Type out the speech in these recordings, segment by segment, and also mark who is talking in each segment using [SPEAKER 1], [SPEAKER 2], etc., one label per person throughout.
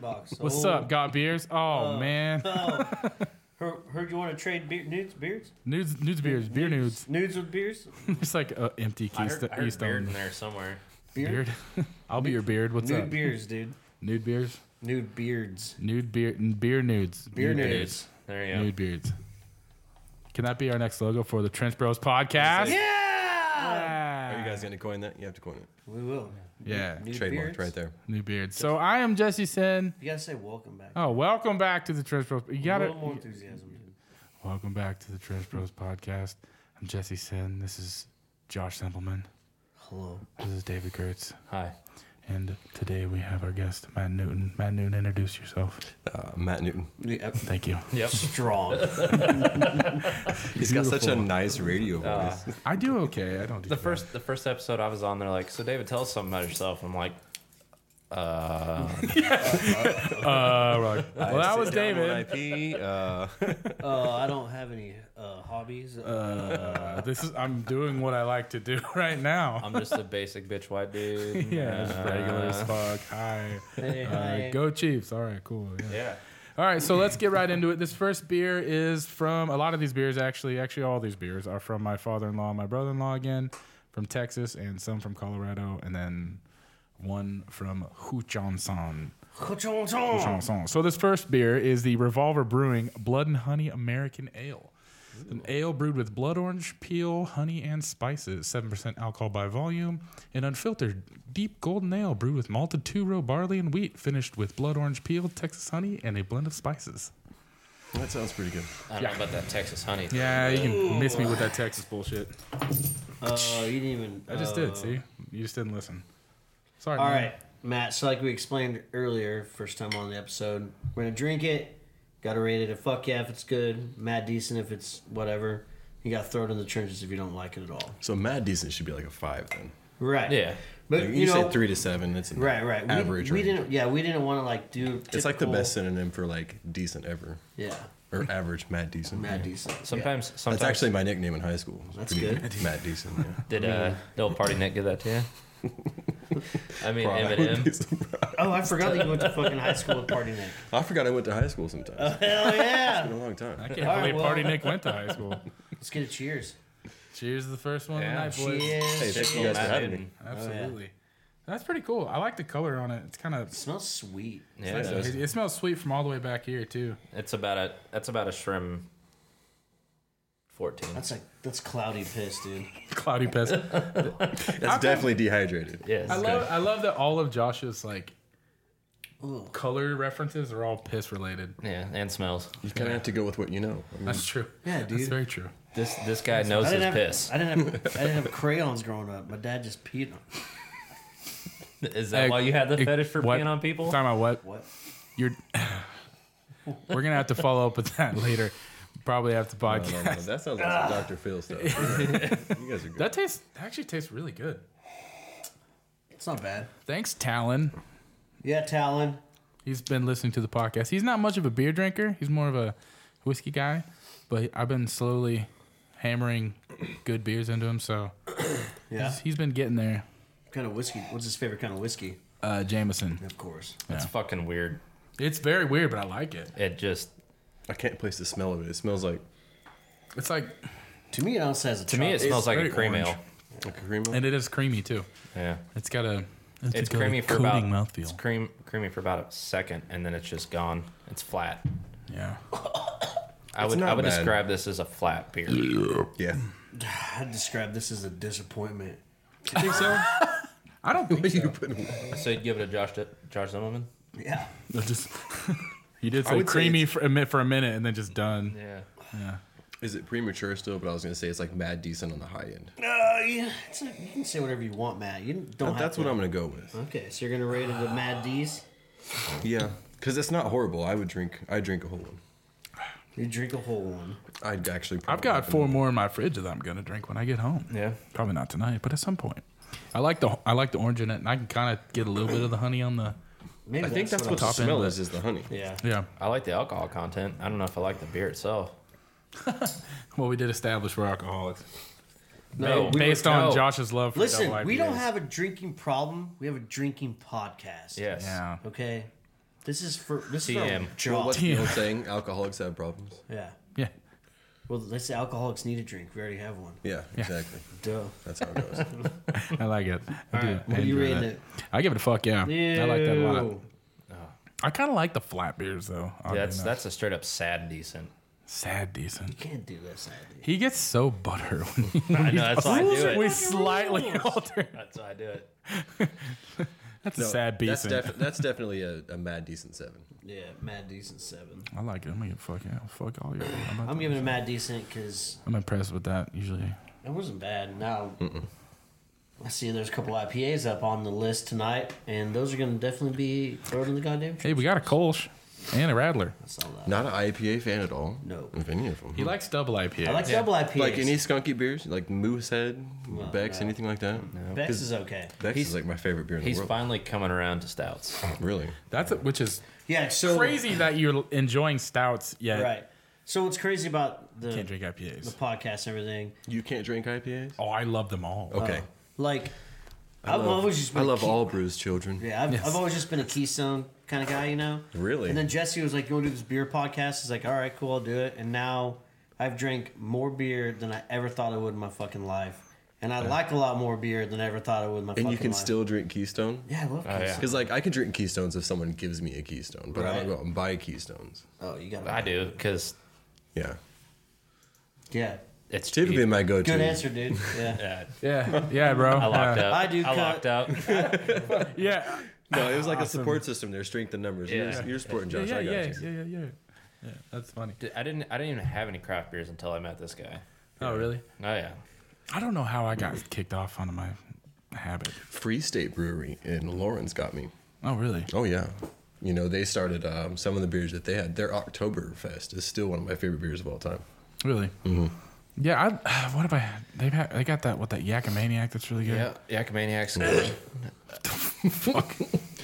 [SPEAKER 1] Fox. So-
[SPEAKER 2] What's up, got beers? Oh man,
[SPEAKER 1] Oh. Heard, heard you want to trade beer, nudes, beards?
[SPEAKER 2] nudes, nudes, beers, beer nudes.
[SPEAKER 1] Nudes with beers?
[SPEAKER 2] It's like an empty
[SPEAKER 3] I heard,
[SPEAKER 2] Keystone.
[SPEAKER 3] I heard beard in
[SPEAKER 2] Keystone
[SPEAKER 3] there somewhere.
[SPEAKER 1] Beard?
[SPEAKER 2] beard. I'll be your beard. What's
[SPEAKER 1] Nude
[SPEAKER 2] up?
[SPEAKER 1] beers, dude.
[SPEAKER 2] Nude beers.
[SPEAKER 1] Nude beards.
[SPEAKER 2] Nude beer. Beer nudes.
[SPEAKER 1] Beer
[SPEAKER 2] nude
[SPEAKER 1] nudes.
[SPEAKER 3] Nudes. There you go.
[SPEAKER 2] Nude beards. Can that be our next logo for the Trench Bros podcast?
[SPEAKER 1] Yeah!
[SPEAKER 4] Are you guys going to coin that? You have to coin it.
[SPEAKER 1] We will.
[SPEAKER 2] Yeah.
[SPEAKER 1] Nude
[SPEAKER 4] Trademarked
[SPEAKER 1] beards.
[SPEAKER 4] right there.
[SPEAKER 2] New beards. So I am Jesse Sin.
[SPEAKER 1] You gotta say welcome back.
[SPEAKER 2] Oh, welcome back to the Trench Bros. You
[SPEAKER 1] a
[SPEAKER 2] gotta
[SPEAKER 1] little more enthusiasm, dude.
[SPEAKER 2] welcome back to the Trench Bros podcast. I'm Jesse Sin. This is Josh Simpleman.
[SPEAKER 1] Hello.
[SPEAKER 2] This is David Kurtz.
[SPEAKER 3] Hi.
[SPEAKER 2] And today we have our guest, Matt Newton. Matt Newton, introduce yourself.
[SPEAKER 4] Uh, Matt Newton.
[SPEAKER 1] Yeah,
[SPEAKER 2] Thank you.
[SPEAKER 3] Yep.
[SPEAKER 1] Strong.
[SPEAKER 4] He's got such a nice radio voice.
[SPEAKER 3] Uh,
[SPEAKER 2] I do okay. I don't do
[SPEAKER 3] the first the first episode I was on, they're like, "So David, tell us something about yourself." I'm like, "Uh,
[SPEAKER 2] Uh, right. well,
[SPEAKER 4] I
[SPEAKER 2] that
[SPEAKER 4] sit
[SPEAKER 2] was
[SPEAKER 4] down when I
[SPEAKER 2] David.
[SPEAKER 4] pee, uh,
[SPEAKER 1] Uh, I don't have any uh, hobbies. Uh,
[SPEAKER 2] Uh, this is I'm doing what I like to do right now.
[SPEAKER 3] I'm just a basic bitch white dude."
[SPEAKER 2] Yeah, just regular as
[SPEAKER 3] Uh,
[SPEAKER 2] fuck. Hi.
[SPEAKER 1] hey,
[SPEAKER 2] Uh,
[SPEAKER 1] hi.
[SPEAKER 2] go Chiefs. All right, cool. Yeah.
[SPEAKER 3] Yeah.
[SPEAKER 2] All right, so let's get right into it. This first beer is from a lot of these beers, actually. Actually, all these beers are from my father in law, my brother in law again, from Texas, and some from Colorado, and then one from Huchonson.
[SPEAKER 1] Ka-chong-chong.
[SPEAKER 2] Huchonson. So, this first beer is the Revolver Brewing Blood and Honey American Ale. It's An ale brewed with blood orange peel, honey, and spices. 7% alcohol by volume. An unfiltered, deep golden ale brewed with malted two row barley and wheat, finished with blood orange peel, Texas honey, and a blend of spices.
[SPEAKER 4] that sounds pretty good.
[SPEAKER 3] I don't know about that Texas honey. thing,
[SPEAKER 2] Yeah, you
[SPEAKER 3] but-
[SPEAKER 2] can miss me with that Texas bullshit.
[SPEAKER 1] Uh, you didn't even.
[SPEAKER 2] I just
[SPEAKER 1] uh,
[SPEAKER 2] did. See, you just didn't listen. Sorry.
[SPEAKER 1] All
[SPEAKER 2] man.
[SPEAKER 1] right, Matt. So like we explained earlier, first time on the episode, we're gonna drink it. Got to rate it a fuck yeah if it's good, Matt decent if it's whatever. You got to throw it in the trenches if you don't like it at all.
[SPEAKER 4] So Matt Decent should be like a five then.
[SPEAKER 1] Right.
[SPEAKER 3] Yeah.
[SPEAKER 1] But
[SPEAKER 4] Like,
[SPEAKER 1] you, know,
[SPEAKER 4] said three to seven. It's an
[SPEAKER 1] Right, right. We,
[SPEAKER 4] Average.
[SPEAKER 1] we
[SPEAKER 4] range.
[SPEAKER 1] didn't. Yeah, we didn't want to like do.
[SPEAKER 4] It's like the
[SPEAKER 1] typical-
[SPEAKER 4] best synonym for like decent ever
[SPEAKER 1] Yeah,
[SPEAKER 4] or average Matt Decent.
[SPEAKER 1] Matt decent. yeah.
[SPEAKER 3] Sometimes, sometimes
[SPEAKER 4] That's actually my nickname in high school. It's
[SPEAKER 1] That's
[SPEAKER 4] pretty
[SPEAKER 1] good.
[SPEAKER 4] Matt Decent. Yeah.
[SPEAKER 3] did uh, the old party Nick give that to you? I mean,
[SPEAKER 4] Probably
[SPEAKER 3] Eminem.
[SPEAKER 4] surprised.
[SPEAKER 1] Oh, I forgot that you went to fucking high school with Party Nick.
[SPEAKER 4] I forgot I went to high school sometimes.
[SPEAKER 1] Oh, Hell
[SPEAKER 4] It's
[SPEAKER 1] yeah!
[SPEAKER 4] been a long time.
[SPEAKER 2] I can't
[SPEAKER 1] All right,
[SPEAKER 2] believe
[SPEAKER 1] well-
[SPEAKER 2] Party Nick went to high school.
[SPEAKER 1] Let's get a cheers.
[SPEAKER 2] Cheers to the first one
[SPEAKER 3] Yeah.
[SPEAKER 2] tonight, boys.
[SPEAKER 1] Cheers.
[SPEAKER 4] Hey, thank you guys for having me.
[SPEAKER 2] Absolutely. That's pretty cool. I like the color on it. It's kind of.
[SPEAKER 1] It smells sweet.
[SPEAKER 3] Yeah,
[SPEAKER 4] does.
[SPEAKER 2] it, smells sweet from all the way back here too.
[SPEAKER 3] it's about a that's about a shrimp. Fourteen.
[SPEAKER 1] That's like that's cloudy piss, dude.
[SPEAKER 2] Cloudy piss.
[SPEAKER 4] That's definitely dehydrated.
[SPEAKER 3] Yeah, it's
[SPEAKER 2] I love.
[SPEAKER 3] good.
[SPEAKER 2] I love that all of Josh's like
[SPEAKER 1] Ooh.
[SPEAKER 2] color references are all piss related.
[SPEAKER 3] Yeah, and smells.
[SPEAKER 4] You kind of have to go with what you know. I mean,
[SPEAKER 2] That's true.
[SPEAKER 1] Yeah,
[SPEAKER 2] That's
[SPEAKER 1] dude.
[SPEAKER 2] very true.
[SPEAKER 3] This this guy knows
[SPEAKER 1] I
[SPEAKER 3] his
[SPEAKER 1] didn't have
[SPEAKER 3] piss.
[SPEAKER 1] I didn't have I didn't have crayons growing up. My dad just peed on.
[SPEAKER 3] Is that
[SPEAKER 2] Egg-
[SPEAKER 3] why you had the
[SPEAKER 2] egg-
[SPEAKER 3] fetish for
[SPEAKER 2] what?
[SPEAKER 3] peeing on people?
[SPEAKER 2] Talking about what?
[SPEAKER 1] What?
[SPEAKER 2] You're. We're gonna have to follow up with that later. Probably have to
[SPEAKER 4] I don't know.
[SPEAKER 2] podcast.
[SPEAKER 4] That sounds like some Dr. Phil stuff. you guys are good.
[SPEAKER 2] That tastes that actually tastes really good.
[SPEAKER 1] It's not bad.
[SPEAKER 2] Thanks, Talon.
[SPEAKER 1] Yeah, Talon.
[SPEAKER 2] He's been listening to the podcast. He's not much of a beer drinker. He's more of a whiskey guy. But I've been slowly hammering good beers into him, so
[SPEAKER 1] Yeah.
[SPEAKER 2] he's been getting there.
[SPEAKER 1] What kind of whiskey? What's his favorite kind of whiskey?
[SPEAKER 2] Uh, Jameson.
[SPEAKER 1] Of course.
[SPEAKER 3] It's fucking weird.
[SPEAKER 2] It's very weird, but I like it.
[SPEAKER 3] It just
[SPEAKER 4] I can't place the smell of it. It smells like
[SPEAKER 2] It's like,
[SPEAKER 1] To me, it also has a.
[SPEAKER 3] to me it smells like a
[SPEAKER 2] Uh, very
[SPEAKER 3] cream
[SPEAKER 2] orange.
[SPEAKER 3] ale.
[SPEAKER 4] a cream. ale.
[SPEAKER 2] and it is creamy too.
[SPEAKER 3] Yeah,
[SPEAKER 2] It's got a
[SPEAKER 3] it's
[SPEAKER 2] got a
[SPEAKER 3] creamy for
[SPEAKER 2] coating
[SPEAKER 3] about it's
[SPEAKER 2] mouthfeel.
[SPEAKER 3] cream creamy for about a second, and then it's just gone. It's flat.
[SPEAKER 2] Yeah,
[SPEAKER 3] I
[SPEAKER 4] It's
[SPEAKER 3] would I
[SPEAKER 4] not
[SPEAKER 3] would
[SPEAKER 4] bad.
[SPEAKER 3] describe this as a flat beer.
[SPEAKER 4] Yeah.
[SPEAKER 1] I'd describe this as a disappointment.
[SPEAKER 4] You think so?
[SPEAKER 2] I don't think
[SPEAKER 4] you
[SPEAKER 2] so.
[SPEAKER 4] put
[SPEAKER 3] So you'd give it a Josh Josh Zimmerman?
[SPEAKER 1] Yeah.
[SPEAKER 2] I just you did
[SPEAKER 4] I
[SPEAKER 2] say
[SPEAKER 4] would say
[SPEAKER 2] creamy for a, mi- for a minute and then just done.
[SPEAKER 3] Yeah.
[SPEAKER 4] Is it premature still? But I was gonna say it's like mad decent on the high end.
[SPEAKER 1] Uh, yeah. It's not you can say whatever you want, Matt. You don't. have
[SPEAKER 4] That's
[SPEAKER 1] to.
[SPEAKER 4] what I'm gonna go with.
[SPEAKER 1] Okay, so you're gonna rate it a Mad D's.
[SPEAKER 4] Yeah, because it's not horrible. I would drink. I drink a whole one.
[SPEAKER 1] You drink a whole one.
[SPEAKER 4] I'd actually. Probably
[SPEAKER 2] I've got four more in my fridge that I'm gonna drink when I get home.
[SPEAKER 3] Yeah.
[SPEAKER 2] Probably not tonight, but at some point. I like the I like the orange in it, and I can kind of get a little bit of the honey on the
[SPEAKER 1] Maybe
[SPEAKER 4] I think that's what the
[SPEAKER 2] top end,
[SPEAKER 4] smell
[SPEAKER 2] but-
[SPEAKER 4] is. Is the honey?
[SPEAKER 1] I'm- Yeah.
[SPEAKER 2] yeah.
[SPEAKER 3] I like the alcohol content. I don't know if I like the beer itself.
[SPEAKER 2] Well, we did establish we're alcoholics
[SPEAKER 3] No, we-
[SPEAKER 2] based on
[SPEAKER 3] no.
[SPEAKER 2] Josh's love. for
[SPEAKER 1] Listen,
[SPEAKER 2] double
[SPEAKER 1] we don't
[SPEAKER 2] IPAs.
[SPEAKER 1] have a drinking problem. We have a drinking podcast.
[SPEAKER 3] Yes.
[SPEAKER 2] Yeah.
[SPEAKER 1] Okay. This is for this
[SPEAKER 3] TM.
[SPEAKER 1] is for
[SPEAKER 4] What's
[SPEAKER 1] what's
[SPEAKER 4] the old saying? Alcoholics have problems.
[SPEAKER 1] Yeah.
[SPEAKER 2] Yeah.
[SPEAKER 1] Well, let's say alcoholics need a drink. We already have one.
[SPEAKER 4] Yeah, exactly.
[SPEAKER 1] Duh.
[SPEAKER 4] That's how it goes.
[SPEAKER 2] I like it. I do.
[SPEAKER 1] What are you
[SPEAKER 2] enjoy
[SPEAKER 1] rating
[SPEAKER 2] that.
[SPEAKER 1] it?
[SPEAKER 2] I give it a fuck yeah. I like that a lot.
[SPEAKER 1] Ew.
[SPEAKER 2] I kind of like the flat beers though. oddly
[SPEAKER 3] That's
[SPEAKER 2] enough.
[SPEAKER 3] that's a straight up sad decent.
[SPEAKER 2] sad decent.
[SPEAKER 1] Can't do this, Andy.
[SPEAKER 2] He gets so butter when he
[SPEAKER 3] I know that's how I do
[SPEAKER 2] we
[SPEAKER 3] it.
[SPEAKER 2] slightly alter.
[SPEAKER 3] That's how I do it.
[SPEAKER 2] That's
[SPEAKER 4] No,
[SPEAKER 2] a sad
[SPEAKER 4] that's,
[SPEAKER 2] decent.
[SPEAKER 4] defi- that's definitely a, a mad decent seven.
[SPEAKER 1] Yeah, Mad Decent 7.
[SPEAKER 2] I like it. I'm gonna get fuck yeah. Fuck all y'all. I'm, about
[SPEAKER 1] I'm
[SPEAKER 2] to-
[SPEAKER 1] giving it Mad Decent because
[SPEAKER 2] I'm impressed with that usually.
[SPEAKER 1] it wasn't bad. Now, I see there's a couple IPAs up on the list tonight, and those are going to definitely be thrown in the goddamn
[SPEAKER 2] Hey, we got a Kolsch and a Rattler.
[SPEAKER 1] I saw that.
[SPEAKER 4] Not an IPA fan at all.
[SPEAKER 1] No.
[SPEAKER 4] Of any of them.
[SPEAKER 2] He likes double IPA.
[SPEAKER 1] I like double IPAs.
[SPEAKER 4] Mm-hmm. like any skunky beers, like Moosehead, Beck's,
[SPEAKER 1] no.
[SPEAKER 4] anything like that.
[SPEAKER 1] Bex is okay.
[SPEAKER 4] Beck's is like my favorite beer in the
[SPEAKER 3] He's
[SPEAKER 4] world.
[SPEAKER 3] finally coming around to stouts.
[SPEAKER 4] Really.
[SPEAKER 2] That's a, which is
[SPEAKER 1] Yeah, it's so
[SPEAKER 2] crazy that you're enjoying stouts yet
[SPEAKER 1] Right. So what's crazy about the
[SPEAKER 2] can't drink
[SPEAKER 1] the
[SPEAKER 2] IPAs.
[SPEAKER 1] podcast and everything?
[SPEAKER 4] You can't drink IPAs?
[SPEAKER 2] Oh, I love them all.
[SPEAKER 4] Okay.
[SPEAKER 1] uh, like I have
[SPEAKER 4] love-
[SPEAKER 1] always just
[SPEAKER 4] I
[SPEAKER 1] been a
[SPEAKER 4] love
[SPEAKER 1] Key-
[SPEAKER 4] all brews, children.
[SPEAKER 1] Yeah, I've,
[SPEAKER 2] Yes.
[SPEAKER 1] I've always just been a Keystone kind of guy, you know.
[SPEAKER 4] Really?
[SPEAKER 1] And then Jesse was like, "You want to do this beer podcast?" He's like, "All right, cool, I'll do it." And now I've drank more beer than I ever thought I would in my fucking life, and I like a lot more beer than I ever thought I would in my.
[SPEAKER 4] And
[SPEAKER 1] fucking
[SPEAKER 4] you can
[SPEAKER 1] life.
[SPEAKER 4] still drink Keystone?
[SPEAKER 1] Yeah, I love
[SPEAKER 3] Oh, yeah.
[SPEAKER 1] Keystone.
[SPEAKER 4] Because, like, I can drink Keystones if someone gives me a Keystone, but I
[SPEAKER 1] Right.
[SPEAKER 4] don't go out and buy Keystones.
[SPEAKER 1] Oh, you got.
[SPEAKER 3] I do because
[SPEAKER 4] Yeah.
[SPEAKER 1] Yeah.
[SPEAKER 3] it's
[SPEAKER 4] Typically,
[SPEAKER 3] cheap.
[SPEAKER 4] my go to.
[SPEAKER 1] Good answer, dude. Yeah.
[SPEAKER 3] Yeah,
[SPEAKER 2] Yeah, yeah, bro.
[SPEAKER 3] I locked up.
[SPEAKER 1] I do
[SPEAKER 3] I
[SPEAKER 1] cut-
[SPEAKER 3] locked up.
[SPEAKER 2] Yeah,
[SPEAKER 4] No, it was like a support system there, strength in numbers.
[SPEAKER 3] Yeah.
[SPEAKER 4] You're, you're supporting Josh.
[SPEAKER 2] yeah,
[SPEAKER 4] I got
[SPEAKER 2] yeah,
[SPEAKER 4] you.
[SPEAKER 2] yeah, yeah, yeah. Yeah, that's funny.
[SPEAKER 3] Dude, I didn't. I didn't even have any craft beers until I met this guy.
[SPEAKER 2] Oh, really?
[SPEAKER 3] Oh yeah.
[SPEAKER 2] I don't know how I got kicked off on my habit.
[SPEAKER 4] Free State Brewery in Lawrence got me.
[SPEAKER 2] Oh, really?
[SPEAKER 4] Oh yeah. You know, they started um, some of the beers that they had. Their Oktoberfest is still one of my favorite beers of all time.
[SPEAKER 2] Really? Mm-hmm. Yeah. I, what have I? They've had, they got that what that Yakamaniac that's really good.
[SPEAKER 3] Yeah. Yakamaniacs. good.
[SPEAKER 2] Fuck.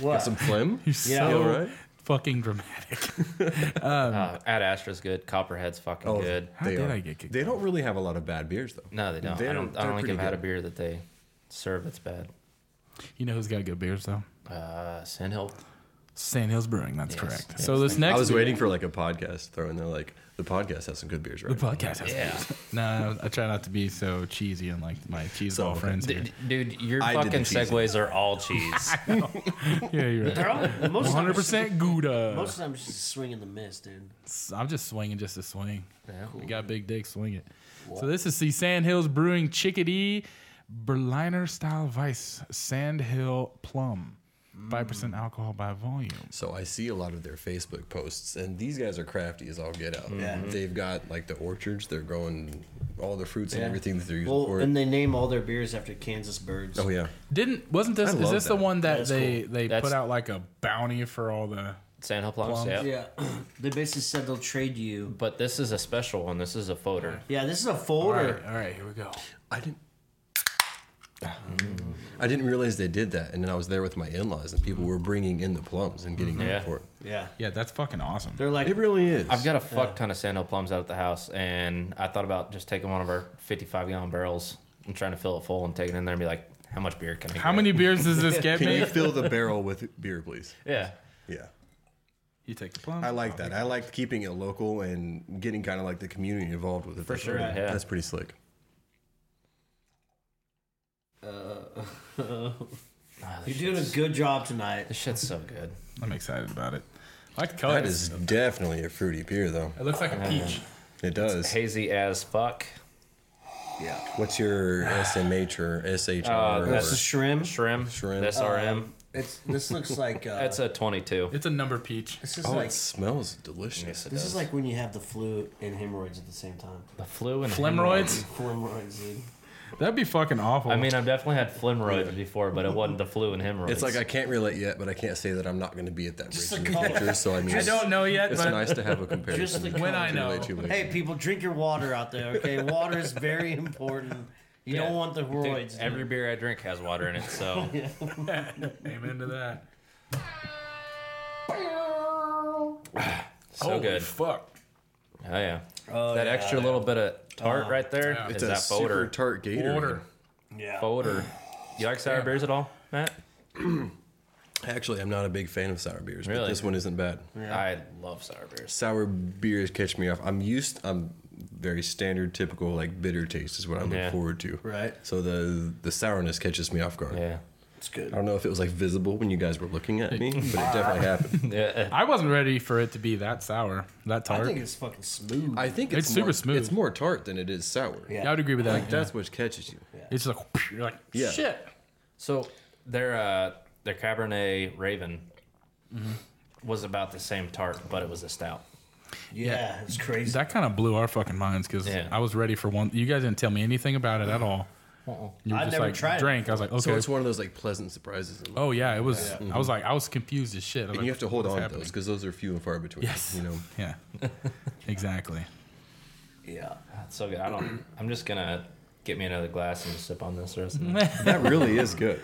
[SPEAKER 1] What?
[SPEAKER 4] Some phlegm?
[SPEAKER 2] You're
[SPEAKER 1] Yeah.
[SPEAKER 2] so
[SPEAKER 4] You all right?
[SPEAKER 2] fucking dramatic.
[SPEAKER 3] uh, Ad Astra's good. Copperhead's fucking
[SPEAKER 4] Oh.
[SPEAKER 3] good.
[SPEAKER 2] How did I get kicked
[SPEAKER 4] They don't really have a lot of bad beers though.
[SPEAKER 3] No, they don't. I
[SPEAKER 4] They're-
[SPEAKER 3] don't. I
[SPEAKER 4] they're
[SPEAKER 3] don't think
[SPEAKER 4] pretty
[SPEAKER 3] I've had a
[SPEAKER 4] good.
[SPEAKER 3] beer that they serve that's bad.
[SPEAKER 2] You know who's got good beers though?
[SPEAKER 3] Uh, Sandhill.
[SPEAKER 2] Sand Hills Brewing. That's
[SPEAKER 3] Yes,
[SPEAKER 2] correct.
[SPEAKER 3] yes,
[SPEAKER 2] so this next
[SPEAKER 4] I was waiting for like a podcast throw in there like the podcast has some good beers,
[SPEAKER 2] the
[SPEAKER 4] right?
[SPEAKER 2] podcast. Has
[SPEAKER 3] Yeah.
[SPEAKER 2] beers. No, I try not to be so cheesy and like my cheese
[SPEAKER 4] So,
[SPEAKER 2] ball
[SPEAKER 4] okay.
[SPEAKER 2] friends here.
[SPEAKER 3] D- dude, your
[SPEAKER 4] I did the
[SPEAKER 3] fucking
[SPEAKER 4] cheese.
[SPEAKER 3] segues are all cheese.
[SPEAKER 2] yeah, you're right.
[SPEAKER 1] They're all- most of the time
[SPEAKER 2] Hundred
[SPEAKER 1] it's just-
[SPEAKER 2] percent
[SPEAKER 4] uh,
[SPEAKER 2] Gouda.
[SPEAKER 1] Most of the time, it's just swinging the miss, dude.
[SPEAKER 2] I'm just swinging just to swing.
[SPEAKER 3] Yeah.
[SPEAKER 2] You got big dick, swing it. So this is the Sand Hills Brewing Chickadee Berliner Style Weiss Sand Hill Plum. 5% alcohol by volume.
[SPEAKER 4] So I see a lot of their Facebook posts and these guys are crafty as all get
[SPEAKER 3] Mm-hmm.
[SPEAKER 4] out.
[SPEAKER 1] Yeah. Mhm.
[SPEAKER 4] They've got like the orchards, they're growing all the fruits
[SPEAKER 1] Yeah.
[SPEAKER 4] and everything that they're using
[SPEAKER 1] Well,
[SPEAKER 4] for it.
[SPEAKER 1] and they name all their beers after Kansas birds.
[SPEAKER 4] oh yeah.
[SPEAKER 2] Didn't wasn't this
[SPEAKER 4] I
[SPEAKER 2] is
[SPEAKER 4] love
[SPEAKER 2] this the
[SPEAKER 4] that.
[SPEAKER 2] one that
[SPEAKER 1] That's
[SPEAKER 2] they
[SPEAKER 1] cool.
[SPEAKER 2] they
[SPEAKER 3] That's-
[SPEAKER 2] put out like a bounty for all the
[SPEAKER 3] Sandhill plums.
[SPEAKER 2] Plums.
[SPEAKER 3] Yeah.
[SPEAKER 1] Yeah, they basically said they'll trade you.
[SPEAKER 3] But this is a special one. This is a folder.
[SPEAKER 1] Yeah, this is a
[SPEAKER 2] all
[SPEAKER 1] folder.
[SPEAKER 2] right, all right, here we go.
[SPEAKER 4] I didn't. I didn't realize they did that, and then I was there with my in-laws, and people were bringing in the plums and getting
[SPEAKER 3] Yeah.
[SPEAKER 4] them for it.
[SPEAKER 1] Yeah,
[SPEAKER 2] Yeah, that's fucking awesome.
[SPEAKER 1] they're like,
[SPEAKER 4] It really is.
[SPEAKER 3] I've got a fuck ton of Sandhill plums out at the house, and I thought about just taking one of our 55 gallon barrels and trying to fill it full and taking it in there and be like, how much beer can I
[SPEAKER 2] How
[SPEAKER 3] get?
[SPEAKER 2] many beers does this get
[SPEAKER 4] Can you
[SPEAKER 2] me?
[SPEAKER 4] fill the barrel with beer, please?
[SPEAKER 3] Yeah.
[SPEAKER 4] Yeah,
[SPEAKER 2] You take the plum.
[SPEAKER 4] I like that. I like keeping it local and getting kind of like the community involved with it. For
[SPEAKER 3] sure, yeah.
[SPEAKER 4] that's pretty slick.
[SPEAKER 1] uh, you're doing a good job tonight.
[SPEAKER 3] Oh, This shit's so good.
[SPEAKER 2] I'm excited about it. I like the color.
[SPEAKER 4] That is definitely a fruity beer, though.
[SPEAKER 2] it looks like a peach.
[SPEAKER 4] It does.
[SPEAKER 3] Hazy as fuck.
[SPEAKER 1] Yeah,
[SPEAKER 4] What's your SMH or SHR? or
[SPEAKER 1] that's a shrimp.
[SPEAKER 3] Shrimp. Oh,
[SPEAKER 4] Shrimp.
[SPEAKER 3] SRM.
[SPEAKER 1] It's this looks like uh,
[SPEAKER 3] That's a 22.
[SPEAKER 2] It's a number peach.
[SPEAKER 1] this is
[SPEAKER 4] oh,
[SPEAKER 1] like
[SPEAKER 4] it smells delicious.
[SPEAKER 1] this is like when you have the flu and hemorrhoids at the same time.
[SPEAKER 3] The flu and
[SPEAKER 2] Flemroids.
[SPEAKER 1] Hemorrhoids, dude.
[SPEAKER 2] That'd be fucking awful.
[SPEAKER 3] I mean, I've definitely had flemroids before, but it wasn't the flu and hemorrhoids.
[SPEAKER 4] It's like I can't relate yet, but I can't say that I'm not going to be at that bridge
[SPEAKER 1] a
[SPEAKER 4] in the
[SPEAKER 1] couple-
[SPEAKER 4] future. So I mean,
[SPEAKER 2] I don't know yet,
[SPEAKER 4] It's
[SPEAKER 2] but
[SPEAKER 4] nice to have a comparison.
[SPEAKER 1] Just the
[SPEAKER 4] between
[SPEAKER 2] When I
[SPEAKER 4] two
[SPEAKER 2] know.
[SPEAKER 4] way, two way.
[SPEAKER 1] Hey, people, drink your water out there. Okay, water is very important. You
[SPEAKER 3] Yeah.
[SPEAKER 1] don't want the
[SPEAKER 3] Dude,
[SPEAKER 1] hemorrhoids. dude.
[SPEAKER 3] every beer I drink has water in it, so
[SPEAKER 2] amen to that.
[SPEAKER 3] so
[SPEAKER 2] Holy
[SPEAKER 3] good.
[SPEAKER 2] fuck.
[SPEAKER 3] Oh yeah,
[SPEAKER 1] Oh,
[SPEAKER 3] that
[SPEAKER 1] yeah,
[SPEAKER 3] extra
[SPEAKER 1] yeah.
[SPEAKER 3] little bit of
[SPEAKER 2] Oh.
[SPEAKER 3] tart right there is
[SPEAKER 2] yeah.
[SPEAKER 4] It's a
[SPEAKER 3] that
[SPEAKER 4] super
[SPEAKER 3] folder.
[SPEAKER 4] tart Gatorade.
[SPEAKER 2] Order.
[SPEAKER 1] yeah.
[SPEAKER 3] folder. You like sour beers at all, Matt?
[SPEAKER 4] Actually, I'm not a big fan of sour beers, but
[SPEAKER 3] Really?
[SPEAKER 4] this one isn't bad.
[SPEAKER 3] I love sour beers.
[SPEAKER 4] Sour beers catch me off. I'm used. I'm very standard, typical like bitter taste is what I look
[SPEAKER 3] Yeah.
[SPEAKER 4] forward to.
[SPEAKER 1] Right.
[SPEAKER 4] So the the sourness catches me off guard.
[SPEAKER 3] Yeah.
[SPEAKER 1] It's
[SPEAKER 4] I
[SPEAKER 1] good.
[SPEAKER 4] don't know if it was like visible when you guys were looking at me, but it definitely happened.
[SPEAKER 3] Yeah.
[SPEAKER 2] I wasn't ready for it to be that sour, that
[SPEAKER 1] I
[SPEAKER 2] tart.
[SPEAKER 1] think it's fucking smooth.
[SPEAKER 4] I think
[SPEAKER 2] It's
[SPEAKER 4] it's,
[SPEAKER 2] super
[SPEAKER 4] more-
[SPEAKER 2] smooth.
[SPEAKER 4] It's more tart than it is sour.
[SPEAKER 2] yeah, I would agree with that.
[SPEAKER 4] Like that's what catches you.
[SPEAKER 2] It's like you're like
[SPEAKER 4] Yeah.
[SPEAKER 2] shit.
[SPEAKER 3] So their uh, their Cabernet Raven
[SPEAKER 1] Mm-hmm.
[SPEAKER 3] was about the same tart, but it was a stout.
[SPEAKER 1] yeah, it's crazy.
[SPEAKER 2] That kind of blew our fucking minds because
[SPEAKER 3] Yeah.
[SPEAKER 2] I was ready for one. You guys didn't tell me anything about it at all.
[SPEAKER 4] Uh-uh.
[SPEAKER 2] You were
[SPEAKER 1] I've
[SPEAKER 2] just
[SPEAKER 1] never
[SPEAKER 2] like
[SPEAKER 1] tried it.
[SPEAKER 2] drink. I was like, okay.
[SPEAKER 4] So it's one of those like pleasant surprises. in life.
[SPEAKER 2] oh yeah, it was. I was like, I was confused as shit. I was
[SPEAKER 4] and you
[SPEAKER 2] like,
[SPEAKER 4] have to hold
[SPEAKER 2] what is
[SPEAKER 4] on to
[SPEAKER 2] happening?
[SPEAKER 4] those because those are few and far between.
[SPEAKER 2] Yes.
[SPEAKER 4] You know.
[SPEAKER 2] Yeah. exactly.
[SPEAKER 1] yeah.
[SPEAKER 3] That's so good. I don't. I'm just gonna get me another glass and sip on this the rest of the night.
[SPEAKER 4] That really is good.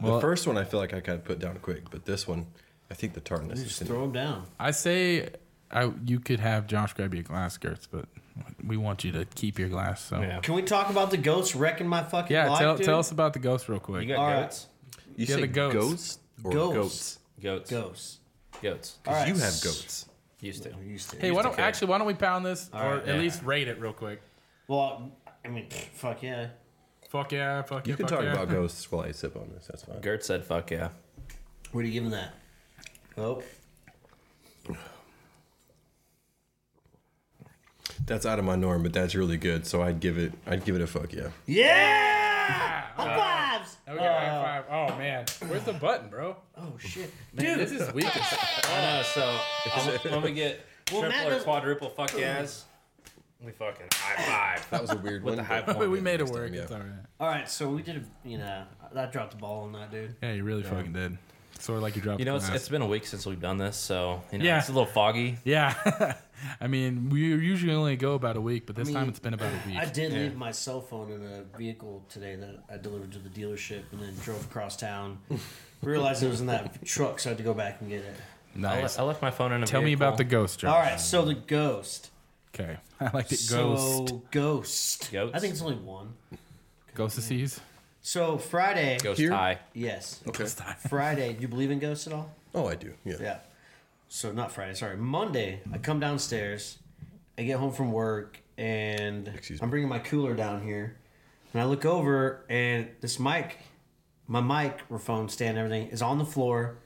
[SPEAKER 2] Well-
[SPEAKER 4] the first one I feel like I kind of put down quick, but this one, I think the tartness is
[SPEAKER 1] Just
[SPEAKER 4] in it.
[SPEAKER 1] throw them down.
[SPEAKER 2] I say, I you could have Josh grab you a glass, Gertz, but we want you to keep your glass. So yeah,
[SPEAKER 3] Yeah.
[SPEAKER 1] Can we talk about the goats wrecking my fucking life?
[SPEAKER 2] tell
[SPEAKER 1] dude?
[SPEAKER 2] tell us about the ghost real quick.
[SPEAKER 3] You got
[SPEAKER 1] All right.
[SPEAKER 3] goats.
[SPEAKER 4] You
[SPEAKER 2] Yeah,
[SPEAKER 4] say
[SPEAKER 2] the goats.
[SPEAKER 4] ghosts or
[SPEAKER 1] Goats.
[SPEAKER 4] goats?
[SPEAKER 3] Goats.
[SPEAKER 1] Ghosts.
[SPEAKER 3] Goats.
[SPEAKER 4] 'Cause
[SPEAKER 1] Mm-hmm. All
[SPEAKER 4] You
[SPEAKER 1] right.
[SPEAKER 4] have goats.
[SPEAKER 3] Used to.
[SPEAKER 1] Used to.
[SPEAKER 2] hey, why don't
[SPEAKER 3] care.
[SPEAKER 2] actually why don't we pound this or
[SPEAKER 1] right,
[SPEAKER 2] at
[SPEAKER 3] yeah.
[SPEAKER 2] least rate it real quick?
[SPEAKER 1] Well, I mean, pfft, fuck yeah.
[SPEAKER 2] Fuck yeah, fuck
[SPEAKER 4] You
[SPEAKER 2] yeah,
[SPEAKER 4] can
[SPEAKER 2] fuck
[SPEAKER 4] talk
[SPEAKER 2] yeah.
[SPEAKER 4] about ghosts while I sip on this. That's fine.
[SPEAKER 3] Gert said, "Fuck yeah."
[SPEAKER 1] What are you giving that? Oh,
[SPEAKER 4] That's out of my norm, but that's really good. So I'd give it. I'd give it a fuck yeah.
[SPEAKER 1] yeah! High fives!
[SPEAKER 2] Oh, we got a high five. Oh man, where's the button, bro?
[SPEAKER 1] Oh shit!
[SPEAKER 2] Dude, this is weak. as-
[SPEAKER 3] I
[SPEAKER 1] Uh,
[SPEAKER 3] know. So um, when we get
[SPEAKER 1] Well, Matt
[SPEAKER 3] triple or
[SPEAKER 1] doesn't-
[SPEAKER 3] quadruple fuck yeahs, we fucking high five.
[SPEAKER 4] That was a weird
[SPEAKER 3] With
[SPEAKER 4] one.
[SPEAKER 3] the high
[SPEAKER 4] but-
[SPEAKER 2] but we made it
[SPEAKER 4] Next time,
[SPEAKER 2] work.
[SPEAKER 4] yeah.
[SPEAKER 2] It's all right.
[SPEAKER 1] All right, so we did, a, you know, that dropped the ball on that dude.
[SPEAKER 2] Yeah, you really fucking did. Sort of like you dropped.
[SPEAKER 3] You know,
[SPEAKER 2] the
[SPEAKER 3] it's,
[SPEAKER 2] glass.
[SPEAKER 3] it's been a week since we've done this, so you know,
[SPEAKER 2] Yeah.
[SPEAKER 3] it's a little foggy.
[SPEAKER 2] yeah. I mean, we usually only go about a week, but this time it's been about a week.
[SPEAKER 1] I did leave my cell phone in a vehicle today that I delivered to the dealership, and then drove across town. Realized it was in that truck, so I had to go back and get it.
[SPEAKER 3] I, le-
[SPEAKER 2] nice.
[SPEAKER 3] I left my phone in a
[SPEAKER 2] Tell me
[SPEAKER 3] vehicle.
[SPEAKER 2] about the ghost, Josh.
[SPEAKER 1] All right, so the ghost.
[SPEAKER 2] Okay. I like it. Ghost.
[SPEAKER 1] So ghost.
[SPEAKER 3] Ghosts?
[SPEAKER 1] I think it's only one.
[SPEAKER 2] Ghost of Seas.
[SPEAKER 1] So Friday.
[SPEAKER 3] ghost
[SPEAKER 4] Here?
[SPEAKER 3] high.
[SPEAKER 1] Yes.
[SPEAKER 4] Okay.
[SPEAKER 1] Friday. Do you believe in ghosts at all?
[SPEAKER 4] Oh, I do. Yeah.
[SPEAKER 1] Yeah. So not Friday, sorry. Monday, I come downstairs, I get home from work, and
[SPEAKER 4] Excuse
[SPEAKER 1] I'm
[SPEAKER 4] me.
[SPEAKER 1] bringing my cooler down here, and I look over, and this mic, my microphone stand, and everything is on the floor,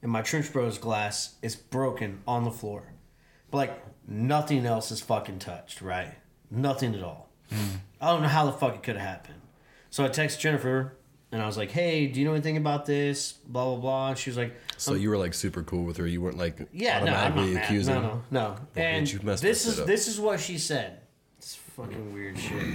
[SPEAKER 1] and my Trench Bros glass is broken on the floor, but like nothing else is fucking touched, right? Nothing at all.
[SPEAKER 4] Hmm.
[SPEAKER 1] I don't know how the fuck it could have happened. So I text Jennifer. And I was like, "Hey, do you know anything about this?" Blah blah blah. And she was like,
[SPEAKER 4] So you were like super cool with her. You weren't like
[SPEAKER 1] yeah, no, I'm not
[SPEAKER 4] automatically
[SPEAKER 1] mad.
[SPEAKER 4] accusing.
[SPEAKER 1] No, no, no. and
[SPEAKER 4] you mess
[SPEAKER 1] this
[SPEAKER 4] with
[SPEAKER 1] is
[SPEAKER 4] it up?
[SPEAKER 1] this is what she said. It's fucking weird shit.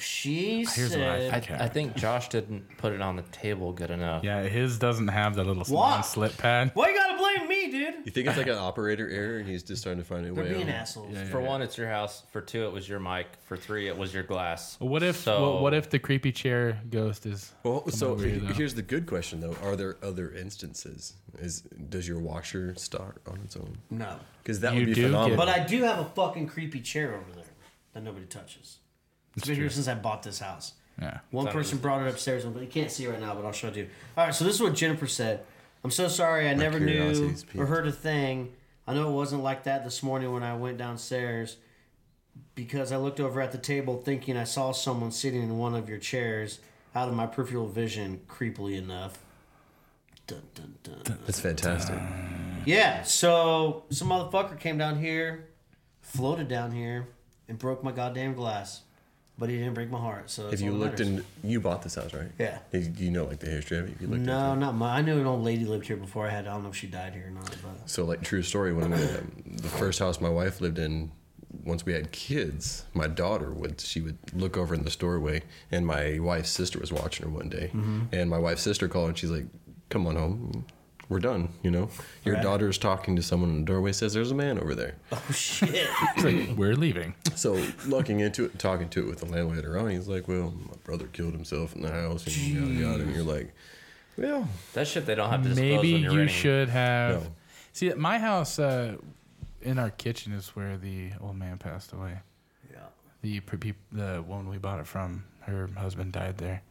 [SPEAKER 1] She
[SPEAKER 2] Here's what I
[SPEAKER 1] said,
[SPEAKER 2] think.
[SPEAKER 3] I, I think Josh didn't put it on the table good enough.
[SPEAKER 2] Yeah, his doesn't have that little
[SPEAKER 1] What?
[SPEAKER 2] long slip pad.
[SPEAKER 1] "Why you gotta blame me, dude?
[SPEAKER 4] You think it's like an operator error, and he's just trying to find a
[SPEAKER 1] They're
[SPEAKER 4] way.
[SPEAKER 1] being
[SPEAKER 4] out.
[SPEAKER 1] assholes."
[SPEAKER 2] Yeah,
[SPEAKER 3] For one, it's your house. For two, it was your mic. For three, it was your glass.
[SPEAKER 2] What if?
[SPEAKER 3] So
[SPEAKER 2] what, what if the creepy chair ghost is?
[SPEAKER 4] Well, so
[SPEAKER 2] over here, though.
[SPEAKER 4] here's the good question though: Are there other instances? Is does your washer start on its own?
[SPEAKER 1] No,
[SPEAKER 4] Because that
[SPEAKER 2] You
[SPEAKER 4] would be
[SPEAKER 2] do get-
[SPEAKER 4] phenomenal.
[SPEAKER 1] but I do have a fucking creepy chair over there that nobody touches. It's been here since I bought this house.
[SPEAKER 2] Yeah.
[SPEAKER 1] One
[SPEAKER 3] That
[SPEAKER 1] person brought it upstairs, but you can't see it right now. But I'll show it to you. All right, so this is what Jennifer said. I'm so sorry. I never knew
[SPEAKER 4] curiosity's
[SPEAKER 1] or heard a thing. I know it wasn't like that this morning when I went downstairs because I looked over at the table thinking I saw someone sitting in one of your chairs out of my peripheral vision, creepily enough. Dun, dun, dun.
[SPEAKER 4] That's fantastic.
[SPEAKER 2] Uh,
[SPEAKER 1] Yeah, so some motherfucker came down here, floated down here, and broke my goddamn glass. But he didn't break my heart. So
[SPEAKER 4] If
[SPEAKER 1] that's
[SPEAKER 4] you
[SPEAKER 1] all that
[SPEAKER 4] looked
[SPEAKER 1] matters.
[SPEAKER 4] in, you bought this house, right?
[SPEAKER 1] Yeah.
[SPEAKER 4] You, you know, like the history of it. You looked
[SPEAKER 1] No,
[SPEAKER 4] into it.
[SPEAKER 1] not mine. I knew an old lady lived here before I had. I don't know if she died here or not, but
[SPEAKER 4] So, like, true story. When uh, the first house my wife lived in, once we had kids, my daughter would she would look over in the doorway, and my wife's sister was watching her one day,
[SPEAKER 2] Mm-hmm.
[SPEAKER 4] and my wife's sister called, and she's like, "Come on home." We're done, you know. Your
[SPEAKER 1] Right.
[SPEAKER 4] daughter's talking to someone in the doorway. Says there's a man over there.
[SPEAKER 1] oh shit.
[SPEAKER 2] It's like, we're leaving.
[SPEAKER 4] So looking into it, and talking to it with the landlord later on, he's like, "Well, my brother killed himself in the house," and yada yada. And you're like, "Well,
[SPEAKER 3] that shit they don't have to disclose
[SPEAKER 2] Maybe
[SPEAKER 3] when
[SPEAKER 2] you
[SPEAKER 3] you're renting.
[SPEAKER 2] should have.
[SPEAKER 4] No.
[SPEAKER 2] See, at my house, uh, in our kitchen is where the old man passed away.
[SPEAKER 1] Yeah.
[SPEAKER 2] The pe- pe- the woman we bought it from, her husband died there.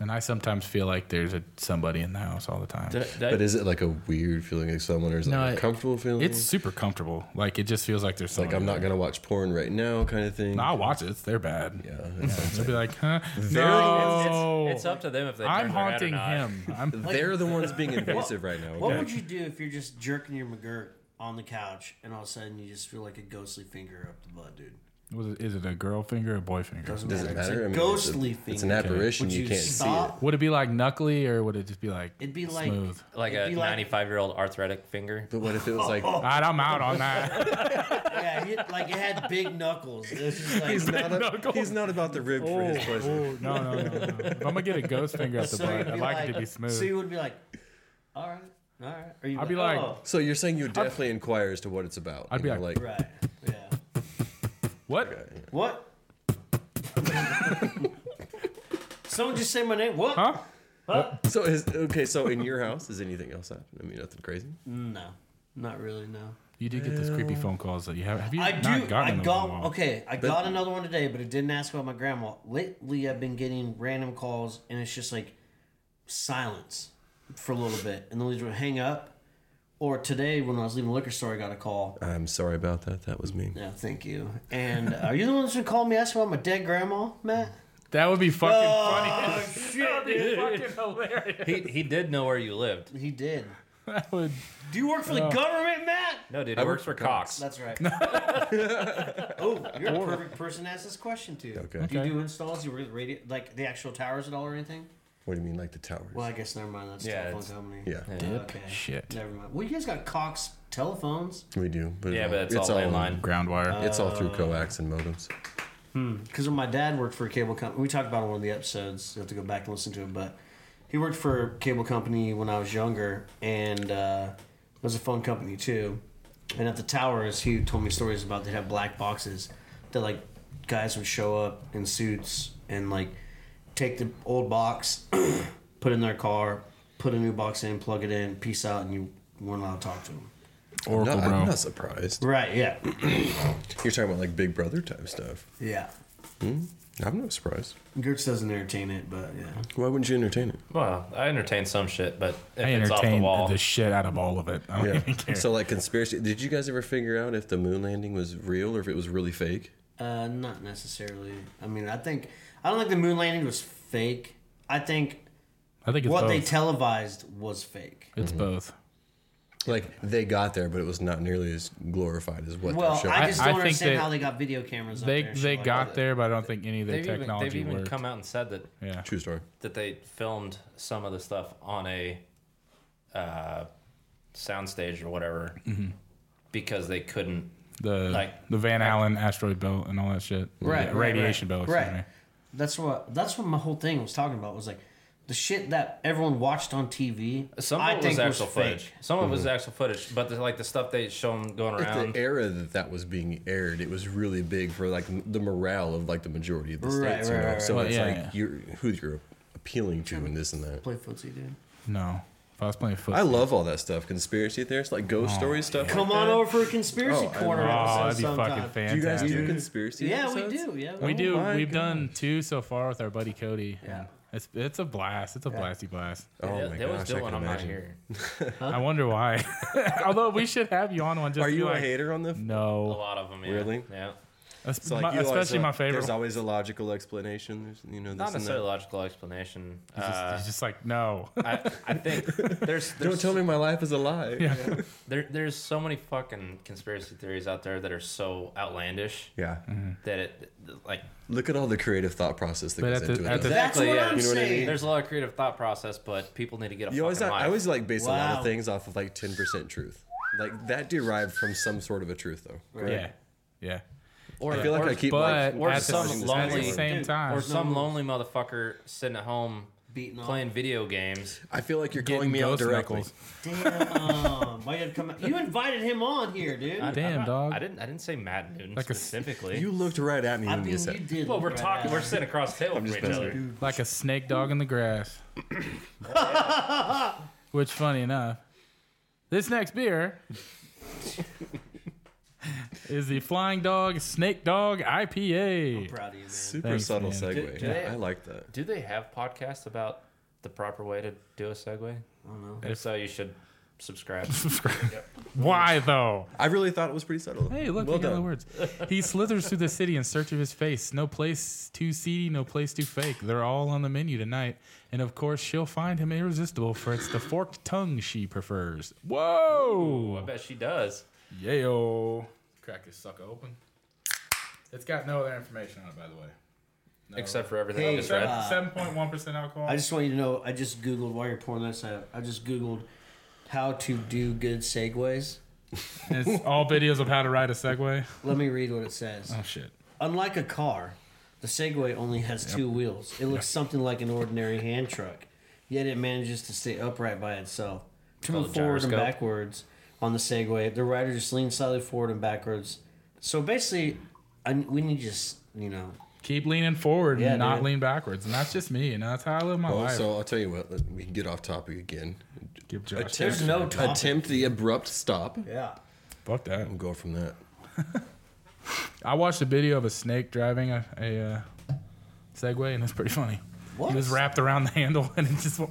[SPEAKER 2] And I sometimes feel like there's a, somebody in the house all the time.
[SPEAKER 3] Did I- did I-
[SPEAKER 4] But is it like a weird feeling like someone or is it
[SPEAKER 2] No,
[SPEAKER 4] like
[SPEAKER 2] it-
[SPEAKER 4] a comfortable feeling?
[SPEAKER 2] It's super comfortable. Like it just feels like there's
[SPEAKER 4] like
[SPEAKER 2] someone
[SPEAKER 4] I'm not
[SPEAKER 2] there.
[SPEAKER 4] gonna watch porn right now kind of thing.
[SPEAKER 2] No, I'll watch it. It's they're bad.
[SPEAKER 4] Yeah, it's
[SPEAKER 2] They'll
[SPEAKER 4] like-
[SPEAKER 2] be like, huh?
[SPEAKER 3] it's,
[SPEAKER 2] No.
[SPEAKER 3] it's, it's up to them if they.
[SPEAKER 2] Oh. I'm
[SPEAKER 3] turn their head or
[SPEAKER 2] haunting
[SPEAKER 3] not.
[SPEAKER 2] him. I'm
[SPEAKER 4] they're the ones being invasive right now.
[SPEAKER 1] What
[SPEAKER 4] okay?
[SPEAKER 1] would you do if you're just jerking your McGurk on the couch and all of a sudden you just feel like a ghostly finger up the butt, dude?
[SPEAKER 2] Was it, is it a girl finger or a boy finger?
[SPEAKER 1] Doesn't
[SPEAKER 4] Does
[SPEAKER 1] matter.
[SPEAKER 4] it matter? I
[SPEAKER 1] It's
[SPEAKER 4] mean, it's
[SPEAKER 1] a
[SPEAKER 4] a-
[SPEAKER 1] ghostly
[SPEAKER 4] it's,
[SPEAKER 1] finger.
[SPEAKER 4] an apparition.
[SPEAKER 1] Would
[SPEAKER 4] You, can't see
[SPEAKER 1] stop?
[SPEAKER 2] Would it be like knuckly or would it just be like?
[SPEAKER 1] It'd be like
[SPEAKER 2] Smooth.
[SPEAKER 3] Like
[SPEAKER 1] it'd
[SPEAKER 3] a
[SPEAKER 1] be
[SPEAKER 3] 95 year old arthritic finger.
[SPEAKER 4] it. But what if it was like
[SPEAKER 2] All right, I'm out on that.
[SPEAKER 1] Yeah, he, like it had big knuckles. It was just like
[SPEAKER 4] not a- he's not about the rib for his pleasure.
[SPEAKER 2] Oh, no, no, no, no. If I'm gonna get a ghost finger at the
[SPEAKER 1] so you'd
[SPEAKER 2] butt,
[SPEAKER 1] be
[SPEAKER 2] I'd like, it to be smooth.
[SPEAKER 1] So you would be like, all right, all right. Or you'd
[SPEAKER 2] I'd be like-
[SPEAKER 1] oh,
[SPEAKER 4] So you're saying you definitely inquire as to what it's about.
[SPEAKER 2] I'd be
[SPEAKER 4] and you're
[SPEAKER 2] like,
[SPEAKER 1] right, yeah.
[SPEAKER 2] what?
[SPEAKER 1] What? Someone just say my name. What?
[SPEAKER 2] Huh?
[SPEAKER 4] so is okay. So in your house, is anything else happening? I mean, nothing crazy.
[SPEAKER 1] No, not really. No.
[SPEAKER 2] You do get those creepy phone calls that you have. Have you
[SPEAKER 1] Uh, I
[SPEAKER 2] not
[SPEAKER 1] do. I
[SPEAKER 2] gotten them? in a
[SPEAKER 1] got
[SPEAKER 2] while?
[SPEAKER 1] okay. I got another one today, but it didn't ask about my grandma. Lately, I've been getting random calls, and it's just like silence for a little bit, and then they would hang up. Or today, when I was leaving the liquor store, I got a call.
[SPEAKER 4] I'm sorry about that. That was me.
[SPEAKER 1] No, thank you. And uh, are you the one that's been calling me asking about my dead grandma, Matt?
[SPEAKER 2] That would be fucking
[SPEAKER 1] Oh shit, dude!
[SPEAKER 2] funny. Fucking hilarious.
[SPEAKER 3] He, he did know where you lived.
[SPEAKER 1] He did.
[SPEAKER 2] That would.
[SPEAKER 1] Do you work for the government, Matt?
[SPEAKER 3] No, dude,
[SPEAKER 4] I
[SPEAKER 3] he
[SPEAKER 4] work
[SPEAKER 3] works for
[SPEAKER 4] for
[SPEAKER 3] Cox.
[SPEAKER 1] That's right. oh, you're the perfect person to ask this question to.
[SPEAKER 4] Okay.
[SPEAKER 1] Do you do installs? You work with radio, like the actual towers at all or anything?
[SPEAKER 4] What do you mean, like the towers?
[SPEAKER 1] Well, I guess never mind. That's
[SPEAKER 3] Yeah,
[SPEAKER 1] telephone company.
[SPEAKER 3] it's-
[SPEAKER 4] yeah,
[SPEAKER 1] Okay.
[SPEAKER 2] Shit.
[SPEAKER 1] Never mind. Well, you guys got Cox telephones
[SPEAKER 4] we do. But
[SPEAKER 3] Yeah, but it's, all landline.
[SPEAKER 2] Ground wire.
[SPEAKER 4] It's all through coax and modems.
[SPEAKER 1] because my dad worked for a cable company. We talked about it in one of the episodes. You have to go back and listen to it, but he worked for a cable company when I was younger, and uh, it was a phone company too. And at the towers, he told me stories about they had black boxes that like guys would show up in suits and like take the old box, put it in their car, put a new box in, plug it in, peace out, and you weren't allowed to talk to them.
[SPEAKER 2] Oracle,
[SPEAKER 4] No,
[SPEAKER 2] bro.
[SPEAKER 4] I'm not surprised.
[SPEAKER 1] Right? Yeah.
[SPEAKER 4] You're talking about like Big Brother type stuff.
[SPEAKER 1] Yeah.
[SPEAKER 4] I'm not surprised.
[SPEAKER 1] Gertz doesn't entertain it, but yeah.
[SPEAKER 2] Mm-hmm.
[SPEAKER 4] Why wouldn't you entertain it?
[SPEAKER 3] Well, I entertain some shit, but if
[SPEAKER 2] I
[SPEAKER 3] it's off the
[SPEAKER 2] entertain the,
[SPEAKER 3] wall,
[SPEAKER 2] shit out of all of it. I don't even care.
[SPEAKER 4] So like conspiracy. Did you guys ever figure out if the moon landing was real or if it was really fake?
[SPEAKER 1] Uh, not necessarily. I mean, I think I don't think the moon landing was fake. I think
[SPEAKER 2] I think it's
[SPEAKER 1] what
[SPEAKER 2] both.
[SPEAKER 1] they televised was fake.
[SPEAKER 2] it's
[SPEAKER 4] Mm-hmm.
[SPEAKER 2] both.
[SPEAKER 4] Like they got there, but it was not nearly as glorified as what
[SPEAKER 1] Well,
[SPEAKER 4] they're showing.
[SPEAKER 1] I just
[SPEAKER 2] I-
[SPEAKER 1] don't
[SPEAKER 2] I think
[SPEAKER 1] understand
[SPEAKER 2] they-
[SPEAKER 1] how they got video cameras.
[SPEAKER 2] They
[SPEAKER 1] up there and
[SPEAKER 2] they
[SPEAKER 1] shit like
[SPEAKER 2] got
[SPEAKER 1] that.
[SPEAKER 2] there, but I don't think any of their
[SPEAKER 3] they've even, they've
[SPEAKER 2] technology
[SPEAKER 3] even
[SPEAKER 2] worked.
[SPEAKER 3] come out and said that
[SPEAKER 2] yeah.
[SPEAKER 4] True story.
[SPEAKER 3] that they filmed some of the stuff on a uh, soundstage or whatever
[SPEAKER 4] Mm-hmm.
[SPEAKER 3] because they couldn't.
[SPEAKER 2] The
[SPEAKER 3] Like-
[SPEAKER 2] the Van Allen asteroid belt and all that shit.
[SPEAKER 1] Right,
[SPEAKER 2] Yeah,
[SPEAKER 1] right,
[SPEAKER 2] radiation
[SPEAKER 1] right,
[SPEAKER 2] belt.
[SPEAKER 1] right.
[SPEAKER 2] excuse me.
[SPEAKER 1] That's what that's what my whole thing was talking about. Was like the shit that everyone watched on TV.
[SPEAKER 3] Some
[SPEAKER 1] I
[SPEAKER 3] of it
[SPEAKER 1] think
[SPEAKER 3] was actual
[SPEAKER 1] fake.
[SPEAKER 3] footage. Some of it was actual footage, but the, like the stuff they shown going
[SPEAKER 4] Like
[SPEAKER 3] around.
[SPEAKER 4] Mm-hmm. the era that that was being aired, it was really big for like m- the morale of like the majority of the
[SPEAKER 1] Right,
[SPEAKER 4] states. you
[SPEAKER 1] right,
[SPEAKER 4] know?
[SPEAKER 1] right,
[SPEAKER 4] so
[SPEAKER 2] right.
[SPEAKER 4] it's
[SPEAKER 2] Well,
[SPEAKER 4] like
[SPEAKER 2] yeah, yeah.
[SPEAKER 4] you're who you're appealing to and this and that.
[SPEAKER 1] Play footsie, dude.
[SPEAKER 2] No. If I was playing football,
[SPEAKER 4] I love all that stuff, conspiracy theories, like ghost story stuff.
[SPEAKER 1] Come
[SPEAKER 4] like
[SPEAKER 1] on
[SPEAKER 4] that.
[SPEAKER 1] over for a conspiracy
[SPEAKER 4] Oh, I
[SPEAKER 1] corner
[SPEAKER 2] Oh,
[SPEAKER 1] episode
[SPEAKER 2] that'd be fucking
[SPEAKER 1] sometime.
[SPEAKER 4] Do you guys
[SPEAKER 2] fantastic.
[SPEAKER 4] do conspiracy?
[SPEAKER 1] yeah, we
[SPEAKER 4] episodes?
[SPEAKER 1] do. Yeah,
[SPEAKER 2] We do.
[SPEAKER 4] my
[SPEAKER 2] We've done two so far with our buddy Cody.
[SPEAKER 1] Oh Yeah.
[SPEAKER 2] It's it's a blast. It's a blasty blast.
[SPEAKER 4] Oh
[SPEAKER 3] Yeah,
[SPEAKER 4] my
[SPEAKER 3] they always
[SPEAKER 4] gosh,
[SPEAKER 3] do
[SPEAKER 4] I
[SPEAKER 3] it when
[SPEAKER 4] can
[SPEAKER 3] I'm not
[SPEAKER 4] imagine.
[SPEAKER 3] here.
[SPEAKER 2] I wonder why. Although we should have you on one. Just
[SPEAKER 4] Are
[SPEAKER 2] to
[SPEAKER 4] you
[SPEAKER 2] like,
[SPEAKER 4] a hater on the?
[SPEAKER 3] A
[SPEAKER 2] No,
[SPEAKER 3] lot of them, yeah.
[SPEAKER 4] Really?
[SPEAKER 3] Yeah.
[SPEAKER 2] Es-
[SPEAKER 4] It's like
[SPEAKER 2] my-
[SPEAKER 4] you always
[SPEAKER 2] especially
[SPEAKER 4] have-
[SPEAKER 2] my favorite.
[SPEAKER 4] There's always a logical explanation. There's, you know, this
[SPEAKER 3] Not
[SPEAKER 4] and
[SPEAKER 3] necessarily a logical explanation.
[SPEAKER 2] He's just,
[SPEAKER 3] Uh,
[SPEAKER 2] he's just like no.
[SPEAKER 3] I, I think there's,
[SPEAKER 4] that. Don't
[SPEAKER 3] there's
[SPEAKER 4] tell me my life is a lie.
[SPEAKER 2] yeah.
[SPEAKER 3] there, there's so many fucking conspiracy theories out there that are so outlandish
[SPEAKER 4] Yeah.
[SPEAKER 3] that it like
[SPEAKER 4] Look at all the creative thought process that
[SPEAKER 2] Mm-hmm. But
[SPEAKER 4] goes
[SPEAKER 2] at the-
[SPEAKER 4] into it.
[SPEAKER 2] at
[SPEAKER 4] though.
[SPEAKER 2] the-
[SPEAKER 1] That's
[SPEAKER 3] Exactly,
[SPEAKER 1] what
[SPEAKER 3] yeah.
[SPEAKER 1] I'm
[SPEAKER 4] You know what I mean?
[SPEAKER 1] saying.
[SPEAKER 3] There's a lot of creative thought process, but people need to get a
[SPEAKER 4] you always,
[SPEAKER 3] fucking
[SPEAKER 4] I
[SPEAKER 3] life.
[SPEAKER 4] always like base a lot
[SPEAKER 1] Wow.
[SPEAKER 4] of things off of like 10% truth. Like that derived from some sort of a truth though.
[SPEAKER 2] yeah, yeah,
[SPEAKER 3] or,
[SPEAKER 4] I feel like
[SPEAKER 3] or-
[SPEAKER 4] I keep
[SPEAKER 2] But
[SPEAKER 4] like
[SPEAKER 3] or
[SPEAKER 2] at,
[SPEAKER 3] some
[SPEAKER 2] the, s- at the
[SPEAKER 3] lonely-
[SPEAKER 2] same
[SPEAKER 1] Dude,
[SPEAKER 2] time,
[SPEAKER 3] or some lonely motherfucker sitting at home
[SPEAKER 1] Beating off.
[SPEAKER 3] playing video games.
[SPEAKER 4] I feel like you're
[SPEAKER 2] getting
[SPEAKER 4] calling me out
[SPEAKER 2] ghost
[SPEAKER 4] directly.
[SPEAKER 2] knuckles.
[SPEAKER 1] Damn, why did come? You invited him on here, dude.
[SPEAKER 3] I- I'm
[SPEAKER 2] Damn,
[SPEAKER 3] not-
[SPEAKER 2] dog.
[SPEAKER 3] I didn't. I didn't say Matt Newton
[SPEAKER 2] Like a s-
[SPEAKER 3] specifically.
[SPEAKER 4] You looked right at me
[SPEAKER 1] I
[SPEAKER 4] when
[SPEAKER 1] mean,
[SPEAKER 4] you
[SPEAKER 1] you
[SPEAKER 4] said
[SPEAKER 1] did.
[SPEAKER 3] well, we're
[SPEAKER 1] right
[SPEAKER 3] talking.
[SPEAKER 1] now.
[SPEAKER 3] We're sitting across the table from each other.
[SPEAKER 2] like a snake dog in the grass. Which, funny enough, this next beer is the Flying Dog Snake Dog IPA.
[SPEAKER 1] Proud of you, man.
[SPEAKER 4] Super
[SPEAKER 2] Thanks,
[SPEAKER 4] subtle
[SPEAKER 2] man.
[SPEAKER 4] segue.
[SPEAKER 3] do they-
[SPEAKER 4] I like that.
[SPEAKER 3] Do they have podcasts about the proper way to do a segue?
[SPEAKER 1] I don't know.
[SPEAKER 3] If so, you should subscribe.
[SPEAKER 2] Why though?
[SPEAKER 4] I really thought it was pretty subtle.
[SPEAKER 2] Hey, look,
[SPEAKER 4] well
[SPEAKER 2] we got the
[SPEAKER 4] done.
[SPEAKER 2] words. He slithers through the city in search of his face. No place too seedy, no place too fake. They're all on the menu tonight. And of course, she'll find him irresistible, for it's the forked tongue she prefers.
[SPEAKER 3] I
[SPEAKER 2] Whoa!
[SPEAKER 3] bet she does.
[SPEAKER 2] Yayo. Crack this sucker open. It's got no other information on it, by the way.
[SPEAKER 3] Except for everything
[SPEAKER 1] Hey,
[SPEAKER 3] I just read.
[SPEAKER 1] uh,
[SPEAKER 2] 7.1% alcohol.
[SPEAKER 1] I just want you to know. I just googled while you're pouring this out. I just googled how to do good segues.
[SPEAKER 2] it's all videos of how to ride a Segway.
[SPEAKER 1] Let me read what it says.
[SPEAKER 2] Oh, shit.
[SPEAKER 1] Unlike a car, the Segway only has two wheels. It looks something like an ordinary hand truck, yet it manages to stay upright by itself. To
[SPEAKER 3] Called
[SPEAKER 1] move
[SPEAKER 3] a
[SPEAKER 1] forward and
[SPEAKER 3] gyroscope.
[SPEAKER 1] backwards on the Segway, the rider just leans slightly forward and backwards. So basically, I, we need just you know
[SPEAKER 2] Keep leaning forward
[SPEAKER 1] Yeah,
[SPEAKER 2] and not
[SPEAKER 1] dude.
[SPEAKER 2] lean backwards. And that's just me. And that's how I live my
[SPEAKER 4] Well,
[SPEAKER 2] life.
[SPEAKER 4] Oh, so I'll tell you what. let- We can get off topic again.
[SPEAKER 2] Give Josh-
[SPEAKER 1] There's no topic.
[SPEAKER 4] attempt the abrupt stop. and
[SPEAKER 1] yeah.
[SPEAKER 2] Fuck that.
[SPEAKER 4] Go from that.
[SPEAKER 2] I watched a video of a snake driving a, a uh, Segway, and it's pretty funny.
[SPEAKER 1] What?
[SPEAKER 2] He was wrapped around the handle, and it just went.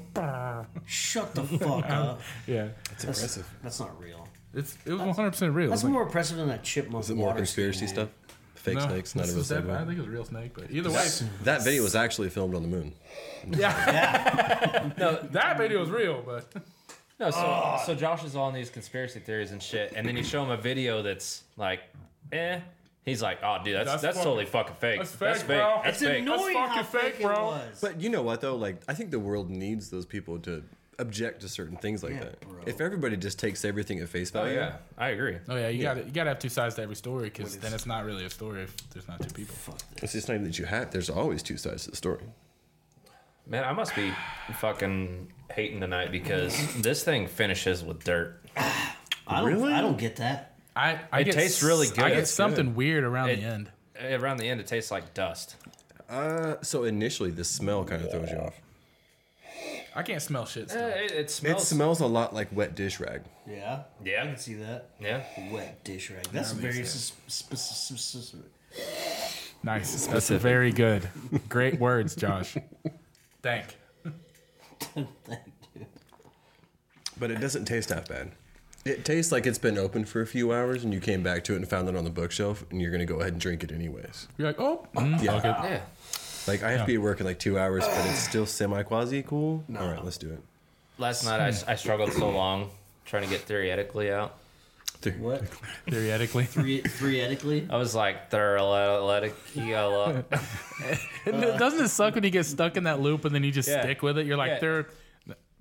[SPEAKER 1] Shut the fuck up.
[SPEAKER 2] Yeah,
[SPEAKER 4] It's impressive.
[SPEAKER 1] That's not real.
[SPEAKER 2] it's it was 100 percent real.
[SPEAKER 1] That's
[SPEAKER 2] It was
[SPEAKER 1] more impressive than that chipmunk.
[SPEAKER 4] Is it more
[SPEAKER 1] water
[SPEAKER 4] conspiracy
[SPEAKER 1] skiing,
[SPEAKER 4] stuff? Fake
[SPEAKER 2] like, no,
[SPEAKER 4] snakes, not
[SPEAKER 2] this
[SPEAKER 4] of
[SPEAKER 2] was
[SPEAKER 4] us.
[SPEAKER 2] that bad. I think it was a real snake, but either way,
[SPEAKER 4] That, that video was actually filmed on the moon.
[SPEAKER 2] that video was real. But
[SPEAKER 3] No, so, so Josh is all on these conspiracy theories and shit, and then you show him a video that's like, eh. He's like, oh, dude, that's
[SPEAKER 2] That's
[SPEAKER 3] that's,
[SPEAKER 2] fucking-
[SPEAKER 3] totally fucking fake.
[SPEAKER 2] that's
[SPEAKER 3] That's
[SPEAKER 2] fake,
[SPEAKER 3] fake.
[SPEAKER 2] bro.
[SPEAKER 3] That's
[SPEAKER 1] It's
[SPEAKER 3] fake.
[SPEAKER 1] annoying
[SPEAKER 2] fucking
[SPEAKER 1] how fake,
[SPEAKER 2] fake,
[SPEAKER 1] it
[SPEAKER 2] bro.
[SPEAKER 1] was.
[SPEAKER 4] But you know what though? Like I think the world needs those people to object to certain things like
[SPEAKER 1] Yeah,
[SPEAKER 4] that.
[SPEAKER 1] bro.
[SPEAKER 4] If everybody just takes everything at face
[SPEAKER 3] Oh
[SPEAKER 4] value,
[SPEAKER 3] yeah, I agree.
[SPEAKER 2] oh yeah, you got you got to have two sides to every story, because then it's not really a story if there's not two people.
[SPEAKER 4] it's just not even that you have. There's always two sides to the story.
[SPEAKER 3] Man, I must be fucking hating tonight because this thing finishes with dirt.
[SPEAKER 1] I don't,
[SPEAKER 4] Really?
[SPEAKER 1] I don't get that.
[SPEAKER 2] I, I
[SPEAKER 3] It
[SPEAKER 2] get s-
[SPEAKER 3] tastes really good.
[SPEAKER 2] I get
[SPEAKER 3] It's
[SPEAKER 2] something weird around
[SPEAKER 3] It-
[SPEAKER 2] the end.
[SPEAKER 3] Eh, Around the end, it tastes like dust.
[SPEAKER 4] Uh, so initially, the smell kind of throws you off.
[SPEAKER 2] I can't smell shit.
[SPEAKER 3] Eh,
[SPEAKER 2] Still.
[SPEAKER 3] It, it
[SPEAKER 1] Oh,
[SPEAKER 4] It
[SPEAKER 3] smells.
[SPEAKER 4] smells a lot like wet dish rag.
[SPEAKER 1] Yeah.
[SPEAKER 3] Yeah.
[SPEAKER 1] I can see that.
[SPEAKER 3] yeah.
[SPEAKER 1] Wet dish rag. That's very sus- sp- sp- sp- sp-
[SPEAKER 2] Nice. That's very good. Great words, Josh. Thank.
[SPEAKER 4] But it doesn't taste that bad. It tastes like it's been open for a few hours and you came back to it and found it on the bookshelf and you're going to go ahead and drink it anyways.
[SPEAKER 2] You're like, oh, mm,
[SPEAKER 4] Yeah.
[SPEAKER 2] fuck it.
[SPEAKER 3] Yeah.
[SPEAKER 4] Like, I have to be at work in like two hours, but it's still semi quasi cool. All right, let's do it.
[SPEAKER 3] Last night, I, s- I struggled so long trying to get theoretically out.
[SPEAKER 1] What?
[SPEAKER 2] Theoretically.
[SPEAKER 1] Three, theoretically?
[SPEAKER 3] I was like theoretic.
[SPEAKER 2] And doesn't it suck when you get stuck in that loop and then you just
[SPEAKER 3] Yeah.
[SPEAKER 2] stick with it? You're like,
[SPEAKER 3] Yeah.
[SPEAKER 2] there.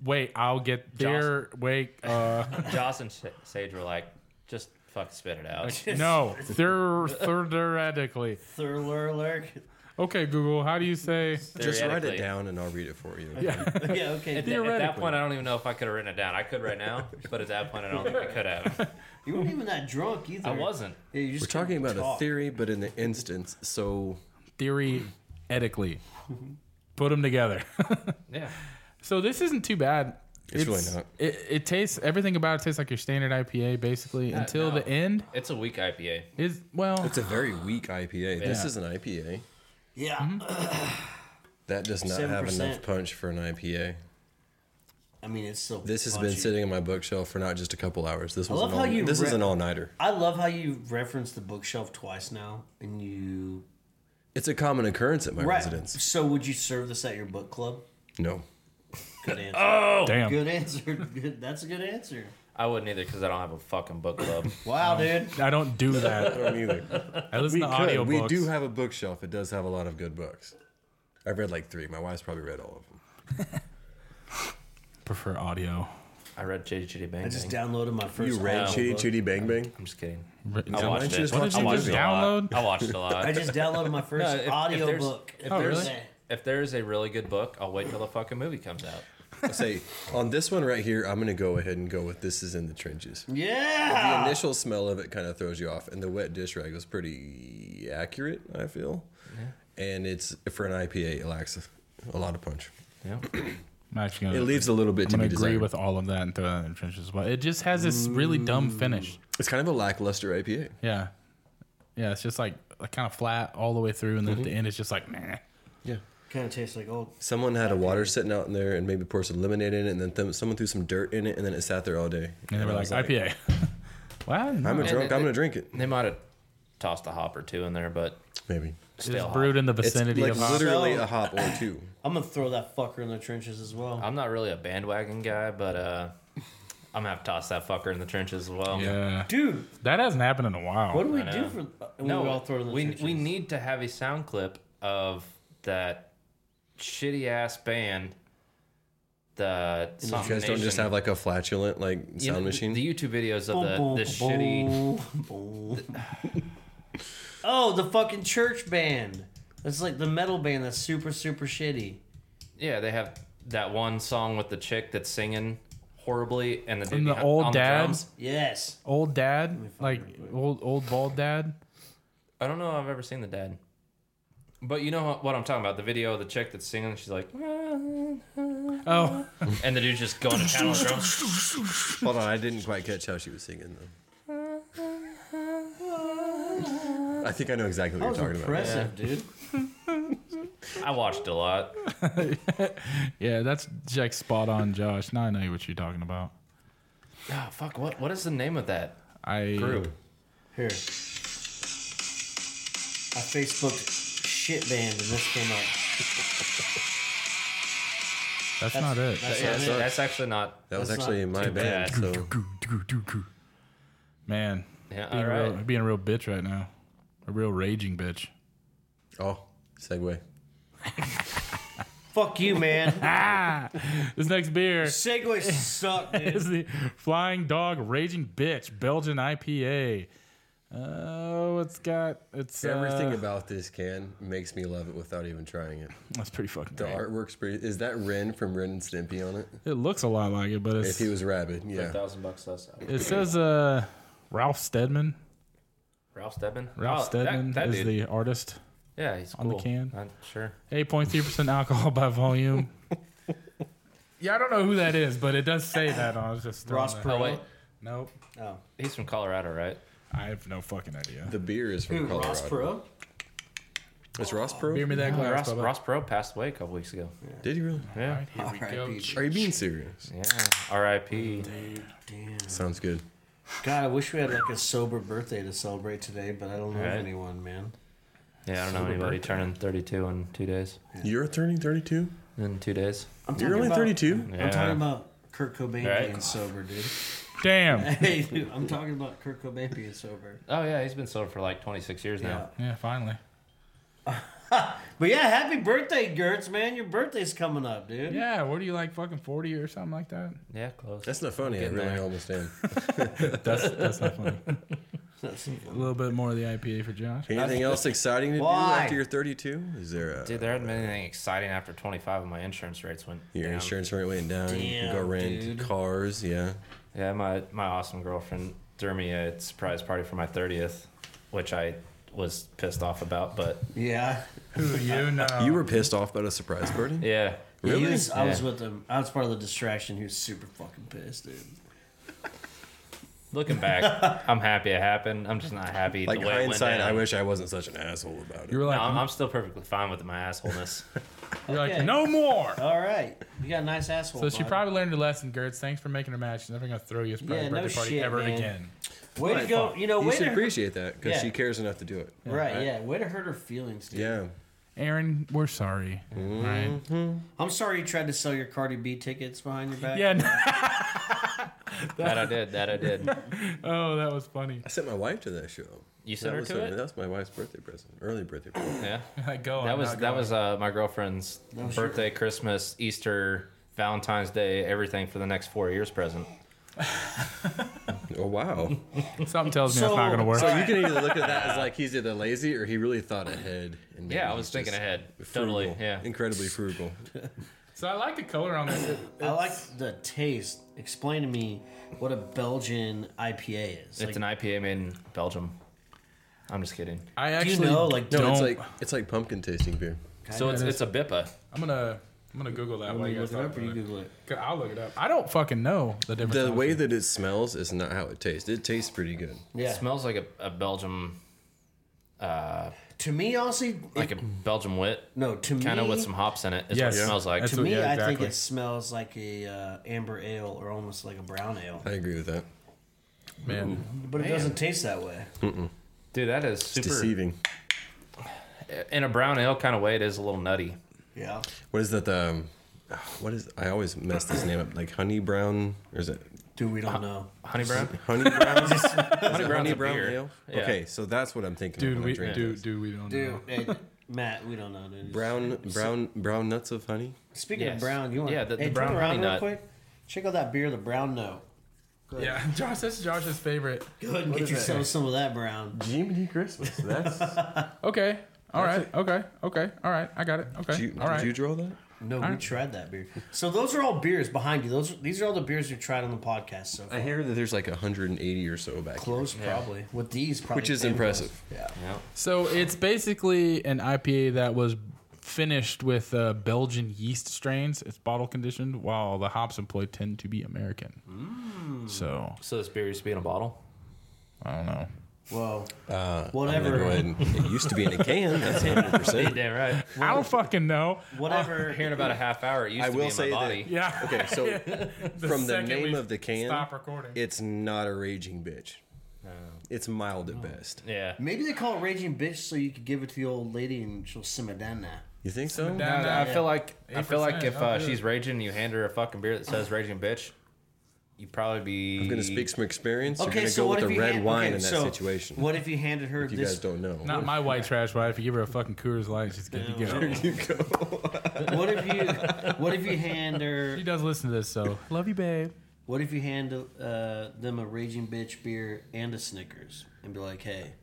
[SPEAKER 2] Wait, I'll get there. Wait, uh,
[SPEAKER 3] Joss and Sh- Sage were like, just fuck spit it out.
[SPEAKER 2] no, there, theoretically.
[SPEAKER 1] Thurlerlerk?
[SPEAKER 2] Okay, Google, how do you say?
[SPEAKER 4] Just write it
[SPEAKER 3] Theoretically.
[SPEAKER 4] down and I'll read it for you.
[SPEAKER 1] Yeah, okay.
[SPEAKER 3] At that
[SPEAKER 2] Theoretically.
[SPEAKER 3] point, I don't even know if I could have written it down. I could right now, but at that point, I don't think I could have.
[SPEAKER 1] You weren't even that drunk either.
[SPEAKER 3] I wasn't.
[SPEAKER 1] Yeah, you
[SPEAKER 4] We're
[SPEAKER 1] just
[SPEAKER 4] talking
[SPEAKER 1] couldn't
[SPEAKER 4] about a
[SPEAKER 1] talk.
[SPEAKER 4] theory, but in the instance, so
[SPEAKER 2] Theoretically, put them together.
[SPEAKER 3] Yeah.
[SPEAKER 2] So this isn't too bad.
[SPEAKER 4] It's really not.
[SPEAKER 2] It, it tastes everything about it tastes like your standard IPA, basically until
[SPEAKER 3] no.
[SPEAKER 2] the end.
[SPEAKER 3] It's a weak IPA.
[SPEAKER 2] Is well,
[SPEAKER 4] it's a very weak IPA. This
[SPEAKER 2] Yeah.
[SPEAKER 4] is an IPA.
[SPEAKER 1] Yeah.
[SPEAKER 4] That does not have
[SPEAKER 1] 7%.
[SPEAKER 4] enough punch for an IPA.
[SPEAKER 1] I mean, it's so.
[SPEAKER 4] This has
[SPEAKER 1] punchy.
[SPEAKER 4] been sitting in my bookshelf for not just a couple hours. This was
[SPEAKER 1] love
[SPEAKER 4] an all,
[SPEAKER 1] how you
[SPEAKER 4] this is
[SPEAKER 1] re-
[SPEAKER 4] an all nighter.
[SPEAKER 1] I love how you referenced the bookshelf twice now, and you.
[SPEAKER 4] It's a common occurrence at my
[SPEAKER 1] Right.
[SPEAKER 4] residence.
[SPEAKER 1] So, would you serve this at your book club?
[SPEAKER 4] No.
[SPEAKER 1] Good answer.
[SPEAKER 2] damn.
[SPEAKER 1] Good answer. Good. That's a good answer.
[SPEAKER 3] I wouldn't either because I don't have a fucking book club.
[SPEAKER 1] Wow, dude.
[SPEAKER 2] I don't do that.
[SPEAKER 4] don't either.
[SPEAKER 2] I listen to audio
[SPEAKER 4] We do have a bookshelf. It does have a lot of good books. I've read like three. My wife's probably read all of them.
[SPEAKER 2] prefer audio.
[SPEAKER 3] I read Chitty Chitty Bang
[SPEAKER 1] I
[SPEAKER 3] Bang.
[SPEAKER 1] just downloaded my first. audio book.
[SPEAKER 4] Bang Bang?
[SPEAKER 3] I'm just kidding.
[SPEAKER 2] Written-
[SPEAKER 3] I
[SPEAKER 4] why
[SPEAKER 3] watched
[SPEAKER 4] don't you
[SPEAKER 3] it.
[SPEAKER 4] just watch
[SPEAKER 3] I
[SPEAKER 4] the
[SPEAKER 3] watched
[SPEAKER 2] movie?
[SPEAKER 3] it a lot.
[SPEAKER 2] Download?
[SPEAKER 3] I watched a lot.
[SPEAKER 1] I just downloaded my first
[SPEAKER 3] if- if
[SPEAKER 1] audio
[SPEAKER 3] there's-
[SPEAKER 1] book.
[SPEAKER 3] If,
[SPEAKER 2] Oh,
[SPEAKER 3] there's,
[SPEAKER 2] really?
[SPEAKER 3] if there's a really good book, I'll wait till the fucking movie comes out.
[SPEAKER 4] I say on this one right here, I'm going to go ahead and go with "This is in the trenches." The
[SPEAKER 1] Yeah.
[SPEAKER 4] initial smell of it kind of throws you off, and the wet dish rag was pretty accurate. I feel, and it's for an IPA, it lacks a, a lot of punch.
[SPEAKER 3] Yeah.
[SPEAKER 2] I'm actually gonna,
[SPEAKER 4] It leaves a little bit
[SPEAKER 2] I'm
[SPEAKER 4] to
[SPEAKER 2] gonna
[SPEAKER 4] be
[SPEAKER 2] agree
[SPEAKER 4] desired.
[SPEAKER 2] with all of that and throw that in the trenches as well. It just has this really dumb finish.
[SPEAKER 4] it's kind of a lackluster IPA.
[SPEAKER 2] Yeah. Yeah, it's just like, like kind of flat all the way through, and then
[SPEAKER 4] Mm-hmm.
[SPEAKER 2] at the end it's just like, man.
[SPEAKER 4] Yeah.
[SPEAKER 1] Kind of tastes like old.
[SPEAKER 4] Someone had a water sitting out in there and maybe poured some lemonade in it, and then th- someone threw some dirt in it, and then it sat there all day.
[SPEAKER 2] And they were like,
[SPEAKER 4] I was
[SPEAKER 2] IPA. wow,
[SPEAKER 4] I'm a
[SPEAKER 3] And
[SPEAKER 4] drunk.
[SPEAKER 3] it-
[SPEAKER 4] I'm gonna drink it.
[SPEAKER 3] They might have tossed a hop or two in there, but
[SPEAKER 4] Maybe.
[SPEAKER 2] it's
[SPEAKER 3] still,
[SPEAKER 2] brewed in the
[SPEAKER 4] It's
[SPEAKER 2] vicinity
[SPEAKER 4] like
[SPEAKER 2] of hops.
[SPEAKER 4] literally
[SPEAKER 1] So-
[SPEAKER 4] a hop or two.
[SPEAKER 1] I'm gonna throw that fucker in the trenches as well.
[SPEAKER 3] I'm not really a bandwagon guy, but uh, I'm gonna have to toss that fucker in the trenches as well.
[SPEAKER 2] Yeah,
[SPEAKER 1] Dude,
[SPEAKER 2] that hasn't happened in a while.
[SPEAKER 1] what do we
[SPEAKER 3] I
[SPEAKER 1] do
[SPEAKER 3] know.
[SPEAKER 1] for uh, when
[SPEAKER 3] No,
[SPEAKER 1] we all throw it in the
[SPEAKER 3] we
[SPEAKER 1] trenches?
[SPEAKER 3] we need to have a sound clip of that shitty ass band. The
[SPEAKER 4] You guys don't just have like a flatulent like sound
[SPEAKER 3] You know,
[SPEAKER 4] machine.
[SPEAKER 3] The YouTube videos of
[SPEAKER 1] Boom,
[SPEAKER 3] the,
[SPEAKER 1] boom,
[SPEAKER 3] the
[SPEAKER 1] boom,
[SPEAKER 3] shitty.
[SPEAKER 1] boom. oh, the fucking church band. That's like the metal band that's super super shitty.
[SPEAKER 3] Yeah, they have that one song with the chick that's singing horribly, and the dude
[SPEAKER 2] And the
[SPEAKER 3] behind-
[SPEAKER 2] old
[SPEAKER 3] on
[SPEAKER 2] dad?
[SPEAKER 3] drums.
[SPEAKER 1] Yes.
[SPEAKER 2] old dad, like old old bald dad.
[SPEAKER 3] I don't know if I've ever seen the dad. But you know what, what I'm talking about? The video of the chick that's singing, she's like,
[SPEAKER 2] Oh,
[SPEAKER 3] and the dude's just going to town on the drums.
[SPEAKER 4] Hold on, I didn't quite catch how she was singing though. I think I know exactly
[SPEAKER 1] That
[SPEAKER 4] what
[SPEAKER 1] was
[SPEAKER 4] you're talking about.
[SPEAKER 1] impressive, dude.
[SPEAKER 3] I watched a lot.
[SPEAKER 2] yeah, that's Jack spot on, Josh. Now I know what you're talking about.
[SPEAKER 3] Oh, fuck, what, what is the name of that
[SPEAKER 2] I
[SPEAKER 3] group?
[SPEAKER 1] Here. I Facebooked shit band and this came up.
[SPEAKER 2] That's, not it.
[SPEAKER 1] that's-
[SPEAKER 3] Yeah, that's,
[SPEAKER 1] Sorry.
[SPEAKER 3] that's actually not.
[SPEAKER 4] That was
[SPEAKER 1] That's
[SPEAKER 4] actually
[SPEAKER 1] not
[SPEAKER 4] my
[SPEAKER 3] too
[SPEAKER 4] band.
[SPEAKER 3] bad.
[SPEAKER 4] So
[SPEAKER 2] Man, being,
[SPEAKER 3] Yeah, all
[SPEAKER 2] a real,
[SPEAKER 3] right.
[SPEAKER 2] being a real bitch right now, a real raging bitch.
[SPEAKER 4] oh, segue.
[SPEAKER 1] Fuck you, man.
[SPEAKER 2] Ah, this next beer
[SPEAKER 1] Segways suck, dude.
[SPEAKER 2] is the Flying Dog Raging Bitch Belgian IPA. Oh, it's got it's
[SPEAKER 4] Everything
[SPEAKER 2] uh,
[SPEAKER 4] about this can makes me love it without even trying it.
[SPEAKER 2] That's pretty fucking.
[SPEAKER 4] The
[SPEAKER 2] great.
[SPEAKER 4] artwork's pretty. Is that Ren from Ren and Stimpy on it?
[SPEAKER 2] It looks a lot like it, but
[SPEAKER 4] If
[SPEAKER 2] it's,
[SPEAKER 4] he was rabid, yeah.
[SPEAKER 3] Thousand bucks less.
[SPEAKER 2] it says uh, Ralph Steadman.
[SPEAKER 3] Ralph Steadman.
[SPEAKER 2] Ralph
[SPEAKER 3] Oh, that-
[SPEAKER 2] Steadman
[SPEAKER 3] that
[SPEAKER 2] is
[SPEAKER 3] dude.
[SPEAKER 2] the artist.
[SPEAKER 3] yeah, he's
[SPEAKER 2] on the
[SPEAKER 3] cool.
[SPEAKER 2] can.
[SPEAKER 3] I'm sure.
[SPEAKER 2] Eight point three percent alcohol by volume. yeah, I don't know who that is, but it does say that on. I was just throwing
[SPEAKER 1] Ross
[SPEAKER 2] that-
[SPEAKER 1] Perot.
[SPEAKER 3] Oh wait,
[SPEAKER 2] Nope,
[SPEAKER 1] Oh.
[SPEAKER 3] he's from Colorado, right?
[SPEAKER 2] I have no fucking idea.
[SPEAKER 4] The beer is from Colorado.
[SPEAKER 1] Ross Perot?
[SPEAKER 4] It's Ross Perot.
[SPEAKER 2] Beer me that glass,
[SPEAKER 3] Ross,
[SPEAKER 2] Bubba.
[SPEAKER 3] Ross Perot passed away a couple weeks ago.
[SPEAKER 4] Did he really?
[SPEAKER 2] All
[SPEAKER 3] Yeah.
[SPEAKER 2] right, here we go.
[SPEAKER 1] R.I.P.
[SPEAKER 4] Are you being serious?
[SPEAKER 3] Yeah. R.I.P.
[SPEAKER 1] Dude, damn.
[SPEAKER 4] Sounds good.
[SPEAKER 1] God, I wish we had like a sober birthday to celebrate today, but I don't know of
[SPEAKER 3] Right.
[SPEAKER 1] anyone, man.
[SPEAKER 3] Yeah, I don't know anybody turning 32 in two days.
[SPEAKER 4] You're turning 32.
[SPEAKER 3] In two days.
[SPEAKER 1] I'm talking
[SPEAKER 4] You're only
[SPEAKER 1] about-
[SPEAKER 4] 32.
[SPEAKER 3] Yeah.
[SPEAKER 1] I'm talking about Kurt Cobain
[SPEAKER 3] Right.
[SPEAKER 1] being sober, dude.
[SPEAKER 2] Damn.
[SPEAKER 1] Hey, dude, I'm talking about Kurt Cobain being sober.
[SPEAKER 3] Oh yeah, he's been sober for like 26 years
[SPEAKER 1] Yeah.
[SPEAKER 3] now.
[SPEAKER 2] Yeah, finally.
[SPEAKER 1] But yeah, happy birthday, Gertz, man. Your birthday's coming up, dude.
[SPEAKER 2] Yeah, what are you like, fucking forty or something like that?
[SPEAKER 3] Yeah, close.
[SPEAKER 4] That's not funny. I
[SPEAKER 3] Getting
[SPEAKER 4] really
[SPEAKER 3] there.
[SPEAKER 4] almost am.
[SPEAKER 2] That's that's not funny.
[SPEAKER 1] That's-
[SPEAKER 2] A little bit more of the IPA for Josh.
[SPEAKER 4] Anything else exciting to
[SPEAKER 1] Why?
[SPEAKER 4] do after you're 32? Is there a
[SPEAKER 3] Dude, there hasn't been anything exciting after 25 and my insurance rates went
[SPEAKER 4] your
[SPEAKER 3] down.
[SPEAKER 4] insurance rate went down? you can go
[SPEAKER 1] Damn,
[SPEAKER 4] rent
[SPEAKER 1] dude.
[SPEAKER 4] cars. Yeah.
[SPEAKER 3] Yeah, my, my awesome girlfriend threw me a surprise party for my 30th, which I was pissed off about, but
[SPEAKER 1] Yeah.
[SPEAKER 2] Who you know?
[SPEAKER 4] You were pissed off about a surprise party.
[SPEAKER 3] Um, yeah.
[SPEAKER 1] He
[SPEAKER 4] Really?
[SPEAKER 1] was- I was
[SPEAKER 3] Yeah.
[SPEAKER 1] with him. I was part of the distraction. He was super fucking pissed, dude.
[SPEAKER 3] Looking back, I'm happy it happened. I'm just not happy
[SPEAKER 4] Like
[SPEAKER 3] the way it went
[SPEAKER 4] hindsight,
[SPEAKER 3] down.
[SPEAKER 4] I wish I wasn't such an asshole about it.
[SPEAKER 2] You were
[SPEAKER 3] No,
[SPEAKER 2] like,
[SPEAKER 3] I'm, I'm still perfectly fine with my assholeness.
[SPEAKER 2] you're like
[SPEAKER 1] Okay.
[SPEAKER 2] no more.
[SPEAKER 1] All right. You got a nice asshole.
[SPEAKER 2] So she
[SPEAKER 1] bud.
[SPEAKER 2] probably learned her lesson, Gertz. Thanks for making her mad. She's never gonna throw you a surprise
[SPEAKER 1] Yeah, no
[SPEAKER 2] birthday party
[SPEAKER 1] shit,
[SPEAKER 2] ever
[SPEAKER 1] man.
[SPEAKER 2] again.
[SPEAKER 1] Way to go. You know,
[SPEAKER 4] You
[SPEAKER 1] way
[SPEAKER 4] should
[SPEAKER 1] to. Hurt,
[SPEAKER 4] appreciate that because
[SPEAKER 1] Yeah.
[SPEAKER 4] she cares enough to do it.
[SPEAKER 1] right, yeah. Way to hurt her feelings, dude.
[SPEAKER 4] Yeah.
[SPEAKER 2] Aaron, we're sorry. Right?
[SPEAKER 1] I'm sorry you tried to sell your Cardi B tickets behind your back.
[SPEAKER 2] Yeah.
[SPEAKER 3] that I did. That I did.
[SPEAKER 2] oh, that was funny.
[SPEAKER 4] I sent my wife to that show.
[SPEAKER 3] You
[SPEAKER 4] that
[SPEAKER 3] sent her
[SPEAKER 4] was
[SPEAKER 3] to it?
[SPEAKER 4] That was my wife's birthday present, early birthday present.
[SPEAKER 3] Yeah.
[SPEAKER 2] go.
[SPEAKER 3] That was that was uh, my girlfriend's birthday, Christmas, Easter, Valentine's Day, everything for the next four years present.
[SPEAKER 4] oh wow!
[SPEAKER 2] something tells me
[SPEAKER 1] So-
[SPEAKER 2] that's not gonna work.
[SPEAKER 4] So you can either look at that as like he's either lazy or he really thought ahead. And
[SPEAKER 3] Yeah,
[SPEAKER 4] maybe
[SPEAKER 3] I was
[SPEAKER 4] he's
[SPEAKER 3] thinking
[SPEAKER 4] just
[SPEAKER 3] ahead.
[SPEAKER 4] frugal,
[SPEAKER 3] Totally. Yeah.
[SPEAKER 4] incredibly frugal.
[SPEAKER 2] So I like the color on this. It-
[SPEAKER 1] I like the taste. Explain to me what a Belgian IPA is.
[SPEAKER 3] It's
[SPEAKER 1] Like,
[SPEAKER 3] an IPA made in Belgium. I'm just kidding.
[SPEAKER 2] I
[SPEAKER 1] do
[SPEAKER 2] actually
[SPEAKER 1] you know, like,
[SPEAKER 4] No, it's
[SPEAKER 2] Don't-
[SPEAKER 4] like it's like pumpkin tasting beer.
[SPEAKER 3] So it's, it's a BIPA.
[SPEAKER 2] I'm gonna I'm gonna Google that
[SPEAKER 1] when
[SPEAKER 2] while
[SPEAKER 1] you
[SPEAKER 2] you guys
[SPEAKER 1] look it
[SPEAKER 2] talk
[SPEAKER 1] up or you
[SPEAKER 2] about it.
[SPEAKER 1] Google it?
[SPEAKER 2] I'll look it up. I don't fucking know the difference.
[SPEAKER 4] The way
[SPEAKER 2] honestly.
[SPEAKER 4] that it smells is not how it tastes. It tastes pretty good.
[SPEAKER 1] Yeah.
[SPEAKER 3] It smells like a, a Belgium uh,
[SPEAKER 1] To me, honestly, like
[SPEAKER 3] like a Belgian wit,
[SPEAKER 1] no. To
[SPEAKER 3] kind of
[SPEAKER 1] me,
[SPEAKER 3] with some hops in it. Is
[SPEAKER 2] Yes.
[SPEAKER 3] what it smells like.
[SPEAKER 2] That's
[SPEAKER 1] To
[SPEAKER 2] So,
[SPEAKER 1] me,
[SPEAKER 2] yeah,
[SPEAKER 1] I think
[SPEAKER 2] exactly.
[SPEAKER 1] it smells like a uh, amber ale or almost like a brown ale,
[SPEAKER 4] I agree with that.
[SPEAKER 2] man.
[SPEAKER 1] but it doesn't taste that way.
[SPEAKER 3] Dude, that is
[SPEAKER 4] It's
[SPEAKER 3] super.
[SPEAKER 4] deceiving.
[SPEAKER 3] In a brown ale kind of way, it is a little nutty.
[SPEAKER 1] Yeah,
[SPEAKER 4] What is that? The um, what is? I always mess this name up. Like honey brown, or is it
[SPEAKER 1] dude, we don't know.
[SPEAKER 3] Honey brown.
[SPEAKER 4] honey brown? Is it honey
[SPEAKER 3] brown's a beer. Yeah.
[SPEAKER 4] Okay, so that's what I'm thinking. of
[SPEAKER 2] Dude,
[SPEAKER 4] when
[SPEAKER 2] we
[SPEAKER 4] I drink
[SPEAKER 2] dude,
[SPEAKER 4] this.
[SPEAKER 2] dude, we don't know.
[SPEAKER 1] Dude, hey, Matt, we don't know. Dude.
[SPEAKER 4] brown, brown, brown nuts of honey.
[SPEAKER 1] Speaking of
[SPEAKER 3] Yes.
[SPEAKER 1] brown, you want
[SPEAKER 3] Yeah, the- the
[SPEAKER 1] hey, turn
[SPEAKER 3] brown
[SPEAKER 1] around
[SPEAKER 3] honey
[SPEAKER 1] real
[SPEAKER 3] nut.
[SPEAKER 1] quick. Check out that beer, the brown note.
[SPEAKER 2] Yeah, Josh, that's Josh's favorite.
[SPEAKER 1] Go ahead and
[SPEAKER 2] What
[SPEAKER 1] get
[SPEAKER 2] is that?
[SPEAKER 1] yourself some of that brown.
[SPEAKER 4] Jiminy Christmas. That's.
[SPEAKER 2] Okay. All right. Okay. Okay. All right. I got it. Okay.
[SPEAKER 4] did, you,
[SPEAKER 2] all right.
[SPEAKER 4] did you draw that?
[SPEAKER 1] No, we
[SPEAKER 2] right.
[SPEAKER 1] tried that beer. So those are all beers behind you. Those these are all the beers you tried on the podcast. So
[SPEAKER 4] I hear that there's like 180 or so back, here,
[SPEAKER 1] close, probably with these, probably
[SPEAKER 4] which is
[SPEAKER 1] 10 close.
[SPEAKER 4] impressive.
[SPEAKER 1] Yeah.
[SPEAKER 3] Yeah.
[SPEAKER 2] So it's basically an IPA that was finished with uh, Belgian yeast strains. It's bottle conditioned, while the hops employed tend to be American. So
[SPEAKER 3] So this beer used to be in a bottle.
[SPEAKER 2] I don't know.
[SPEAKER 1] Whoa.
[SPEAKER 3] Oh.
[SPEAKER 4] Uh,
[SPEAKER 1] Whatever.
[SPEAKER 4] I'm gonna go ahead and- it used to be in a can. That's 100. percent
[SPEAKER 3] Yeah, right.
[SPEAKER 2] I don't fucking know.
[SPEAKER 1] Whatever.
[SPEAKER 3] Here in about a half hour, it used
[SPEAKER 4] I
[SPEAKER 3] to
[SPEAKER 4] will
[SPEAKER 3] be in
[SPEAKER 4] say
[SPEAKER 3] my
[SPEAKER 4] that-
[SPEAKER 3] body.
[SPEAKER 2] Yeah.
[SPEAKER 4] Okay, so from the
[SPEAKER 2] second
[SPEAKER 4] name
[SPEAKER 2] we
[SPEAKER 4] of the can,
[SPEAKER 2] Stop recording.
[SPEAKER 4] it's not a raging bitch. It's mild at best.
[SPEAKER 3] Yeah.
[SPEAKER 1] Maybe they call it raging bitch so you could give it to the old lady and she'll simmer down now.
[SPEAKER 4] You think so?
[SPEAKER 2] down.
[SPEAKER 3] I, I feel like I feel like
[SPEAKER 2] 8%,
[SPEAKER 3] if
[SPEAKER 2] I'll
[SPEAKER 3] uh,
[SPEAKER 2] do it.
[SPEAKER 3] she's raging, and you hand her a fucking beer that says "raging bitch," you'd probably be.
[SPEAKER 4] I'm gonna speak some experience. You're
[SPEAKER 1] Okay,
[SPEAKER 4] gonna
[SPEAKER 1] so
[SPEAKER 4] go
[SPEAKER 1] what
[SPEAKER 4] with
[SPEAKER 1] if
[SPEAKER 4] the
[SPEAKER 1] you
[SPEAKER 4] red
[SPEAKER 1] hand-
[SPEAKER 4] wine
[SPEAKER 1] okay,
[SPEAKER 4] in that
[SPEAKER 1] so
[SPEAKER 4] situation.
[SPEAKER 1] What if you handed her
[SPEAKER 4] you
[SPEAKER 1] this?
[SPEAKER 4] guys don't know.
[SPEAKER 2] Not my white trash, but if you give her a fucking Coors Light, she's good to go.
[SPEAKER 1] What if you? What if you hand her?
[SPEAKER 2] She does listen to this, so love you, babe.
[SPEAKER 1] What if you hand uh, them a raging bitch beer and a Snickers and be like, hey,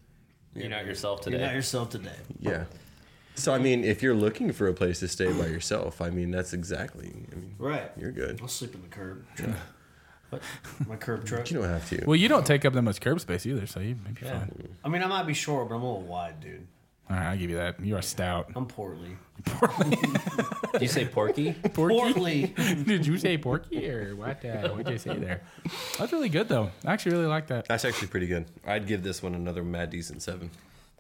[SPEAKER 3] You're not yourself
[SPEAKER 1] you're not
[SPEAKER 3] today.
[SPEAKER 1] yourself today.
[SPEAKER 4] Yeah. So I mean, if you're looking for a place to stay by yourself, I mean that's exactly. I mean,
[SPEAKER 1] Right.
[SPEAKER 4] You're good.
[SPEAKER 1] I'll sleep in the curb. Truck. My curb truck.
[SPEAKER 4] You don't have to.
[SPEAKER 2] Well, you don't take up that much curb space either, so you may be fine.
[SPEAKER 1] I mean, I might be short, but I'm a little wide, dude.
[SPEAKER 2] All right, I'll give you that. You are stout.
[SPEAKER 1] I'm portly.
[SPEAKER 3] Did you say porky?
[SPEAKER 1] Portly.
[SPEAKER 2] Did you say porky or what? Uh, what'd you say there? That's really good though. I actually really like that.
[SPEAKER 4] That's actually pretty good. I'd give this one another mad decent seven.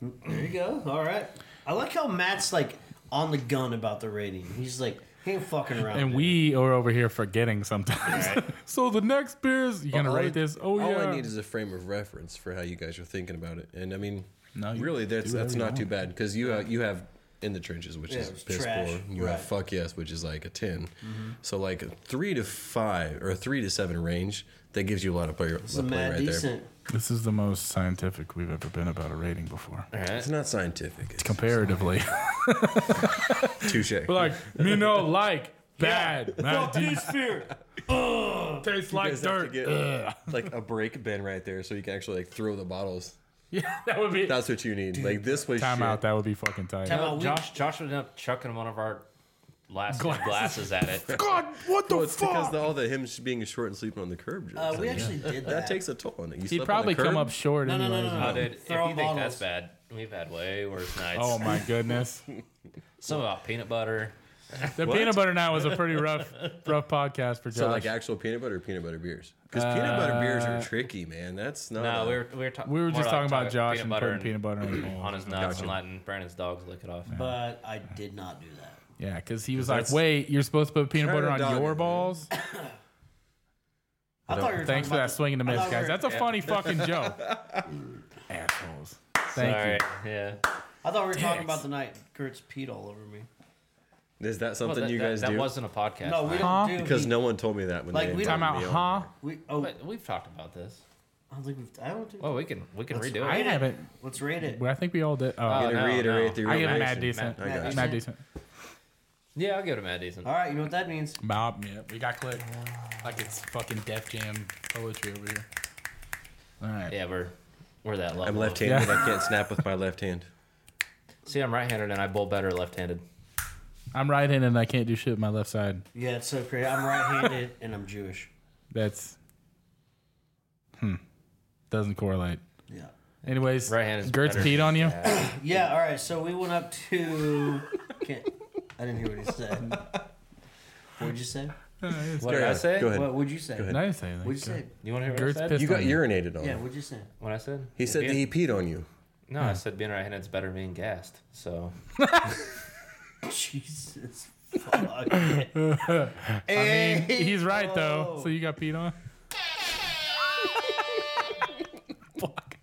[SPEAKER 1] there you go. All right. I like how Matt's like on the gun about the rating. He's like, he ain't fucking around.
[SPEAKER 2] And
[SPEAKER 1] dude.
[SPEAKER 2] we are over here forgetting sometimes. so the next beer is you gonna
[SPEAKER 4] All I-
[SPEAKER 2] rate this? Oh yeah.
[SPEAKER 4] All I need is a frame of reference for how you guys are thinking about it, and I mean,
[SPEAKER 2] No, you
[SPEAKER 4] really,
[SPEAKER 2] do
[SPEAKER 4] that's that's
[SPEAKER 2] whatever you
[SPEAKER 4] not too
[SPEAKER 2] want.
[SPEAKER 4] bad because you uh, you have in the trenches, which
[SPEAKER 1] Yeah,
[SPEAKER 4] is
[SPEAKER 1] it's
[SPEAKER 4] piss
[SPEAKER 1] trash,
[SPEAKER 4] poor. You
[SPEAKER 1] right. Mm-hmm.
[SPEAKER 4] have fuck yes, which is like a 10 So like a three to five or a three to seven range that gives you a lot of play,
[SPEAKER 1] It's a
[SPEAKER 4] play
[SPEAKER 1] mad
[SPEAKER 4] right there.
[SPEAKER 1] decent.
[SPEAKER 2] This is the most scientific we've ever been about a rating before.
[SPEAKER 3] All right.
[SPEAKER 4] It's not scientific. It's
[SPEAKER 2] Comparatively,
[SPEAKER 4] touche.
[SPEAKER 2] like me no like bad. Matt D
[SPEAKER 1] Fear.
[SPEAKER 2] tastes
[SPEAKER 4] You
[SPEAKER 2] like
[SPEAKER 4] guys have to
[SPEAKER 2] dirt.
[SPEAKER 4] get,
[SPEAKER 2] Ugh.
[SPEAKER 4] like a break bin right there, so you can actually like throw the bottles.
[SPEAKER 2] Yeah, that would be
[SPEAKER 4] That's what you need. like this was
[SPEAKER 2] time
[SPEAKER 4] shit.
[SPEAKER 2] out. That would be fucking tight.
[SPEAKER 1] Time out.
[SPEAKER 3] Josh Josh ended up chucking one of our last
[SPEAKER 2] Glasses.
[SPEAKER 3] glasses, at it.
[SPEAKER 2] God, what the
[SPEAKER 4] Well, it's because the, all the him sh- being short and sleeping on the curb. Josh.
[SPEAKER 1] Uh,
[SPEAKER 4] I
[SPEAKER 1] we
[SPEAKER 4] mean,
[SPEAKER 1] actually did that.
[SPEAKER 4] that takes a toll on it. You slept
[SPEAKER 2] He'd
[SPEAKER 4] on
[SPEAKER 2] probably
[SPEAKER 4] the curb?
[SPEAKER 2] come up short.
[SPEAKER 1] no, no, no,
[SPEAKER 2] anyways.
[SPEAKER 1] no, no.
[SPEAKER 3] Oh, dude, if you
[SPEAKER 1] Throw
[SPEAKER 3] think
[SPEAKER 1] bottles.
[SPEAKER 3] that's bad, we've had way worse nights.
[SPEAKER 2] Oh my goodness.
[SPEAKER 3] Some about peanut butter.
[SPEAKER 2] The peanut butter night was a pretty rough, rough podcast for Josh. Uh,
[SPEAKER 4] So like actual peanut butter or peanut butter beers? Because peanut butter beers are tricky, man. That's not.
[SPEAKER 3] No,
[SPEAKER 4] a-
[SPEAKER 3] we were we were, ta-
[SPEAKER 2] we were just
[SPEAKER 3] more
[SPEAKER 2] talking about Josh
[SPEAKER 3] chocolate
[SPEAKER 2] and putting
[SPEAKER 3] and-
[SPEAKER 2] peanut butter in his bowl.
[SPEAKER 3] on his nuts and letting Brandon's dogs lick it off.
[SPEAKER 1] But I did not do that.
[SPEAKER 2] Yeah, because he was like,
[SPEAKER 4] that's-
[SPEAKER 2] "Wait, you're supposed to put peanut
[SPEAKER 4] Try
[SPEAKER 2] butter
[SPEAKER 4] to
[SPEAKER 2] on
[SPEAKER 4] dog it,
[SPEAKER 2] your
[SPEAKER 4] dude.
[SPEAKER 2] balls."
[SPEAKER 1] I thought you were
[SPEAKER 2] Thanks
[SPEAKER 1] talking
[SPEAKER 2] for
[SPEAKER 1] about
[SPEAKER 2] that
[SPEAKER 1] the-
[SPEAKER 2] swing and a
[SPEAKER 1] I
[SPEAKER 2] miss,
[SPEAKER 1] thought we
[SPEAKER 2] guys.
[SPEAKER 1] were-
[SPEAKER 2] That's a funny fucking joke. Assholes. Thank
[SPEAKER 3] All
[SPEAKER 2] you.
[SPEAKER 3] right, yeah.
[SPEAKER 1] I thought we were talking
[SPEAKER 2] Dicks.
[SPEAKER 1] about the night Kurtz peed all over me.
[SPEAKER 4] Is that
[SPEAKER 3] Well,
[SPEAKER 4] something
[SPEAKER 3] that,
[SPEAKER 4] you
[SPEAKER 3] that-
[SPEAKER 4] guys
[SPEAKER 3] that
[SPEAKER 4] do?
[SPEAKER 3] wasn't a podcast.
[SPEAKER 1] No, we
[SPEAKER 3] night.
[SPEAKER 1] don't
[SPEAKER 2] Huh?
[SPEAKER 1] do
[SPEAKER 4] Because
[SPEAKER 1] we-
[SPEAKER 4] no one told me that when
[SPEAKER 1] Like,
[SPEAKER 4] they
[SPEAKER 1] we
[SPEAKER 2] Time
[SPEAKER 4] invited
[SPEAKER 2] out,
[SPEAKER 4] me on.
[SPEAKER 2] huh?
[SPEAKER 1] We oh,
[SPEAKER 3] But we've talked about this.
[SPEAKER 1] I don't think we've, I don't do.
[SPEAKER 3] Well, we can we can
[SPEAKER 1] Let's
[SPEAKER 3] redo
[SPEAKER 2] I
[SPEAKER 3] it.
[SPEAKER 1] rate it.
[SPEAKER 2] haven't.
[SPEAKER 1] Let's rate it.
[SPEAKER 2] Well, I think we all did. Oh,
[SPEAKER 4] I'm
[SPEAKER 3] Uh,
[SPEAKER 4] gonna
[SPEAKER 3] no,
[SPEAKER 4] reiterate
[SPEAKER 3] no.
[SPEAKER 4] the
[SPEAKER 2] I give it mad
[SPEAKER 4] reiteration.
[SPEAKER 2] decent.
[SPEAKER 4] I got
[SPEAKER 1] Mad
[SPEAKER 4] you.
[SPEAKER 2] Mad
[SPEAKER 1] decent.
[SPEAKER 2] decent.
[SPEAKER 3] Yeah, I'll give it a mad decent.
[SPEAKER 1] All right, you know what that means.
[SPEAKER 2] Bob, yeah, we got click. Like it's fucking Def Jam poetry over here. All right.
[SPEAKER 3] Yeah, we're we're that level.
[SPEAKER 4] I'm
[SPEAKER 3] of-
[SPEAKER 4] left-handed. I can't snap with my left hand.
[SPEAKER 3] See, I'm right-handed and I bowl better left-handed.
[SPEAKER 2] I'm right-handed and I can't do shit with my left side.
[SPEAKER 1] Yeah, it's so crazy. I'm right-handed and I'm Jewish.
[SPEAKER 2] That's hmm. Doesn't correlate.
[SPEAKER 1] Yeah.
[SPEAKER 2] Anyways,
[SPEAKER 3] Right hand is
[SPEAKER 2] Gertz
[SPEAKER 3] better.
[SPEAKER 2] peed on you.
[SPEAKER 1] Yeah. All right. So we went up to. Can't, I didn't hear what he said. What'd you say?
[SPEAKER 3] What
[SPEAKER 4] Go
[SPEAKER 3] did I
[SPEAKER 4] ahead.
[SPEAKER 3] say?
[SPEAKER 4] Go ahead.
[SPEAKER 1] What would you say?
[SPEAKER 2] And I didn't say anything.
[SPEAKER 1] What'd you say?
[SPEAKER 3] You want to hear what I
[SPEAKER 2] Gertz
[SPEAKER 3] said?
[SPEAKER 2] pissed
[SPEAKER 4] You got
[SPEAKER 2] on you.
[SPEAKER 4] urinated on.
[SPEAKER 1] Yeah. What'd you say?
[SPEAKER 3] What I said?
[SPEAKER 4] He said that he peed on you.
[SPEAKER 3] No, I said being right-handed is better than being gassed. So
[SPEAKER 1] Jesus. Fuck.
[SPEAKER 2] I mean, he's right though. So you got peed on. Fuck.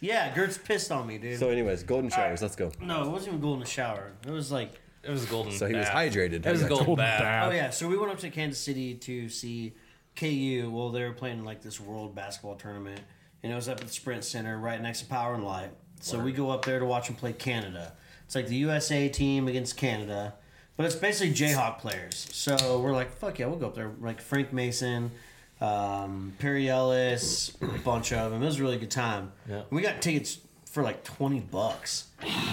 [SPEAKER 1] yeah, Gert's pissed on me, dude.
[SPEAKER 4] So, anyways, golden showers. Let's go.
[SPEAKER 1] no, it wasn't even going to shower. It was like,
[SPEAKER 3] it was a golden.
[SPEAKER 4] So he was
[SPEAKER 3] bath.
[SPEAKER 4] hydrated.
[SPEAKER 3] It was a golden,
[SPEAKER 2] Golden
[SPEAKER 3] bath.
[SPEAKER 1] oh
[SPEAKER 2] bath.
[SPEAKER 1] yeah. So we went up to Kansas City to see KU. Well, they were playing like this world basketball tournament, and it was up at the Sprint Center, right next to Power and Light. So we go up there to watch them play Canada. It's like the USA team against Canada, but it's basically Jayhawk players. So we're like, fuck yeah, we'll go up there. Like Frank Mason, um, Perry Ellis, a bunch of them. It was a really good time.
[SPEAKER 3] Yeah.
[SPEAKER 1] We got tickets for like twenty bucks.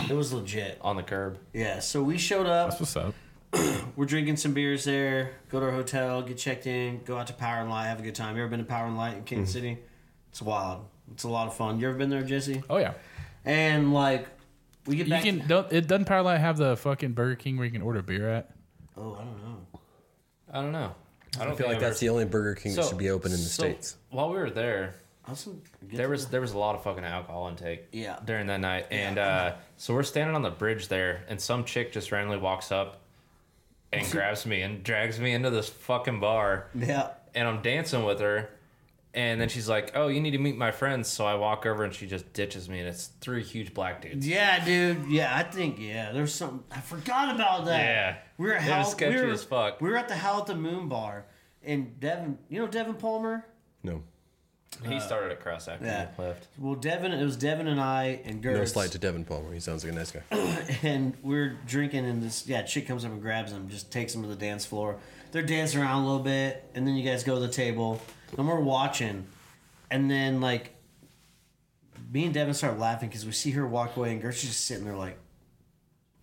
[SPEAKER 1] It was legit.
[SPEAKER 3] on the curb.
[SPEAKER 1] Yeah. So we showed up.
[SPEAKER 2] That's what's up.
[SPEAKER 1] We're drinking some beers there. Go to our hotel, get checked in, go out to Power and Light, have a good time. You ever been to Power and Light in Kansas
[SPEAKER 3] Mm-hmm.
[SPEAKER 1] City? It's wild. It's a lot of fun. You ever been there, Jesse?
[SPEAKER 2] Oh yeah.
[SPEAKER 1] And like, we get
[SPEAKER 2] You
[SPEAKER 1] back.
[SPEAKER 2] can. Don't, it doesn't Power Light have the fucking Burger King where you can order beer at?
[SPEAKER 1] oh, I don't know.
[SPEAKER 3] I don't know. I don't
[SPEAKER 4] I feel like that's the only Burger King that should be open in the states.
[SPEAKER 3] While we were there,
[SPEAKER 1] Also, good-
[SPEAKER 3] there was there was a lot of fucking alcohol intake.
[SPEAKER 1] Yeah.
[SPEAKER 3] During that night, and uh, so we're standing on the bridge there, and some chick just randomly walks up and grabs me and drags me into this fucking bar,
[SPEAKER 1] yeah.
[SPEAKER 3] and I'm dancing with her. And then she's like, "Oh, you need to meet my friends." So I walk over, and she just ditches me, and it's three huge black dudes.
[SPEAKER 1] Yeah, dude. Yeah, I think yeah. There's something I forgot about that.
[SPEAKER 3] Yeah.
[SPEAKER 1] we were
[SPEAKER 3] It was
[SPEAKER 1] how
[SPEAKER 3] sketchy
[SPEAKER 1] we were,
[SPEAKER 3] as fuck.
[SPEAKER 1] We were at the Howl at the Moon Bar, and Devin, you know Devin Palmer.
[SPEAKER 4] No,
[SPEAKER 3] He started at cross after
[SPEAKER 1] Uh, yeah.
[SPEAKER 3] he left.
[SPEAKER 1] Well, Devin, it was Devin and I and Gertz.
[SPEAKER 4] no slide to Devin Palmer. He sounds like a nice guy.
[SPEAKER 1] and we're drinking and this yeah chick comes up and grabs them just takes them to the dance floor they're dancing around a little bit and then you guys go to the table and we're watching and then like me and devin start laughing because we see her walk away and gertrude's just sitting there like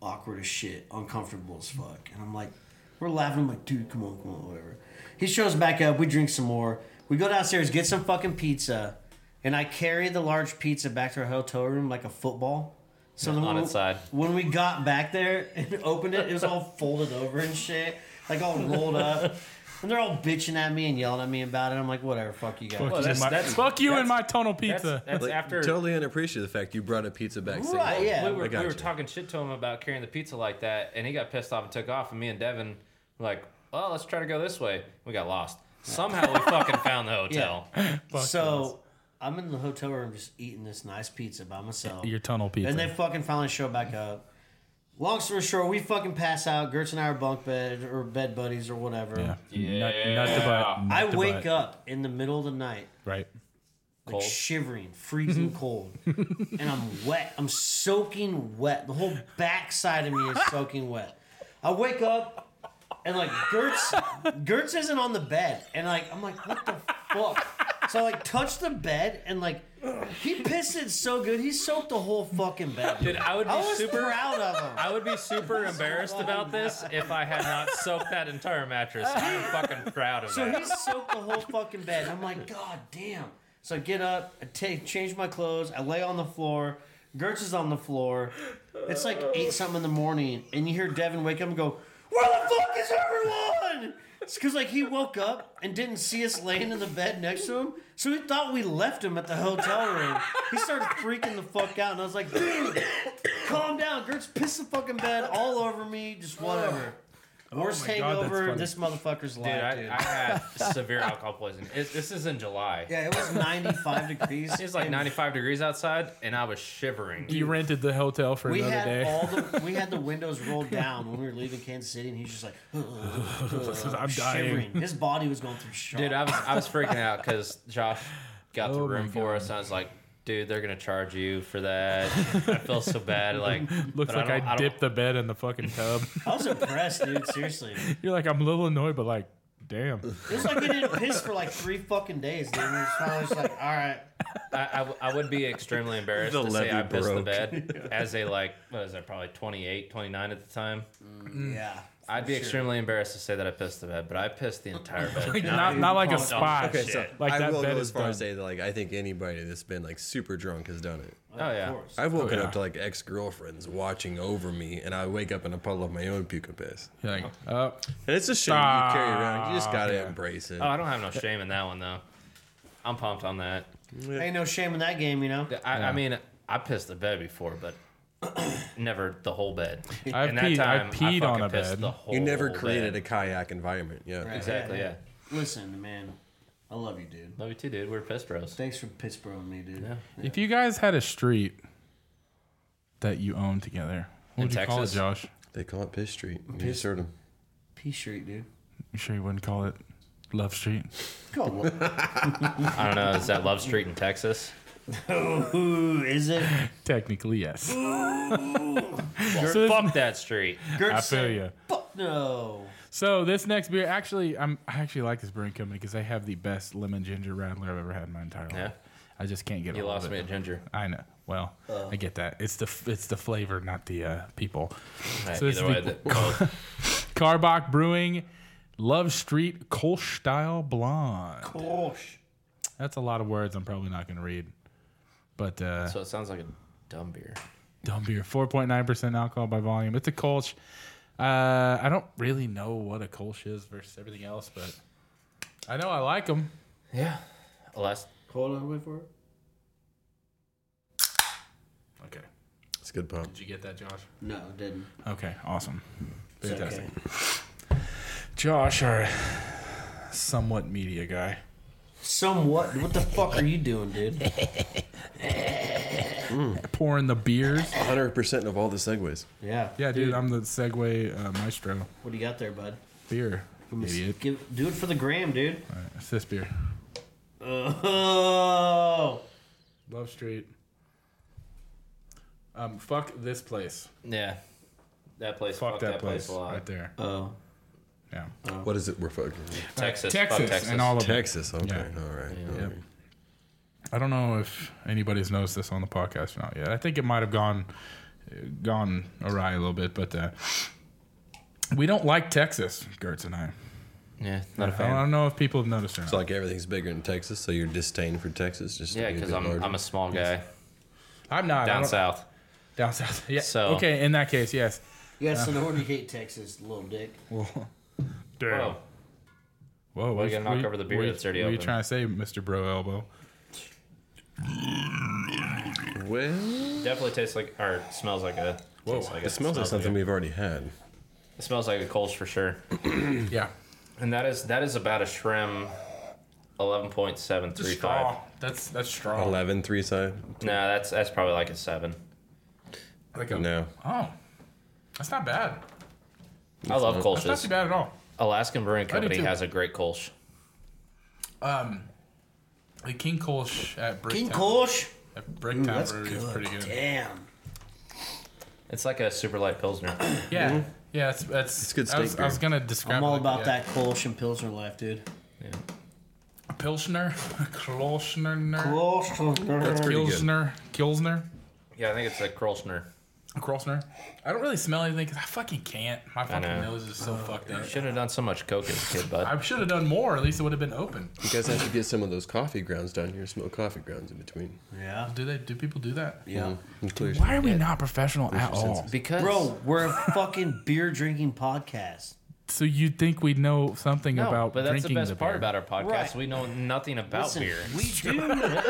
[SPEAKER 1] awkward as shit uncomfortable as fuck and i'm like we're laughing i'm like dude come on come on whatever he shows back up we drink some more we go downstairs get some fucking pizza and i carry the large pizza back to our hotel room like a football so then
[SPEAKER 3] On
[SPEAKER 1] when-
[SPEAKER 3] its side.
[SPEAKER 1] when we got back there and opened it, it was all folded over and shit, like all rolled up. And they're all bitching at me and yelling at me about it. I'm like, whatever, fuck you guys.
[SPEAKER 2] Fuck, you,
[SPEAKER 3] Oh, that's-
[SPEAKER 2] and my,
[SPEAKER 3] that's-
[SPEAKER 2] fuck you and
[SPEAKER 3] that's-
[SPEAKER 2] my tonal
[SPEAKER 3] That's,
[SPEAKER 2] pizza.
[SPEAKER 3] that's
[SPEAKER 4] Like,
[SPEAKER 3] after
[SPEAKER 4] totally unappreciative of the fact you brought a pizza back. saying,
[SPEAKER 1] Right,
[SPEAKER 4] "Oh,
[SPEAKER 1] yeah.
[SPEAKER 3] we were,
[SPEAKER 4] I got
[SPEAKER 3] we were
[SPEAKER 4] you."
[SPEAKER 3] talking shit to him about carrying the pizza like that, and he got pissed off and took off. And me and Devin were like, well, let's try to go this way. We got lost. Somehow we fucking found the hotel.
[SPEAKER 2] Fuck
[SPEAKER 1] so I'm in the hotel room just eating this nice pizza by myself.
[SPEAKER 2] your tunnel pizza.
[SPEAKER 1] And they fucking finally show back up. Long story short, we fucking pass out. Gertz and I are bunk bed or bed buddies or whatever.
[SPEAKER 2] yeah. Nut, nut the butt. nut
[SPEAKER 1] I
[SPEAKER 2] the
[SPEAKER 1] wake
[SPEAKER 2] butt.
[SPEAKER 1] up in the middle of the night
[SPEAKER 2] Right.
[SPEAKER 1] like
[SPEAKER 3] Cold.
[SPEAKER 1] shivering, freezing cold, and I'm wet. I'm soaking wet. The whole backside of me is soaking wet. I wake up and like Gertz, Gertz isn't on the bed, and like I'm like, what the fuck? So I like touch the bed and like he pissed it so good, he soaked the whole fucking bed.
[SPEAKER 3] Dude, I would be
[SPEAKER 1] I was
[SPEAKER 3] super.
[SPEAKER 1] proud of him.
[SPEAKER 3] I would be super embarrassed about this if I had not soaked that entire mattress. I'm fucking proud of
[SPEAKER 1] So
[SPEAKER 3] that.
[SPEAKER 1] he soaked the whole fucking bed. I'm like, God damn. So I get up, I take, change my clothes, I lay on the floor. Gertz is on the floor. It's like eight something in the morning, and you hear Devin wake up and go, "Where the fuck is everyone?" It's because like he woke up and didn't see us laying in the bed next to him, so he thought we left him at the hotel room. He started freaking the fuck out, and I was like, "Dude, calm down." Gertz pissed the fucking bed all over me, just whatever. Worst
[SPEAKER 2] Oh my God, that's
[SPEAKER 1] hangover
[SPEAKER 2] funny.
[SPEAKER 1] this motherfucker's life,
[SPEAKER 3] Dude,
[SPEAKER 1] dude.
[SPEAKER 3] I, I had severe alcohol poisoning. It, this is in July.
[SPEAKER 1] Yeah, it was 95 degrees.
[SPEAKER 3] It's like
[SPEAKER 1] and
[SPEAKER 3] 95 degrees outside, and I was shivering.
[SPEAKER 2] You rented the hotel for
[SPEAKER 1] We
[SPEAKER 2] another
[SPEAKER 1] had
[SPEAKER 2] day.
[SPEAKER 1] all the we had the windows rolled down when we were leaving Kansas City, and he's just like,
[SPEAKER 2] I'm dying.
[SPEAKER 1] shivering. His body was going through shock.
[SPEAKER 3] Dude, I was I was freaking out because Josh got the
[SPEAKER 2] Oh my
[SPEAKER 3] room for us, and I was like, "Dude, they're gonna charge you for that." I feel so bad. Like,
[SPEAKER 2] Looks
[SPEAKER 3] but
[SPEAKER 2] like I,
[SPEAKER 3] don't- don't-
[SPEAKER 2] dipped the bed in the fucking tub.
[SPEAKER 1] I was impressed, dude. Seriously,
[SPEAKER 2] You're like, I'm a little annoyed, but like, damn.
[SPEAKER 1] it was like he didn't piss for like three fucking days, dude. And It was finally just like, all right,
[SPEAKER 3] I, I w- I would be extremely embarrassed
[SPEAKER 4] The
[SPEAKER 3] to say
[SPEAKER 4] levee
[SPEAKER 3] I pissed the
[SPEAKER 4] broke.
[SPEAKER 3] bed as a like what is that probably 28, 29 at the time.
[SPEAKER 1] yeah.
[SPEAKER 3] I'd be
[SPEAKER 1] sure.
[SPEAKER 3] extremely embarrassed to say that I pissed the bed, but I pissed the entire bed.
[SPEAKER 2] not not like a
[SPEAKER 1] calm down.
[SPEAKER 2] spot.
[SPEAKER 4] Okay, so
[SPEAKER 3] Shit.
[SPEAKER 2] Like
[SPEAKER 4] I
[SPEAKER 2] that
[SPEAKER 4] will
[SPEAKER 2] bed
[SPEAKER 4] go
[SPEAKER 2] is
[SPEAKER 4] as far as
[SPEAKER 2] done.
[SPEAKER 4] say that like I think anybody that's been like super drunk has done it.
[SPEAKER 3] oh yeah,
[SPEAKER 1] Of course.
[SPEAKER 4] I've woken
[SPEAKER 2] yeah.
[SPEAKER 4] up to like ex girlfriends watching over me, and I wake up in a puddle of my own puke and piss.
[SPEAKER 2] You're like, oh,
[SPEAKER 4] And it's a shame you carry around. You just gotta
[SPEAKER 2] Yeah.
[SPEAKER 4] embrace it.
[SPEAKER 3] Oh, I don't have no shame in that one though. I'm pumped on that.
[SPEAKER 1] Ain't no shame in that game, you know.
[SPEAKER 3] I, I mean, I pissed the bed before, but never the whole bed.
[SPEAKER 2] I've
[SPEAKER 3] And that
[SPEAKER 2] peed- I've
[SPEAKER 3] time,
[SPEAKER 2] peed on
[SPEAKER 3] fucking
[SPEAKER 2] a
[SPEAKER 3] pissed
[SPEAKER 2] bed.
[SPEAKER 3] The whole
[SPEAKER 4] You never created
[SPEAKER 3] bed.
[SPEAKER 4] a kayak environment. Yeah.
[SPEAKER 3] Exactly, yeah.
[SPEAKER 1] Listen, man, I love you, dude.
[SPEAKER 3] Love you too, dude. We're piss bros.
[SPEAKER 1] Thanks for Pittsburgh me, dude.
[SPEAKER 3] Yeah.
[SPEAKER 2] If you guys had a street that you owned together, what
[SPEAKER 3] In
[SPEAKER 2] would you call it,
[SPEAKER 3] Texas?
[SPEAKER 2] Josh?
[SPEAKER 4] They call it Piss Street. You sort of
[SPEAKER 1] P Street, dude.
[SPEAKER 2] You sure you wouldn't call it Love Street?
[SPEAKER 1] Come on.
[SPEAKER 3] I don't know. Is that Love Street in Texas?
[SPEAKER 1] Ooh, is it?
[SPEAKER 2] Technically, yes.
[SPEAKER 3] Well, fuck that street.
[SPEAKER 1] Gert
[SPEAKER 2] I feel
[SPEAKER 1] said,
[SPEAKER 2] you.
[SPEAKER 1] Fuck no.
[SPEAKER 2] So this next beer, actually, I'm I actually like this brewing company because they have the best lemon ginger rattler I've ever had in my entire life.
[SPEAKER 3] Yeah.
[SPEAKER 2] I just can't get.
[SPEAKER 3] You
[SPEAKER 2] all of
[SPEAKER 3] lost
[SPEAKER 2] it.
[SPEAKER 3] me at ginger.
[SPEAKER 2] I know. Well, I get that. It's the f- it's the flavor, not the uh, people.
[SPEAKER 3] Right,
[SPEAKER 2] So this
[SPEAKER 3] either
[SPEAKER 2] is
[SPEAKER 3] way,
[SPEAKER 2] the-
[SPEAKER 3] that- both.
[SPEAKER 2] Carbach Brewing, Love Street Kolsch Style Blonde.
[SPEAKER 1] Gosh.
[SPEAKER 2] That's a lot of words. I'm probably not going to read. But uh,
[SPEAKER 3] so it sounds like a dumb beer.
[SPEAKER 2] dumb beer, 4.9% alcohol by volume. It's a Kolsch. Uh, I don't really know what a Kolsch is versus everything else, but I know I like them.
[SPEAKER 3] Yeah. Last
[SPEAKER 1] Hold on, wait for it.
[SPEAKER 2] Okay.
[SPEAKER 4] it's a good pump.
[SPEAKER 2] Did you get that, Josh?
[SPEAKER 1] No, it didn't.
[SPEAKER 2] Okay. Awesome.
[SPEAKER 1] It's
[SPEAKER 2] Fantastic.
[SPEAKER 1] okay.
[SPEAKER 2] Josh, our somewhat media guy.
[SPEAKER 1] Somewhat. What the fuck are you doing, dude?
[SPEAKER 2] Pouring the beers.
[SPEAKER 4] Hundred percent of all the segues.
[SPEAKER 1] Yeah.
[SPEAKER 2] Yeah, dude, I'm the Segway uh, maestro.
[SPEAKER 1] What do you got there, bud?
[SPEAKER 2] Beer. Idiot.
[SPEAKER 1] Give, do it for the gram, dude.
[SPEAKER 2] All right, it's this beer.
[SPEAKER 1] Oh.
[SPEAKER 2] Love Street. Um, fuck this place.
[SPEAKER 3] Yeah. That place.
[SPEAKER 2] Fuck, that, place,
[SPEAKER 3] a lot. Uh,
[SPEAKER 2] right there.
[SPEAKER 1] Oh.
[SPEAKER 2] Yeah.
[SPEAKER 4] What is it we're fucking?
[SPEAKER 3] Texas.
[SPEAKER 2] Texas,
[SPEAKER 3] Fuck Texas.
[SPEAKER 2] and all of it.
[SPEAKER 4] Texas. Okay.
[SPEAKER 2] Yeah.
[SPEAKER 4] All right.
[SPEAKER 2] Yep. I don't know if anybody's noticed this on the podcast or not yet. I think it might have gone uh, gone awry a little bit, but uh, we don't like Texas, Gertz and I.
[SPEAKER 3] yeah. Not a
[SPEAKER 2] I
[SPEAKER 3] fan.
[SPEAKER 2] don't know if people have noticed or not.
[SPEAKER 4] It's like everything's bigger in Texas, so your disdain for Texas just
[SPEAKER 3] Yeah,
[SPEAKER 4] a
[SPEAKER 3] because
[SPEAKER 4] bit
[SPEAKER 3] I'm,
[SPEAKER 4] larger.
[SPEAKER 3] I'm a small guy
[SPEAKER 2] I'm not I
[SPEAKER 3] down
[SPEAKER 2] don't-
[SPEAKER 3] south.
[SPEAKER 2] Down south. Yeah.
[SPEAKER 3] So-
[SPEAKER 2] okay, in that case, yes.
[SPEAKER 1] Yes, in order to hate Texas, little dick.
[SPEAKER 2] Damn.
[SPEAKER 3] Whoa.
[SPEAKER 2] Whoa,
[SPEAKER 3] you gotta knock over the beer
[SPEAKER 2] what you-
[SPEAKER 3] that's already
[SPEAKER 2] What are you
[SPEAKER 3] open.
[SPEAKER 2] trying to say, Mr. Bro Elbow?
[SPEAKER 4] Well,
[SPEAKER 3] Definitely tastes like or smells like a. Whoa. Like
[SPEAKER 4] it smells like something
[SPEAKER 3] Like
[SPEAKER 4] we've already had.
[SPEAKER 3] a, it smells like a Kolsch for sure.
[SPEAKER 2] Yeah.
[SPEAKER 3] And that is that is about a shrimp. Eleven point seven three five.
[SPEAKER 2] Straw. That's that's straw.
[SPEAKER 4] Eleven three side.
[SPEAKER 3] No, that's that's probably like a seven.
[SPEAKER 2] Like a,
[SPEAKER 4] No.
[SPEAKER 2] Oh, that's not bad.
[SPEAKER 3] I love
[SPEAKER 2] That's not too
[SPEAKER 3] Kolsch's.
[SPEAKER 2] bad at all.
[SPEAKER 3] Alaskan Brewing
[SPEAKER 2] do
[SPEAKER 3] Company
[SPEAKER 2] too.
[SPEAKER 3] has a great Kolsch.
[SPEAKER 2] Um, the King Kolsch at Bricktown,
[SPEAKER 1] King Kolsch?
[SPEAKER 2] at Bricktown
[SPEAKER 1] That's
[SPEAKER 2] Brewery
[SPEAKER 1] good.
[SPEAKER 2] is pretty good.
[SPEAKER 1] Damn.
[SPEAKER 3] It's like a super light pilsner.
[SPEAKER 2] Yeah, yeah, it's that's
[SPEAKER 4] It's good
[SPEAKER 2] I was,
[SPEAKER 4] steak
[SPEAKER 2] I was
[SPEAKER 4] beer.
[SPEAKER 2] gonna describe.
[SPEAKER 1] I'm
[SPEAKER 2] it
[SPEAKER 1] all
[SPEAKER 2] like
[SPEAKER 1] about
[SPEAKER 2] yeah.
[SPEAKER 1] that Kolsch and Pilsner life, dude.
[SPEAKER 2] Pilsner, Kloschner,
[SPEAKER 1] Kolsch.
[SPEAKER 4] pretty good.
[SPEAKER 2] Pilsner, Kilsner,
[SPEAKER 3] Yeah, I think it's a Kolschner.
[SPEAKER 2] Krolsner. I don't really smell anything because I fucking can't. My fucking
[SPEAKER 3] know.
[SPEAKER 2] nose is
[SPEAKER 1] Oh,
[SPEAKER 2] so fucked up.
[SPEAKER 3] Should have done so much coke as a kid, bud.
[SPEAKER 2] I should have done more. At least it would have been open.
[SPEAKER 4] You guys have to get some of those coffee grounds down here. Smoke coffee grounds in between. Mm-hmm.
[SPEAKER 1] Yeah.
[SPEAKER 2] Do they? Do people do that?
[SPEAKER 1] Yeah.
[SPEAKER 4] It clears-
[SPEAKER 2] Why are we not professional at all?
[SPEAKER 3] Because
[SPEAKER 1] Bro, we're a fucking beer drinking podcast.
[SPEAKER 2] So you'd think we'd know something
[SPEAKER 3] no,
[SPEAKER 2] about
[SPEAKER 3] but that's the
[SPEAKER 2] drinking
[SPEAKER 3] best
[SPEAKER 2] the
[SPEAKER 3] part
[SPEAKER 2] beer.
[SPEAKER 3] about our podcast.
[SPEAKER 1] Right.
[SPEAKER 3] We know nothing about
[SPEAKER 1] Listen,
[SPEAKER 3] beer.
[SPEAKER 1] We do.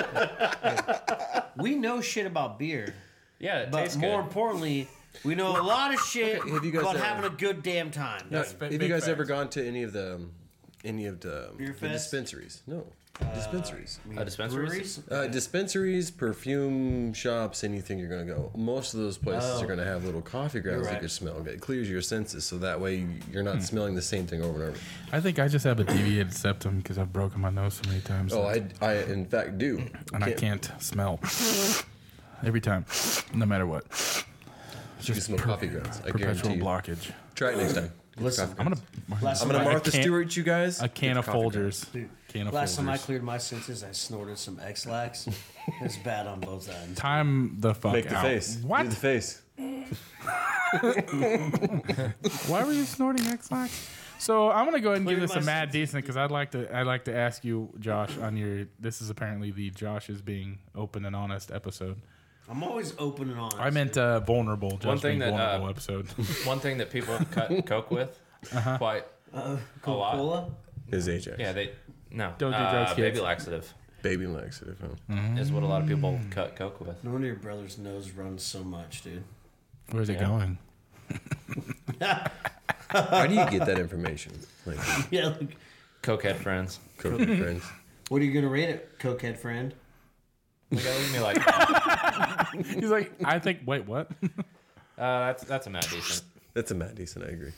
[SPEAKER 1] we know shit about beer,
[SPEAKER 3] Yeah, it
[SPEAKER 1] but
[SPEAKER 3] tastes
[SPEAKER 1] more
[SPEAKER 3] good.
[SPEAKER 1] importantly, we know a lot of shit
[SPEAKER 4] Okay, have you guys
[SPEAKER 1] about
[SPEAKER 4] ever-
[SPEAKER 1] having a good damn time.
[SPEAKER 4] No,
[SPEAKER 2] That's big-
[SPEAKER 4] have you
[SPEAKER 2] big
[SPEAKER 4] guys ever
[SPEAKER 2] facts.
[SPEAKER 4] gone to any of the um, any of the, um,
[SPEAKER 1] Beer
[SPEAKER 4] the
[SPEAKER 1] fest? Uh,
[SPEAKER 4] dispensaries? No, dispensaries.
[SPEAKER 3] A dispensary?
[SPEAKER 1] Breweries?
[SPEAKER 4] Uh, dispensaries, perfume shops, anything you're gonna go. Most of those places are gonna have little coffee grounds
[SPEAKER 1] Oh. right. Hmm.
[SPEAKER 4] that you can smell. It clears your senses, so that way you're not smelling the same thing over and over.
[SPEAKER 2] I think I just have a deviated septum because I've broken my nose so many times.
[SPEAKER 4] Oh, I, I in fact do.
[SPEAKER 2] and I can't smell every time, no matter what. It's
[SPEAKER 4] You can
[SPEAKER 2] just
[SPEAKER 4] smell coffee grounds. I
[SPEAKER 2] perpetual
[SPEAKER 4] guarantee you.
[SPEAKER 2] blockage.
[SPEAKER 4] Try it next time.
[SPEAKER 1] Listen,
[SPEAKER 2] I'm gonna.
[SPEAKER 1] Last
[SPEAKER 4] I'm gonna
[SPEAKER 1] time I-
[SPEAKER 4] Martha
[SPEAKER 2] can't-
[SPEAKER 4] Stewart you guys.
[SPEAKER 2] A can of Folgers. Can of
[SPEAKER 1] Last time I
[SPEAKER 2] Folgers.
[SPEAKER 1] cleared my senses, I snorted some X-Lax. it was bad on both sides.
[SPEAKER 2] Time the fuck
[SPEAKER 4] Make the
[SPEAKER 2] out.
[SPEAKER 4] face.
[SPEAKER 2] What?
[SPEAKER 4] Do the face.
[SPEAKER 2] Why were you snorting X-Lax? So I'm gonna go ahead and give
[SPEAKER 1] Clear
[SPEAKER 2] this
[SPEAKER 1] my
[SPEAKER 2] a mad decent because I'd like to. I'd like to ask you, Josh, on your. This is apparently the Josh is being open and honest episode.
[SPEAKER 1] I'm always open and honest.
[SPEAKER 2] I meant uh, vulnerable. Josh One
[SPEAKER 3] thing
[SPEAKER 2] thing
[SPEAKER 3] that, uh,
[SPEAKER 2] vulnerable episode.
[SPEAKER 3] One thing that people cut coke with
[SPEAKER 2] Uh-huh.
[SPEAKER 3] quite a lot.
[SPEAKER 1] cola.
[SPEAKER 4] Is Ajax.
[SPEAKER 3] Yeah, they no.
[SPEAKER 2] Don't do
[SPEAKER 3] uh,
[SPEAKER 2] drugs, kids.
[SPEAKER 3] Baby laxative.
[SPEAKER 4] Baby laxative. Huh?
[SPEAKER 3] Is what a lot of people
[SPEAKER 1] Mm.
[SPEAKER 3] cut coke with.
[SPEAKER 1] No wonder your brother's nose runs so much, dude.
[SPEAKER 2] Where's it
[SPEAKER 3] Yeah.
[SPEAKER 2] going?
[SPEAKER 4] How do you get that information? Like,
[SPEAKER 1] Yeah. Like,
[SPEAKER 3] Cokehead friends.
[SPEAKER 4] cooking friends.
[SPEAKER 1] what are you gonna rate it, cokehead friend?
[SPEAKER 3] Like, I look at me like, uh,
[SPEAKER 2] He's like, I think. Wait, what?
[SPEAKER 3] Uh, that's that's a Matt decent.
[SPEAKER 4] That's a Matt Deason. I agree.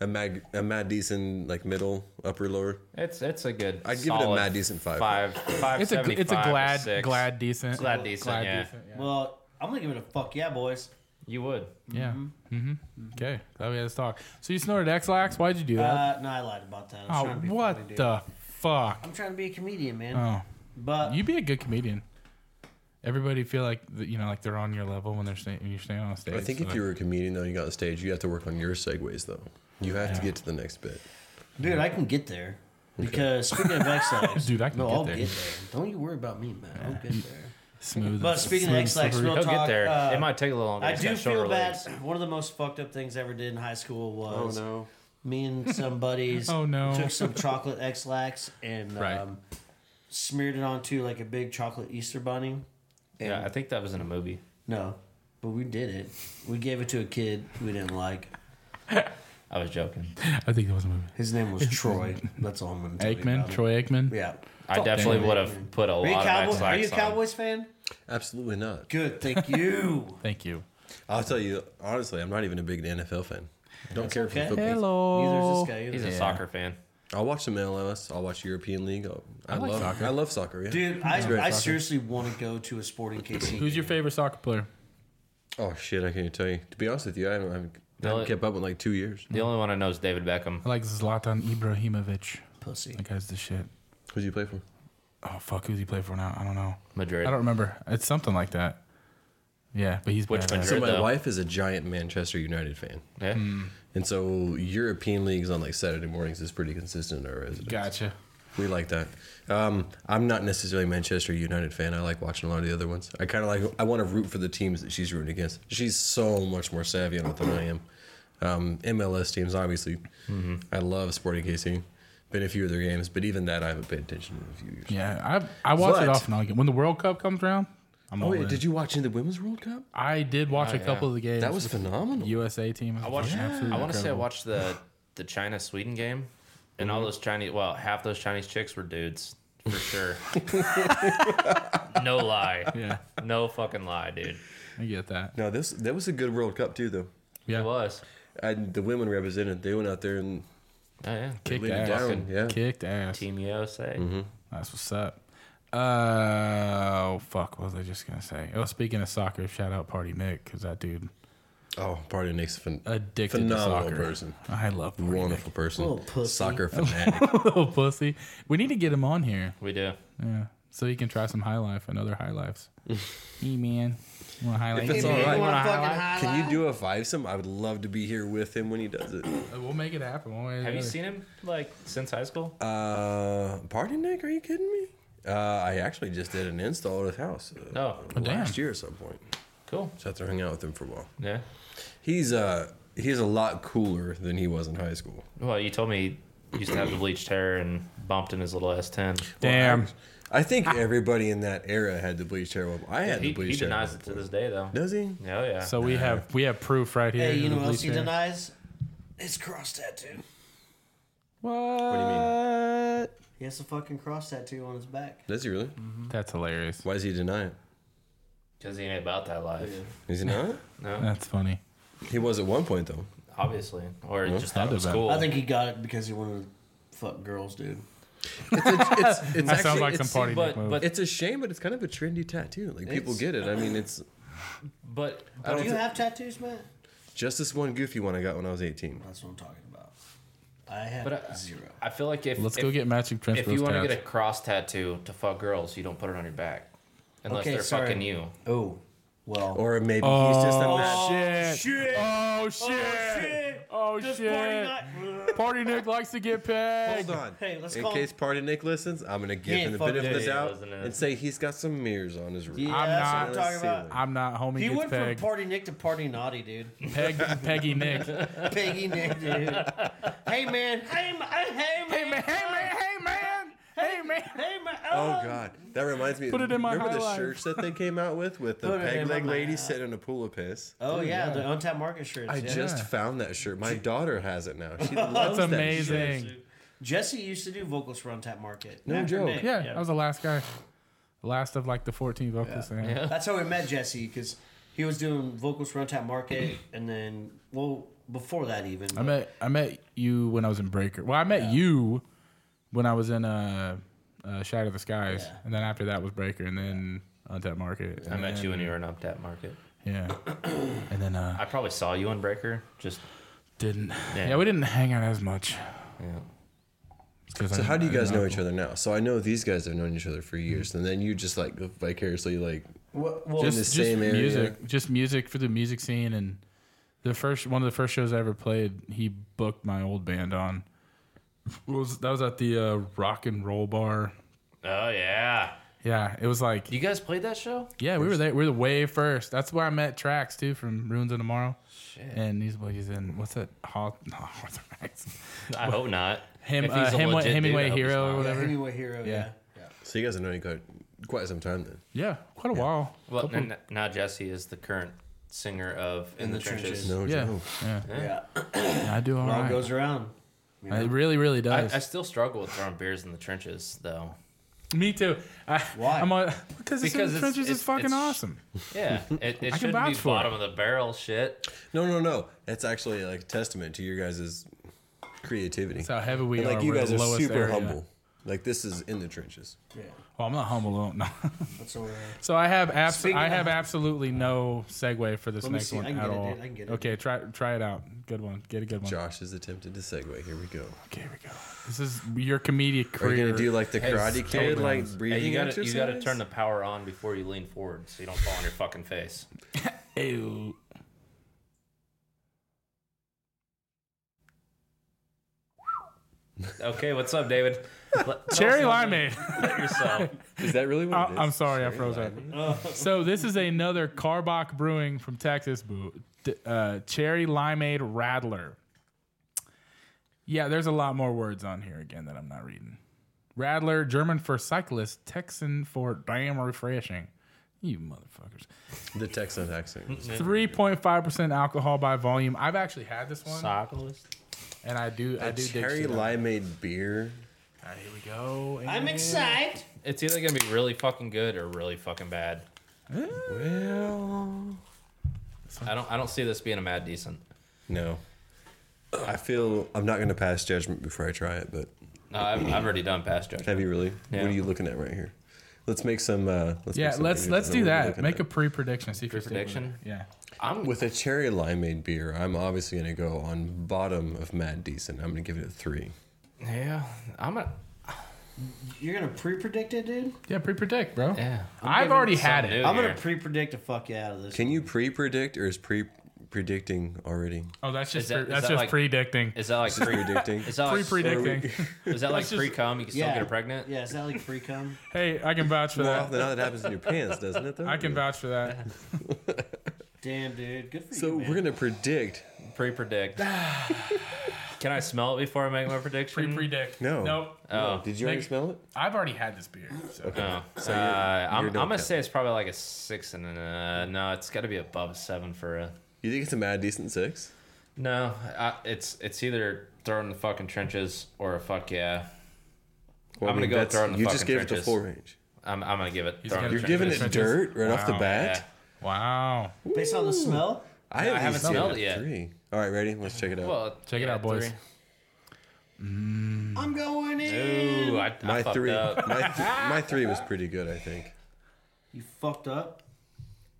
[SPEAKER 4] A Mag, a Matt Deason like middle, upper, lower.
[SPEAKER 3] It's it's a good.
[SPEAKER 4] I'd give it a
[SPEAKER 3] solid
[SPEAKER 4] Matt Decent five.
[SPEAKER 3] Five, five
[SPEAKER 2] It's a it's a
[SPEAKER 3] 75 or
[SPEAKER 2] glad
[SPEAKER 3] six.
[SPEAKER 2] glad decent
[SPEAKER 3] Glad decent, yeah.
[SPEAKER 1] Well, I'm gonna give it a fuck yeah, boys.
[SPEAKER 3] You would.
[SPEAKER 2] Yeah. Mm-hmm. Okay. Oh yeah, let's talk. So you snorted X-Lax. Why'd you do that?
[SPEAKER 1] Uh, no, I lied about that. I was
[SPEAKER 2] oh,
[SPEAKER 1] trying to be
[SPEAKER 2] what
[SPEAKER 1] funny, dude.
[SPEAKER 2] the fuck?
[SPEAKER 1] I'm trying to be a comedian, man.
[SPEAKER 2] Oh,
[SPEAKER 1] but
[SPEAKER 2] you be a good comedian. Everybody feel like that, you know, like they're on your level when they're staying. When you're staying on stage.
[SPEAKER 4] I think
[SPEAKER 2] so
[SPEAKER 4] if you were a comedian though, and you got on stage, you have to work on your segues though. You have to get to the next bit.
[SPEAKER 1] dude, I can get there. Because speaking of X-Lax,
[SPEAKER 2] Dude, I can
[SPEAKER 1] no,
[SPEAKER 2] get
[SPEAKER 1] I'll
[SPEAKER 2] there.
[SPEAKER 1] get there. Don't you worry about me, man. I'll get there.
[SPEAKER 2] smooth.
[SPEAKER 1] But speaking of
[SPEAKER 2] smooth
[SPEAKER 1] X-Lax,
[SPEAKER 2] slippery.
[SPEAKER 1] real
[SPEAKER 3] He'll
[SPEAKER 1] talk,
[SPEAKER 3] get there.
[SPEAKER 1] uh,
[SPEAKER 3] it might take a little longer.
[SPEAKER 1] I
[SPEAKER 3] He's
[SPEAKER 1] do
[SPEAKER 3] got shorter
[SPEAKER 1] feel bad.
[SPEAKER 3] legs. Oh,
[SPEAKER 1] One of the most fucked up things I ever did in high school was
[SPEAKER 4] no!
[SPEAKER 1] me and some buddies
[SPEAKER 2] Oh, no.
[SPEAKER 1] took some chocolate X-Lax and
[SPEAKER 2] Right.
[SPEAKER 1] um, smeared it onto like a big chocolate Easter bunny.
[SPEAKER 3] Yeah, I think that was in a movie.
[SPEAKER 1] No, but we did it. We gave it to a kid we didn't like.
[SPEAKER 3] I was joking.
[SPEAKER 2] I think that was a movie.
[SPEAKER 1] His name was Troy. That's all I'm going to tell you
[SPEAKER 2] Aikman,
[SPEAKER 1] about him.
[SPEAKER 2] Troy Aikman.
[SPEAKER 1] Yeah.
[SPEAKER 3] I
[SPEAKER 2] Fuck
[SPEAKER 3] definitely
[SPEAKER 2] Damon.
[SPEAKER 3] would have put a
[SPEAKER 1] Are you,
[SPEAKER 3] lot of
[SPEAKER 1] Cowboy,
[SPEAKER 3] Xanax
[SPEAKER 1] are you a
[SPEAKER 3] on.
[SPEAKER 1] Cowboys fan?
[SPEAKER 4] Absolutely not.
[SPEAKER 1] Good, thank you.
[SPEAKER 2] Thank you.
[SPEAKER 4] I'll tell you honestly, I'm not even a big NFL fan. Don't care
[SPEAKER 1] okay.
[SPEAKER 4] for football.
[SPEAKER 2] Hello.
[SPEAKER 1] Neither is this
[SPEAKER 3] He's
[SPEAKER 1] guy.
[SPEAKER 3] a
[SPEAKER 1] Either.
[SPEAKER 3] soccer fan.
[SPEAKER 4] I'll watch some MLS. I'll watch European League. I'll- I,
[SPEAKER 2] like
[SPEAKER 4] love
[SPEAKER 2] soccer.
[SPEAKER 4] I love soccer. Yeah.
[SPEAKER 1] Dude, I, I
[SPEAKER 4] Great.
[SPEAKER 1] seriously want to go to a sporting KC.
[SPEAKER 2] Who's your favorite soccer player?
[SPEAKER 4] Oh shit! I can't even tell you. To be honest with you, I haven't, I haven't, I
[SPEAKER 3] No,
[SPEAKER 4] haven't
[SPEAKER 3] it-
[SPEAKER 4] kept up in like two years.
[SPEAKER 3] The only one I know is David Beckham.
[SPEAKER 2] I like Zlatan Ibrahimovic.
[SPEAKER 1] pussy?
[SPEAKER 2] That guy's the shit.
[SPEAKER 4] Who's you play for?
[SPEAKER 2] Oh fuck, who's he play for now? I don't know. I
[SPEAKER 3] Madrid.
[SPEAKER 2] don't remember. It's something like that. Yeah, but he's
[SPEAKER 3] Which
[SPEAKER 2] badass.
[SPEAKER 3] Madrid?
[SPEAKER 4] So my
[SPEAKER 3] though.
[SPEAKER 4] wife is a giant Manchester United fan,
[SPEAKER 3] Yeah.
[SPEAKER 2] Mm.
[SPEAKER 4] and so European leagues on like Saturday mornings is pretty consistent in our residence.
[SPEAKER 2] Gotcha.
[SPEAKER 4] We like that. Um, I'm not necessarily a Manchester United fan. I like watching a lot of the other ones. I kind of like. I want to root for the teams that she's rooting against. She's so much more savvy on it than I am. Um, MLS teams, obviously. I love Sporting KC. Been a few of their games, but even that I haven't paid attention in a few years.
[SPEAKER 2] Yeah, I I watch it
[SPEAKER 4] But-
[SPEAKER 2] off and on again. When the World Cup comes around, I'm
[SPEAKER 4] Oh
[SPEAKER 2] all in.
[SPEAKER 4] wait, did you watch in the Women's World Cup?
[SPEAKER 2] I did watch a
[SPEAKER 3] Oh, yeah.
[SPEAKER 2] couple of the games.
[SPEAKER 4] That was
[SPEAKER 2] with the
[SPEAKER 4] phenomenal.
[SPEAKER 2] USA team.
[SPEAKER 3] I watched. I want to say I
[SPEAKER 2] incredible.
[SPEAKER 3] watched the the China Sweden game, and all those Chinese. Well, half those Chinese chicks were dudes for sure. no lie.
[SPEAKER 2] Yeah,
[SPEAKER 3] No fucking lie, dude.
[SPEAKER 2] I get that.
[SPEAKER 4] No, this that was a good World Cup too, though.
[SPEAKER 2] Yeah,
[SPEAKER 3] It was.
[SPEAKER 4] And the women represented. They went out there and
[SPEAKER 3] Oh yeah.
[SPEAKER 2] kicked
[SPEAKER 4] laid it
[SPEAKER 2] ass.
[SPEAKER 4] down. Yeah.
[SPEAKER 2] Kicked ass.
[SPEAKER 3] Team USA.
[SPEAKER 2] That's what's up. Uh, oh fuck, what was I just gonna say? Oh, speaking of soccer, shout out Party Nick because that dude
[SPEAKER 4] Oh, Party Nick's phen-
[SPEAKER 2] addicted
[SPEAKER 4] Phenomenal
[SPEAKER 2] to soccer.
[SPEAKER 4] person.
[SPEAKER 2] I love Party
[SPEAKER 4] wonderful person,
[SPEAKER 1] Little pussy.
[SPEAKER 4] soccer fanatic.
[SPEAKER 2] Nick. Little Oh, pussy. We need to get him on here.
[SPEAKER 3] We do.
[SPEAKER 2] Yeah, so he can try some high life and other high lives. hey man, want a high life?
[SPEAKER 4] it's
[SPEAKER 2] Hey, man,
[SPEAKER 4] all right.
[SPEAKER 2] you want a high
[SPEAKER 1] fucking
[SPEAKER 2] life?
[SPEAKER 4] Can you do a fivesome? I would love to be here with him when he does it.
[SPEAKER 2] Uh, We'll make it happen. one way or the
[SPEAKER 3] Have you
[SPEAKER 2] other.
[SPEAKER 3] seen him like since high school?
[SPEAKER 4] Uh, party Nick? Are you kidding me? Uh, I actually just did an install at his house uh,
[SPEAKER 3] Oh,
[SPEAKER 4] last
[SPEAKER 2] damn.
[SPEAKER 4] year at some point.
[SPEAKER 3] cool.
[SPEAKER 4] So I had to hang out with him for a while.
[SPEAKER 3] Yeah.
[SPEAKER 4] He's uh he's a lot cooler than he was in high school.
[SPEAKER 3] Well, you told me he used to have the bleached hair and bumped in his little S10.
[SPEAKER 2] Damn.
[SPEAKER 4] I think everybody in that era had the bleached hair. Well, I had
[SPEAKER 3] He,
[SPEAKER 4] the
[SPEAKER 3] he
[SPEAKER 4] bleached hair.
[SPEAKER 3] denies it to this day, though.
[SPEAKER 4] Does he?
[SPEAKER 3] Oh yeah.
[SPEAKER 2] So we have we have proof right here.
[SPEAKER 1] Hey, you
[SPEAKER 2] in
[SPEAKER 1] know
[SPEAKER 2] the
[SPEAKER 1] what else he
[SPEAKER 2] bleacher.
[SPEAKER 1] denies? His cross tattoo.
[SPEAKER 2] What?
[SPEAKER 4] What do you mean?
[SPEAKER 1] He has a fucking cross tattoo on his back.
[SPEAKER 4] Does he really?
[SPEAKER 2] That's hilarious.
[SPEAKER 4] Why does he deny it?
[SPEAKER 3] Because he ain't about that life.
[SPEAKER 4] Is he not?
[SPEAKER 3] No,
[SPEAKER 2] That's funny.
[SPEAKER 4] he was at one point though.
[SPEAKER 3] obviously. Or he just
[SPEAKER 2] Had
[SPEAKER 3] thought
[SPEAKER 2] to
[SPEAKER 3] it was
[SPEAKER 2] been.
[SPEAKER 3] cool.
[SPEAKER 1] I think he got it because he wanted to fuck girls, dude.
[SPEAKER 4] It's, it's,
[SPEAKER 2] That sounds
[SPEAKER 4] actually-
[SPEAKER 2] like some
[SPEAKER 4] it's-
[SPEAKER 2] party
[SPEAKER 3] but-
[SPEAKER 2] dick move.
[SPEAKER 3] but-
[SPEAKER 4] It's a shame, but it's kind of a trendy tattoo. Like people
[SPEAKER 1] It's-
[SPEAKER 4] get it. I mean, it's
[SPEAKER 3] but
[SPEAKER 4] I
[SPEAKER 1] Do
[SPEAKER 4] don't
[SPEAKER 1] you
[SPEAKER 4] thi-
[SPEAKER 1] have tattoos, Matt?
[SPEAKER 4] just this one goofy one I got when I was 18.
[SPEAKER 1] That's what I'm talking about. I have
[SPEAKER 3] but I,
[SPEAKER 1] zero.
[SPEAKER 3] I feel like if
[SPEAKER 2] Let's
[SPEAKER 3] if,
[SPEAKER 2] go get matching
[SPEAKER 3] if
[SPEAKER 2] transfer.
[SPEAKER 3] you want to get a cross tattoo to fuck girls, you don't put it on your back unless
[SPEAKER 1] Okay,
[SPEAKER 3] they're
[SPEAKER 1] sorry.
[SPEAKER 3] fucking you.
[SPEAKER 1] Oh, well.
[SPEAKER 4] Or maybe he's just
[SPEAKER 1] Oh,
[SPEAKER 4] a match.
[SPEAKER 2] shit. Oh shit! Oh shit! Party Nick likes to get pegged.
[SPEAKER 4] Hold on.
[SPEAKER 1] Hey, let's
[SPEAKER 4] In
[SPEAKER 1] call
[SPEAKER 4] case Party Nick listens, I'm gonna give
[SPEAKER 1] He
[SPEAKER 4] him
[SPEAKER 1] ain't
[SPEAKER 4] the
[SPEAKER 1] fucking
[SPEAKER 4] benefit of the
[SPEAKER 3] idiot,
[SPEAKER 4] doubt
[SPEAKER 3] wasn't it?
[SPEAKER 4] and say he's got some mirrors on his roof.
[SPEAKER 1] Yeah,
[SPEAKER 2] I'm
[SPEAKER 1] that's
[SPEAKER 2] not-
[SPEAKER 1] what I'm talking about.
[SPEAKER 2] I'm not homie.
[SPEAKER 1] He
[SPEAKER 2] gets
[SPEAKER 1] went from
[SPEAKER 2] pegged.
[SPEAKER 1] party Nick to party naughty, dude.
[SPEAKER 2] Peg, Peggy Nick. hey
[SPEAKER 1] Peggy Nick, dude. hey man. Hey, ma- hey man.
[SPEAKER 2] man! Hey man! Hey man!
[SPEAKER 1] Hey uh, man.
[SPEAKER 4] Oh God, that reminds me.
[SPEAKER 2] Put it in my
[SPEAKER 4] Remember
[SPEAKER 2] high
[SPEAKER 4] the
[SPEAKER 2] life.
[SPEAKER 4] shirts that they came out with with the
[SPEAKER 1] Put it in
[SPEAKER 4] peg
[SPEAKER 1] my
[SPEAKER 4] leg lady
[SPEAKER 1] mouth.
[SPEAKER 4] sitting in a pool of piss.
[SPEAKER 1] Oh yeah, the untapped market shirts.
[SPEAKER 4] I
[SPEAKER 1] yeah.
[SPEAKER 4] just found that shirt. My daughter has it now. She loves
[SPEAKER 2] That's
[SPEAKER 4] that
[SPEAKER 2] amazing.
[SPEAKER 4] shirt.
[SPEAKER 1] Jesse used to do vocals for Untapped Market.
[SPEAKER 4] No
[SPEAKER 1] After
[SPEAKER 4] joke.
[SPEAKER 1] Nick,
[SPEAKER 2] Yeah, I was the last guy. Last of like the 14 vocals. Yeah.
[SPEAKER 1] That's how we met Jesse because he was doing vocals for Untapped Market, and then well before that even.
[SPEAKER 2] I met I met you when I was in Breaker. Well, I met you when I was in uh, uh Shadow of the Skies,
[SPEAKER 1] Yeah.
[SPEAKER 2] and then after that was Breaker, and then on Untapped Market.
[SPEAKER 3] I
[SPEAKER 2] and
[SPEAKER 3] met
[SPEAKER 2] then-
[SPEAKER 3] you when you were in Uptap Market.
[SPEAKER 2] Yeah, and then uh,
[SPEAKER 3] I probably saw you in Breaker. Just
[SPEAKER 2] didn't. Yeah.
[SPEAKER 3] Yeah.
[SPEAKER 2] we didn't hang out as much.
[SPEAKER 3] yeah.
[SPEAKER 4] So how do you guys know each other now? So I know these guys have known each other for
[SPEAKER 2] Mm-hmm.
[SPEAKER 4] years, and then you just like vicariously like
[SPEAKER 1] well,
[SPEAKER 4] in the same area.
[SPEAKER 2] music, just music for the music scene, and the first one of the first shows I ever played, he booked my old band on. Was that was at the uh, rock and roll bar?
[SPEAKER 3] Oh yeah.
[SPEAKER 2] Yeah, it was like
[SPEAKER 3] You guys played that show?
[SPEAKER 2] yeah, we were there. We were the way first. That's where I met Trax too from Ruins of Tomorrow. And he's well, he's in what's that? Hall, no, what's that?
[SPEAKER 3] I hope not.
[SPEAKER 2] Him,
[SPEAKER 3] If
[SPEAKER 2] uh,
[SPEAKER 3] he's a
[SPEAKER 2] Hemingway,
[SPEAKER 3] legit dude,
[SPEAKER 2] Hemingway
[SPEAKER 3] I hope he's
[SPEAKER 2] Hero
[SPEAKER 3] not.
[SPEAKER 2] or
[SPEAKER 1] yeah,
[SPEAKER 2] whatever. Yeah,
[SPEAKER 1] Hemingway Hero. Yeah.
[SPEAKER 2] Yeah.
[SPEAKER 1] yeah.
[SPEAKER 4] So you guys have known each other quite some time then.
[SPEAKER 2] quite a while.
[SPEAKER 3] Well,
[SPEAKER 2] Couple-
[SPEAKER 3] n- n- now Jesse is the current singer of In, the, Trenches.
[SPEAKER 4] No
[SPEAKER 2] yeah,
[SPEAKER 4] joke.
[SPEAKER 2] yeah,
[SPEAKER 1] Yeah.
[SPEAKER 2] I do all
[SPEAKER 1] Well,
[SPEAKER 2] right.
[SPEAKER 1] it goes around. you know?
[SPEAKER 2] It really, really does.
[SPEAKER 3] I, I still struggle with throwing beers in the trenches, though.
[SPEAKER 2] Me too. I,
[SPEAKER 1] Why?
[SPEAKER 2] I'm on, because it's in
[SPEAKER 3] Because
[SPEAKER 2] the
[SPEAKER 3] it's-
[SPEAKER 2] trenches
[SPEAKER 3] it's-
[SPEAKER 2] is fucking
[SPEAKER 3] it's-
[SPEAKER 2] awesome.
[SPEAKER 3] Yeah, it, it should be
[SPEAKER 2] vouch for it.
[SPEAKER 3] bottom of the barrel shit.
[SPEAKER 4] No, no, no. That's actually like a testament to your guys' creativity.
[SPEAKER 2] That's how heavy we
[SPEAKER 4] And,
[SPEAKER 2] are.
[SPEAKER 4] like you
[SPEAKER 2] We're
[SPEAKER 4] guys
[SPEAKER 2] the
[SPEAKER 4] are
[SPEAKER 2] lowest
[SPEAKER 4] super
[SPEAKER 2] area.
[SPEAKER 4] humble. Like this is in the trenches.
[SPEAKER 1] Yeah.
[SPEAKER 2] Well, I'm not humble. though, No.
[SPEAKER 1] That's what we're.
[SPEAKER 2] So I have abs-
[SPEAKER 1] Speaking
[SPEAKER 2] I have
[SPEAKER 1] of-
[SPEAKER 2] absolutely no segue for this
[SPEAKER 1] Let me
[SPEAKER 2] next
[SPEAKER 1] see.
[SPEAKER 2] one
[SPEAKER 1] I can
[SPEAKER 2] at
[SPEAKER 1] get it,
[SPEAKER 2] all.
[SPEAKER 1] dude. I can get it.
[SPEAKER 2] Okay, try try it out. Good one. Get a good one.
[SPEAKER 4] Josh has attempted to segue. Here we go.
[SPEAKER 2] Okay, here we go. This is your comedic
[SPEAKER 4] Are
[SPEAKER 2] career.
[SPEAKER 4] you gonna do like the Karate Kid, like
[SPEAKER 3] Hey,
[SPEAKER 4] breathing
[SPEAKER 3] you gotta
[SPEAKER 4] exercise?
[SPEAKER 3] you gotta turn the power on before you lean forward, so you don't fall on your fucking face.
[SPEAKER 2] Ew.
[SPEAKER 3] Okay, what's up, David? Let- tell
[SPEAKER 1] Oh,
[SPEAKER 2] cherry
[SPEAKER 3] us about
[SPEAKER 2] limeade?
[SPEAKER 3] yourself.
[SPEAKER 4] Is that really what?
[SPEAKER 2] I-
[SPEAKER 4] it is?
[SPEAKER 2] I'm sorry, I froze up. So this is another Carbach Brewing from Texas. Boo, D- uh, cherry limeade rattler. Yeah, there's a lot more words on here again that I'm not reading. Rattler, German for cyclist, Texan for damn refreshing. You motherfuckers.
[SPEAKER 4] The Texan accent.
[SPEAKER 2] 3.5% alcohol by volume. I've actually had this one,
[SPEAKER 3] Cyclist.
[SPEAKER 2] and I do, I do dig
[SPEAKER 4] Cherry
[SPEAKER 2] shit up.
[SPEAKER 4] limeade beer.
[SPEAKER 2] All right, here we go.
[SPEAKER 1] I'm
[SPEAKER 2] and-
[SPEAKER 1] excited.
[SPEAKER 3] It's either gonna be really fucking good or really fucking bad.
[SPEAKER 4] Well,
[SPEAKER 3] I don't I don't see this being a mad decent.
[SPEAKER 4] no. I feel I'm not gonna pass judgment before I try it, but
[SPEAKER 3] No, I've, I've already done past judgment.
[SPEAKER 4] have you really?
[SPEAKER 3] Yeah.
[SPEAKER 4] What are you looking at right here? Let's make some. Uh, let's make
[SPEAKER 2] Yeah,
[SPEAKER 4] some
[SPEAKER 2] let's
[SPEAKER 4] images
[SPEAKER 2] let's
[SPEAKER 4] of
[SPEAKER 2] do
[SPEAKER 4] what we're
[SPEAKER 2] that.
[SPEAKER 4] looking
[SPEAKER 2] Make
[SPEAKER 4] at.
[SPEAKER 2] a pre-prediction. See if you
[SPEAKER 3] Pre-prediction?
[SPEAKER 2] stick with it. Yeah.
[SPEAKER 3] I'm
[SPEAKER 4] With a cherry limeade beer, I'm obviously going to go on bottom of Mad Decent. I'm going to give it a three.
[SPEAKER 3] yeah. I'm a
[SPEAKER 1] You're gonna pre-predict it, dude.
[SPEAKER 2] Yeah, pre-predict, bro.
[SPEAKER 3] yeah. I'm
[SPEAKER 2] I've
[SPEAKER 3] giving
[SPEAKER 2] already
[SPEAKER 3] something
[SPEAKER 2] had it.
[SPEAKER 3] new
[SPEAKER 1] I'm
[SPEAKER 3] here.
[SPEAKER 1] gonna pre-predict the fuck you out of this.
[SPEAKER 4] Can you pre predict or is pre predicting already?
[SPEAKER 2] Oh, that's just
[SPEAKER 3] Is that-
[SPEAKER 2] pre-
[SPEAKER 3] is
[SPEAKER 2] that's
[SPEAKER 3] that
[SPEAKER 2] just
[SPEAKER 3] like-
[SPEAKER 2] predicting.
[SPEAKER 3] Is that like pre
[SPEAKER 4] Predicting?
[SPEAKER 3] Is that like
[SPEAKER 2] Pre-predicting.
[SPEAKER 3] Is that like
[SPEAKER 2] Let's just-
[SPEAKER 3] pre cum? You can still
[SPEAKER 1] yeah.
[SPEAKER 3] get her pregnant.
[SPEAKER 1] Yeah, is that like pre cum?
[SPEAKER 2] hey, I can vouch for
[SPEAKER 4] More often
[SPEAKER 2] that.
[SPEAKER 4] than not, that happens in your pants, doesn't it? Though
[SPEAKER 2] I can vouch for that.
[SPEAKER 1] Damn, dude. Good for you.
[SPEAKER 4] So
[SPEAKER 1] man.
[SPEAKER 4] we're going to predict.
[SPEAKER 3] Pre predict. Can I smell it before I make my prediction?
[SPEAKER 2] Pre-predict.
[SPEAKER 4] No.
[SPEAKER 2] Nope.
[SPEAKER 3] Oh.
[SPEAKER 4] Did you already
[SPEAKER 2] Make-
[SPEAKER 4] smell it?
[SPEAKER 2] I've already had this beer. So.
[SPEAKER 3] Oh.
[SPEAKER 4] So
[SPEAKER 3] uh,
[SPEAKER 4] you're-
[SPEAKER 3] I'm,
[SPEAKER 4] you're
[SPEAKER 3] I'm
[SPEAKER 4] no
[SPEAKER 3] gonna
[SPEAKER 4] count.
[SPEAKER 3] say it's probably like a six and uh no, it's got to be above a seven for a
[SPEAKER 4] You think it's a Mad Decent six?
[SPEAKER 3] no. I, it's it's either throw it in the fucking trenches or a fuck yeah.
[SPEAKER 4] Well,
[SPEAKER 3] I'm gonna go
[SPEAKER 4] that's-
[SPEAKER 3] throw it in the
[SPEAKER 4] You just
[SPEAKER 3] fucking
[SPEAKER 4] gave it the
[SPEAKER 3] trenches. Oh,
[SPEAKER 4] four range.
[SPEAKER 3] I'm, I'm gonna give it. Throw it in
[SPEAKER 2] got
[SPEAKER 3] the
[SPEAKER 4] You're
[SPEAKER 2] Trenches.
[SPEAKER 4] giving
[SPEAKER 3] trenches.
[SPEAKER 4] it dirt right off the
[SPEAKER 2] Wow.
[SPEAKER 4] bat?
[SPEAKER 2] Wow.
[SPEAKER 1] based on the smell.
[SPEAKER 4] I, at
[SPEAKER 3] I haven't
[SPEAKER 4] least gave
[SPEAKER 3] smelled it yet.
[SPEAKER 4] Three. All right, ready? Let's check it out.
[SPEAKER 3] Well,
[SPEAKER 2] Check it
[SPEAKER 3] yeah,
[SPEAKER 2] out, boys.
[SPEAKER 3] three.
[SPEAKER 4] Hmm.
[SPEAKER 1] I'm going in.
[SPEAKER 3] Ooh, I, I
[SPEAKER 4] my
[SPEAKER 3] fucked
[SPEAKER 4] three,
[SPEAKER 3] up.
[SPEAKER 4] my, th- my three was pretty good, I think.
[SPEAKER 1] You fucked up,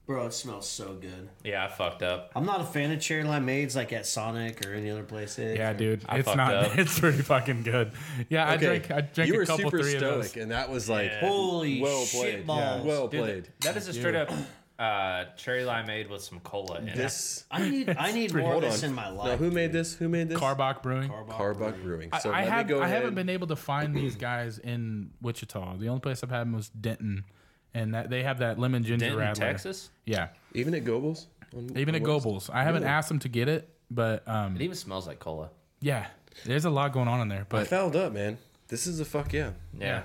[SPEAKER 1] bro. It smells so good.
[SPEAKER 3] Yeah, I fucked up.
[SPEAKER 1] I'm not a fan of cherry limeades like at Sonic or any other places.
[SPEAKER 2] Yeah, dude.
[SPEAKER 3] I
[SPEAKER 2] it's
[SPEAKER 3] fucked
[SPEAKER 2] not.
[SPEAKER 3] up.
[SPEAKER 2] It's pretty fucking good. Yeah, I
[SPEAKER 4] Okay,
[SPEAKER 2] drank. I drank
[SPEAKER 4] you
[SPEAKER 2] a
[SPEAKER 4] were
[SPEAKER 2] couple
[SPEAKER 4] super
[SPEAKER 2] three of
[SPEAKER 4] stoic,
[SPEAKER 2] those.
[SPEAKER 4] and that was like
[SPEAKER 1] Holy
[SPEAKER 4] well
[SPEAKER 1] shit
[SPEAKER 4] played.
[SPEAKER 1] balls.
[SPEAKER 4] Well
[SPEAKER 3] Dude,
[SPEAKER 4] played.
[SPEAKER 3] That is a straight up uh, cherry limeade with some cola in it.
[SPEAKER 4] This.
[SPEAKER 1] I need I need more of this in my
[SPEAKER 4] Now,
[SPEAKER 1] life.
[SPEAKER 4] who made this? Who made this?
[SPEAKER 2] Carbach Brewing.
[SPEAKER 4] Carbuck Brewing. So
[SPEAKER 2] I,
[SPEAKER 4] let
[SPEAKER 2] have,
[SPEAKER 4] me go
[SPEAKER 2] I
[SPEAKER 4] ahead.
[SPEAKER 2] haven't been able to find these guys in Wichita. The only place I've had them was Denton, and that they have that lemon ginger
[SPEAKER 3] Denton,
[SPEAKER 2] rattler.
[SPEAKER 3] Texas.
[SPEAKER 2] Yeah,
[SPEAKER 4] even at Goebbels. On-
[SPEAKER 2] even at
[SPEAKER 4] on Wednesday?
[SPEAKER 2] Goebbels. I haven't asked them to get it, but um,
[SPEAKER 3] It even smells like cola.
[SPEAKER 2] yeah, there's a lot going on in there.
[SPEAKER 4] I
[SPEAKER 2] But
[SPEAKER 4] fouled up, man. This is a fuck yeah.
[SPEAKER 3] Yeah.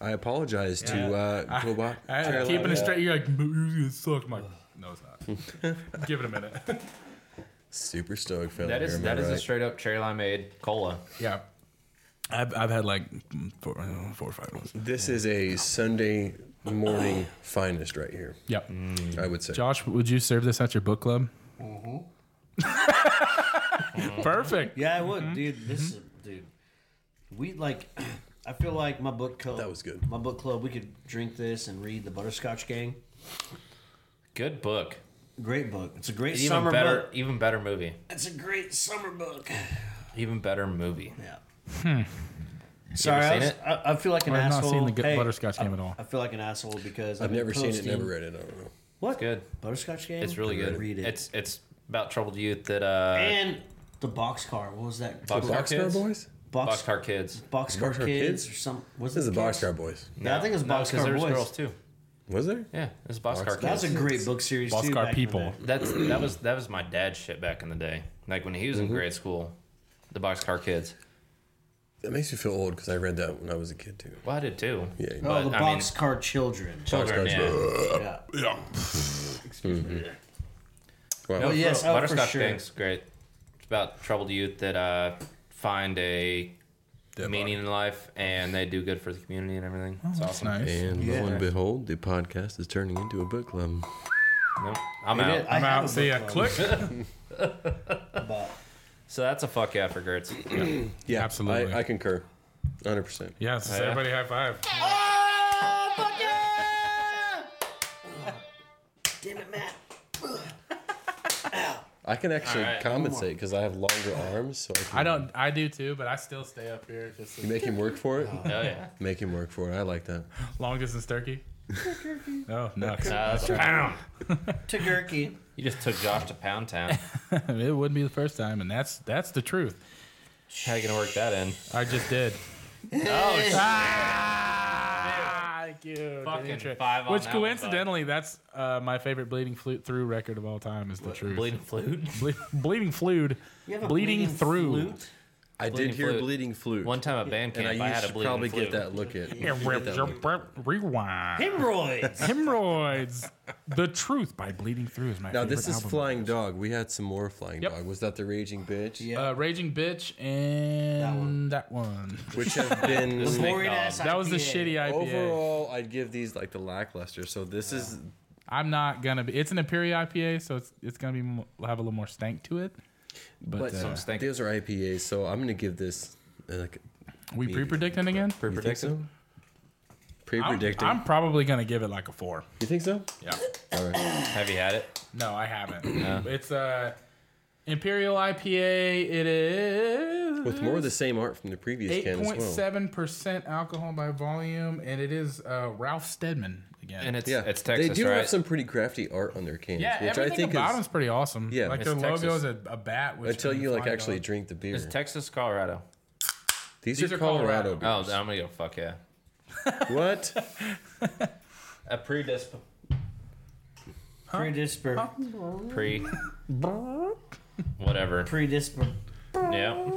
[SPEAKER 4] I apologize
[SPEAKER 2] Yeah.
[SPEAKER 4] to uh, to what?
[SPEAKER 2] I,
[SPEAKER 4] Carolina.
[SPEAKER 2] keeping it straight, you're like, "It sucked." I'm like, no, it's not. Give it a minute.
[SPEAKER 4] Super stoked, fella.
[SPEAKER 3] That is
[SPEAKER 4] am I
[SPEAKER 3] that is a
[SPEAKER 4] right?
[SPEAKER 3] straight up cherry limeade cola.
[SPEAKER 2] Yeah. I've, I've had like four, I don't know, four or five ones.
[SPEAKER 4] This is a Sunday morning finest right here.
[SPEAKER 2] Yeah.
[SPEAKER 4] I would say.
[SPEAKER 2] Josh, would you serve this at your book club? Mm-hmm. Perfect.
[SPEAKER 1] Yeah, I would,
[SPEAKER 2] Mm-hmm.
[SPEAKER 1] dude. This is dude. We like. I feel like my book club.
[SPEAKER 4] That was good.
[SPEAKER 1] My book club. We could drink this and read the Butterscotch Gang.
[SPEAKER 3] Good book.
[SPEAKER 1] Great book. It's a great
[SPEAKER 3] Even
[SPEAKER 1] summer
[SPEAKER 3] better
[SPEAKER 1] book.
[SPEAKER 3] even better movie.
[SPEAKER 1] It's a great summer book.
[SPEAKER 3] Even better movie.
[SPEAKER 1] Yeah.
[SPEAKER 4] Hmm.
[SPEAKER 1] Sorry, I,
[SPEAKER 3] seen
[SPEAKER 1] was-
[SPEAKER 3] it?
[SPEAKER 1] I, I feel like an
[SPEAKER 2] I've not
[SPEAKER 1] asshole.
[SPEAKER 2] seen the good
[SPEAKER 1] Hey,
[SPEAKER 2] Butterscotch Game
[SPEAKER 1] I-
[SPEAKER 2] at all.
[SPEAKER 1] I feel like an asshole because
[SPEAKER 4] I've
[SPEAKER 1] been
[SPEAKER 4] never seen it,
[SPEAKER 1] posting-
[SPEAKER 4] never read it. I don't know.
[SPEAKER 1] What?
[SPEAKER 3] It's good.
[SPEAKER 1] Butterscotch Gang.
[SPEAKER 3] It's really good.
[SPEAKER 1] Read it.
[SPEAKER 3] It's it's about troubled youth that uh
[SPEAKER 1] and the boxcar. What was that?
[SPEAKER 3] Box- Boxcar
[SPEAKER 4] Boxcar
[SPEAKER 3] Kids?
[SPEAKER 4] Boys?
[SPEAKER 1] box,
[SPEAKER 3] Boxcar Kids.
[SPEAKER 1] boxcar,
[SPEAKER 4] Boxcar
[SPEAKER 1] kids,
[SPEAKER 4] Kids?
[SPEAKER 1] or some. Was
[SPEAKER 4] This is
[SPEAKER 1] it
[SPEAKER 4] the
[SPEAKER 1] Kids?
[SPEAKER 4] Boxcar Boys.
[SPEAKER 1] Yeah, I think it was
[SPEAKER 3] No, 'cause
[SPEAKER 1] Boxcar
[SPEAKER 3] there was
[SPEAKER 1] Boys.
[SPEAKER 3] girls too.
[SPEAKER 4] Was there?
[SPEAKER 3] Yeah, it's Boxcar
[SPEAKER 1] That was
[SPEAKER 3] Kids.
[SPEAKER 1] a great book series. too,
[SPEAKER 2] Boxcar
[SPEAKER 1] back in the
[SPEAKER 2] People.
[SPEAKER 1] day.
[SPEAKER 3] That's that was that was my dad's shit back in the day. Like when he was in grade school, the Boxcar Kids.
[SPEAKER 4] That makes me feel old because I read that when I was a kid too.
[SPEAKER 3] Well, I did too.
[SPEAKER 4] Yeah.
[SPEAKER 1] Oh, the
[SPEAKER 3] But, I mean-
[SPEAKER 1] boxcar children.
[SPEAKER 3] Children,
[SPEAKER 4] Boxcar
[SPEAKER 3] yeah.
[SPEAKER 4] Kids.
[SPEAKER 1] Yeah. Oh,
[SPEAKER 2] Yeah.
[SPEAKER 4] Wow.
[SPEAKER 3] No,
[SPEAKER 1] Oh, yes,
[SPEAKER 3] for-
[SPEAKER 1] oh, for
[SPEAKER 3] Butterscotch
[SPEAKER 1] sure.
[SPEAKER 3] Gang's great. It's about troubled youth that uh, find a meaning in life and they do good for the community and everything. it's
[SPEAKER 2] That's
[SPEAKER 3] awesome.
[SPEAKER 2] Oh, nice.
[SPEAKER 4] And lo
[SPEAKER 1] Yeah.
[SPEAKER 4] and behold, the podcast is turning into a book club.
[SPEAKER 3] Nope, I'm
[SPEAKER 1] It
[SPEAKER 3] out.
[SPEAKER 1] is- I
[SPEAKER 2] I'm
[SPEAKER 1] have
[SPEAKER 2] out.
[SPEAKER 1] a
[SPEAKER 2] See ya.
[SPEAKER 1] book
[SPEAKER 2] Click.
[SPEAKER 1] club about-
[SPEAKER 3] So that's a fuck yeah for Gertz.
[SPEAKER 1] Oh,
[SPEAKER 3] Yeah.
[SPEAKER 4] Yeah,
[SPEAKER 2] Absolutely.
[SPEAKER 4] I, I concur, hundred percent.
[SPEAKER 2] Yes.
[SPEAKER 3] yeah.
[SPEAKER 2] Everybody high five.
[SPEAKER 1] Damn it, Matt.
[SPEAKER 4] I can actually
[SPEAKER 3] All right.
[SPEAKER 4] compensate because I have longer arms, so I, can,
[SPEAKER 2] I don't. I do too, but I still stay up here. Just
[SPEAKER 4] You make him work for it.
[SPEAKER 3] Oh yeah.
[SPEAKER 4] Make him work for it. I like that.
[SPEAKER 2] long distance turkey. oh, nuts.
[SPEAKER 3] Uh, that's pound.
[SPEAKER 1] Tagurky.
[SPEAKER 3] You just took Josh to Pound Town.
[SPEAKER 2] it wouldn't be the first time, and that's that's the truth.
[SPEAKER 3] How you gonna work that in?
[SPEAKER 2] I just did.
[SPEAKER 3] Oh shit.
[SPEAKER 2] Ah, thank you.
[SPEAKER 3] Fucking
[SPEAKER 2] Didn't try-
[SPEAKER 3] five on
[SPEAKER 2] Which
[SPEAKER 3] that one, bud.
[SPEAKER 2] coincidentally, that's uh, my favorite bleeding flute through record of all time. Is the truth.
[SPEAKER 3] Bleeding flute.
[SPEAKER 2] Ble- bleeding flute.
[SPEAKER 1] You have
[SPEAKER 2] Bleeding,
[SPEAKER 1] a
[SPEAKER 2] through.
[SPEAKER 1] flute?
[SPEAKER 4] I
[SPEAKER 3] Bleeding
[SPEAKER 4] did hear
[SPEAKER 3] flute.
[SPEAKER 4] bleeding flute,
[SPEAKER 3] One time at band
[SPEAKER 4] and I,
[SPEAKER 3] camp, I, had
[SPEAKER 4] used
[SPEAKER 3] a
[SPEAKER 4] to
[SPEAKER 3] bleeding
[SPEAKER 4] probably
[SPEAKER 3] flute.
[SPEAKER 4] get that look at. you should get that look.
[SPEAKER 2] Rewind.
[SPEAKER 1] Hemorrhoids.
[SPEAKER 2] Hemorrhoids. the truth by bleeding through is my
[SPEAKER 4] Now
[SPEAKER 2] favorite
[SPEAKER 4] this is
[SPEAKER 2] album.
[SPEAKER 4] Flying Dog. We had some more Flying
[SPEAKER 2] Yep.
[SPEAKER 4] Dog. Was that the Raging Bitch?
[SPEAKER 1] Yeah.
[SPEAKER 2] Uh, Raging bitch and that one.
[SPEAKER 4] Which have been
[SPEAKER 1] Boring
[SPEAKER 3] dog.
[SPEAKER 1] ass
[SPEAKER 2] That was the
[SPEAKER 1] IPA.
[SPEAKER 2] shitty IPA.
[SPEAKER 4] overall. I'd give these like the lackluster. So this is
[SPEAKER 2] I'm not gonna be. It's an Imperial IPA, so it's it's gonna be mo- have a little more stank to it. But,
[SPEAKER 4] but
[SPEAKER 2] uh,
[SPEAKER 4] some
[SPEAKER 3] stink.
[SPEAKER 4] these are IPAs. So I'm gonna give this uh, like
[SPEAKER 2] we pre-predicting again.
[SPEAKER 4] you think so?
[SPEAKER 2] I'm,
[SPEAKER 4] Pre-predicting.
[SPEAKER 2] I'm probably gonna give it like a four.
[SPEAKER 4] you think so?
[SPEAKER 2] Yeah.
[SPEAKER 4] All right.
[SPEAKER 3] Have you had it?
[SPEAKER 2] No, I haven't. It's a Imperial IPA. It is
[SPEAKER 4] With more of the same art from the previous
[SPEAKER 2] eight
[SPEAKER 4] can as
[SPEAKER 2] point
[SPEAKER 4] well.
[SPEAKER 2] seven percent alcohol by volume, and it is uh, Ralph Steadman again.
[SPEAKER 3] And it's
[SPEAKER 4] Yeah,
[SPEAKER 3] it's Texas,
[SPEAKER 4] They do
[SPEAKER 3] right?
[SPEAKER 4] have some pretty crafty art on their cans,
[SPEAKER 2] yeah,
[SPEAKER 4] which I
[SPEAKER 2] everything
[SPEAKER 4] think
[SPEAKER 2] about
[SPEAKER 4] is
[SPEAKER 2] is pretty awesome.
[SPEAKER 4] Yeah.
[SPEAKER 2] like
[SPEAKER 4] It's
[SPEAKER 2] their
[SPEAKER 3] Texas.
[SPEAKER 2] logo is a, a bat. Which
[SPEAKER 4] until
[SPEAKER 2] can
[SPEAKER 4] you like
[SPEAKER 2] fly
[SPEAKER 4] actually
[SPEAKER 2] dogs.
[SPEAKER 4] drink the beer.
[SPEAKER 3] It's Texas, Colorado.
[SPEAKER 4] these,
[SPEAKER 2] These
[SPEAKER 4] are
[SPEAKER 2] are Colorado.
[SPEAKER 4] Colorado. Oh.
[SPEAKER 3] Oh, I'm gonna go fuck yeah.
[SPEAKER 4] beers. what?
[SPEAKER 3] A predisp
[SPEAKER 1] Predisper.
[SPEAKER 3] pre whatever.
[SPEAKER 1] Predisper.
[SPEAKER 3] Yeah.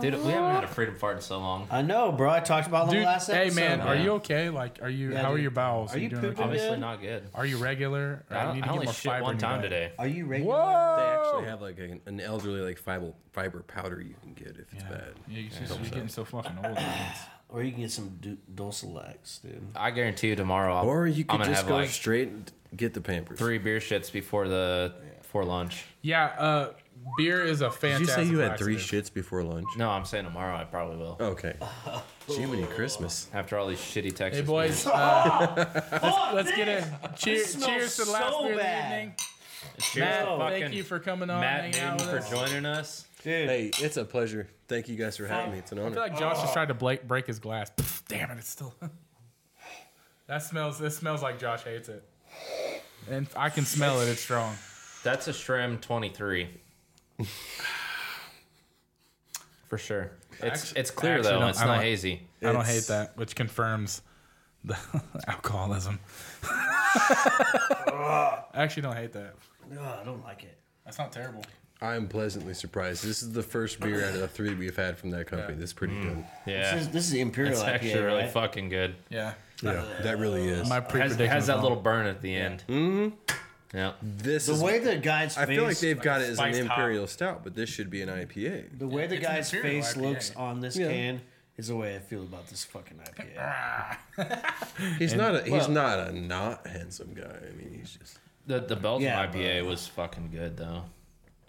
[SPEAKER 3] Dude, we haven't had a freedom fart in so long.
[SPEAKER 1] I know, bro. I talked about it on
[SPEAKER 2] Dude,
[SPEAKER 1] the last
[SPEAKER 2] hey
[SPEAKER 1] episode.
[SPEAKER 2] man, are
[SPEAKER 3] Yeah.
[SPEAKER 2] you okay? Like, are you?
[SPEAKER 1] Yeah,
[SPEAKER 2] how are
[SPEAKER 1] dude.
[SPEAKER 2] your bowels?
[SPEAKER 1] Are you
[SPEAKER 2] doing?
[SPEAKER 1] pooping?
[SPEAKER 2] okay?
[SPEAKER 3] Obviously
[SPEAKER 1] good?
[SPEAKER 3] not good.
[SPEAKER 2] Are you regular? Or
[SPEAKER 3] I, I only
[SPEAKER 2] more
[SPEAKER 3] shit
[SPEAKER 2] fiber
[SPEAKER 3] one
[SPEAKER 2] in your
[SPEAKER 3] time
[SPEAKER 2] diet.
[SPEAKER 3] today.
[SPEAKER 1] Are you regular?
[SPEAKER 2] Whoa!
[SPEAKER 4] They actually have like an, an elderly like fiber fiber powder you can get if it's bad.
[SPEAKER 2] Yeah, you just, you're getting so fucking old. man.
[SPEAKER 1] Or you can get some du- Dulcilex, dude.
[SPEAKER 3] I guarantee you tomorrow. I'll,
[SPEAKER 4] Or you
[SPEAKER 3] I'm
[SPEAKER 4] could
[SPEAKER 3] gonna
[SPEAKER 4] just
[SPEAKER 3] have
[SPEAKER 4] go
[SPEAKER 3] like
[SPEAKER 4] straight and get the Pampers.
[SPEAKER 3] three beer shits before the before lunch.
[SPEAKER 2] yeah, uh, beer is a
[SPEAKER 4] Did you
[SPEAKER 2] fantastic.
[SPEAKER 4] say you had three
[SPEAKER 2] laxative.
[SPEAKER 4] shits before lunch?
[SPEAKER 3] No, I'm saying tomorrow. I probably will.
[SPEAKER 4] Okay. Jiminy Christmas.
[SPEAKER 3] After all these shitty texts.
[SPEAKER 2] Hey boys, uh, let's, let's get a cheer,
[SPEAKER 1] This smells
[SPEAKER 2] cheers to the last
[SPEAKER 1] so
[SPEAKER 2] beer of the
[SPEAKER 1] bad.
[SPEAKER 2] evening.
[SPEAKER 3] cheers
[SPEAKER 2] Matt,
[SPEAKER 3] to
[SPEAKER 2] thank
[SPEAKER 3] fucking
[SPEAKER 2] you for coming on.
[SPEAKER 3] Matt
[SPEAKER 2] hanging out
[SPEAKER 3] Newton for
[SPEAKER 2] with us.
[SPEAKER 3] joining us.
[SPEAKER 1] Dude.
[SPEAKER 4] Hey, it's a pleasure. Thank you guys for having me. It's an
[SPEAKER 2] I feel
[SPEAKER 4] honor.
[SPEAKER 2] like Josh
[SPEAKER 1] Oh.
[SPEAKER 2] just tried to break, break his glass. Pff, damn it, it's still. that smells. This smells like Josh hates it, and I can smell it. It's strong.
[SPEAKER 3] That's a Shrem 23. for sure. It's
[SPEAKER 2] Actu-
[SPEAKER 3] it's clear
[SPEAKER 2] actually,
[SPEAKER 3] though.
[SPEAKER 2] no,
[SPEAKER 3] It's
[SPEAKER 2] I don't-
[SPEAKER 3] not hazy.
[SPEAKER 2] I don't hate
[SPEAKER 4] It's-
[SPEAKER 2] that, which confirms the alcoholism. I actually don't hate that.
[SPEAKER 1] No, oh, I don't like it.
[SPEAKER 2] That's not terrible.
[SPEAKER 4] I'm pleasantly surprised. This is the first beer out of the three we've had from that company. That's pretty
[SPEAKER 3] Mm.
[SPEAKER 4] good.
[SPEAKER 3] Yeah,
[SPEAKER 1] This is this is the Imperial
[SPEAKER 3] it's
[SPEAKER 1] IPA,
[SPEAKER 3] actually really
[SPEAKER 1] right?
[SPEAKER 3] fucking good.
[SPEAKER 2] Yeah.
[SPEAKER 4] Yeah, that really is.
[SPEAKER 2] My
[SPEAKER 3] It has,
[SPEAKER 2] prediction
[SPEAKER 3] it has
[SPEAKER 2] was
[SPEAKER 3] that
[SPEAKER 2] wrong.
[SPEAKER 3] little burn at the end. Mm-hmm. Yeah,
[SPEAKER 4] this
[SPEAKER 1] The
[SPEAKER 4] is.
[SPEAKER 1] way the guy's
[SPEAKER 4] I
[SPEAKER 1] face,
[SPEAKER 4] feel like they've got it as an
[SPEAKER 2] spiced hop.
[SPEAKER 4] imperial stout, but this should be an IPA.
[SPEAKER 1] the way the
[SPEAKER 2] It's an
[SPEAKER 1] guy's
[SPEAKER 2] Imperial
[SPEAKER 1] face
[SPEAKER 2] IPA.
[SPEAKER 1] looks on this
[SPEAKER 4] Yeah.
[SPEAKER 1] can is the way I feel about this fucking IPA.
[SPEAKER 4] He's not a he's not a not handsome guy. I mean, he's just.
[SPEAKER 3] the the Belgian
[SPEAKER 1] Yeah,
[SPEAKER 3] IPA was fucking good though.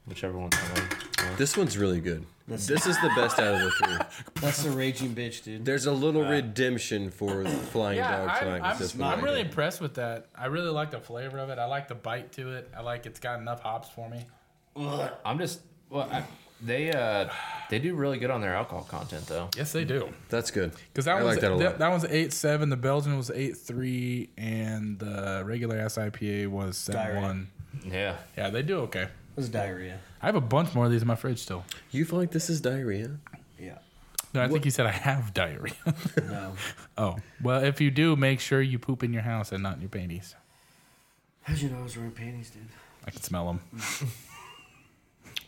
[SPEAKER 3] Whichever one. that was.
[SPEAKER 4] This one's really good. this is the best out of the three.
[SPEAKER 1] That's the raging bitch, dude.
[SPEAKER 4] There's a little redemption for the Flying
[SPEAKER 2] Uh, Yeah,
[SPEAKER 4] Dog
[SPEAKER 2] I'm,
[SPEAKER 4] tonight.
[SPEAKER 2] I'm,
[SPEAKER 4] with this
[SPEAKER 2] I'm,
[SPEAKER 4] one.
[SPEAKER 2] really impressed with that. I really like the flavor of it. I like the bite to it. I like it's got enough hops for me.
[SPEAKER 3] I'm just well, I, they uh they do really good on their alcohol content though.
[SPEAKER 2] Yes, they do.
[SPEAKER 4] That's good.
[SPEAKER 2] Because that
[SPEAKER 4] I
[SPEAKER 2] one's
[SPEAKER 4] like that a lot.
[SPEAKER 2] one's eight seven. The Belgian was eight three, and the regular ass IPA was seven
[SPEAKER 1] Diarrhea.
[SPEAKER 2] one.
[SPEAKER 3] Yeah,
[SPEAKER 2] Yeah, they do okay.
[SPEAKER 1] It was diarrhea.
[SPEAKER 2] I have a bunch more of these in my fridge still.
[SPEAKER 4] you feel like this is diarrhea?
[SPEAKER 1] Yeah.
[SPEAKER 2] No, I think you said I have diarrhea.
[SPEAKER 1] No.
[SPEAKER 2] oh, well, if you do, make sure you poop in your house and not in your panties.
[SPEAKER 1] How'd you know I was wearing panties, dude?
[SPEAKER 2] I can smell them.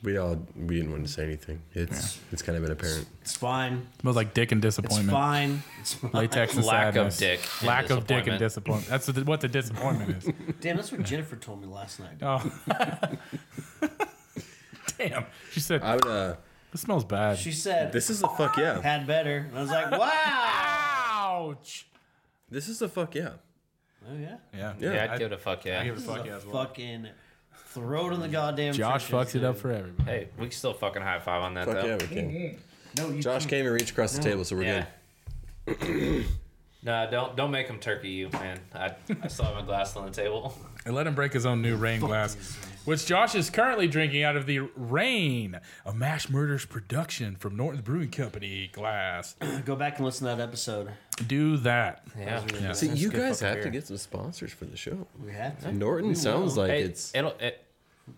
[SPEAKER 4] We all we didn't want to say anything. It's it's kind of been apparent.
[SPEAKER 1] It's fine.
[SPEAKER 2] smells like dick and
[SPEAKER 1] It's
[SPEAKER 2] disappointment.
[SPEAKER 1] fine. It's fine.
[SPEAKER 2] Latex and
[SPEAKER 3] Lack of
[SPEAKER 2] sadness.
[SPEAKER 3] dick and
[SPEAKER 2] Lack of dick and disappointment. That's what the, what the disappointment is.
[SPEAKER 1] Damn, that's what Jennifer told me last night. dude.
[SPEAKER 2] Oh. Damn. She said,
[SPEAKER 4] I would. Uh,
[SPEAKER 2] this smells bad.
[SPEAKER 1] She said
[SPEAKER 4] this is the fuck yeah.
[SPEAKER 1] had better. And I was like, wow.
[SPEAKER 2] Ouch.
[SPEAKER 4] This is the fuck yeah.
[SPEAKER 1] oh yeah.
[SPEAKER 2] Yeah.
[SPEAKER 4] Yeah.
[SPEAKER 3] yeah, I'd give it a fuck yeah.
[SPEAKER 2] Give a fuck yeah as well.
[SPEAKER 1] Fucking throw it in the goddamn.
[SPEAKER 2] Josh
[SPEAKER 1] trenches,
[SPEAKER 2] fucks it up
[SPEAKER 1] dude.
[SPEAKER 2] for everybody.
[SPEAKER 3] Hey, we can still fucking high five on that
[SPEAKER 4] Fuck
[SPEAKER 3] though.
[SPEAKER 4] yeah, we
[SPEAKER 2] Mm-hmm.
[SPEAKER 4] can.
[SPEAKER 1] No, you
[SPEAKER 4] Josh came and reached across the table, so we're
[SPEAKER 3] Yeah.
[SPEAKER 4] good.
[SPEAKER 3] no, don't don't make him turkey you, man. I, I still have my glass on the table.
[SPEAKER 2] And let him break his own new rain glass, which Josh is currently drinking out of the Rain, a Mash Murders production from Norton's Brewing Company glass.
[SPEAKER 1] can't. Go back and listen to that episode.
[SPEAKER 2] Do that.
[SPEAKER 3] Yeah.
[SPEAKER 2] Yeah.
[SPEAKER 4] See, you guys
[SPEAKER 3] fucking
[SPEAKER 4] have to
[SPEAKER 3] beer.
[SPEAKER 4] get some sponsors for the show.
[SPEAKER 1] We had to.
[SPEAKER 4] Norton sounds like
[SPEAKER 3] Hey,
[SPEAKER 4] it's.
[SPEAKER 3] it'll it,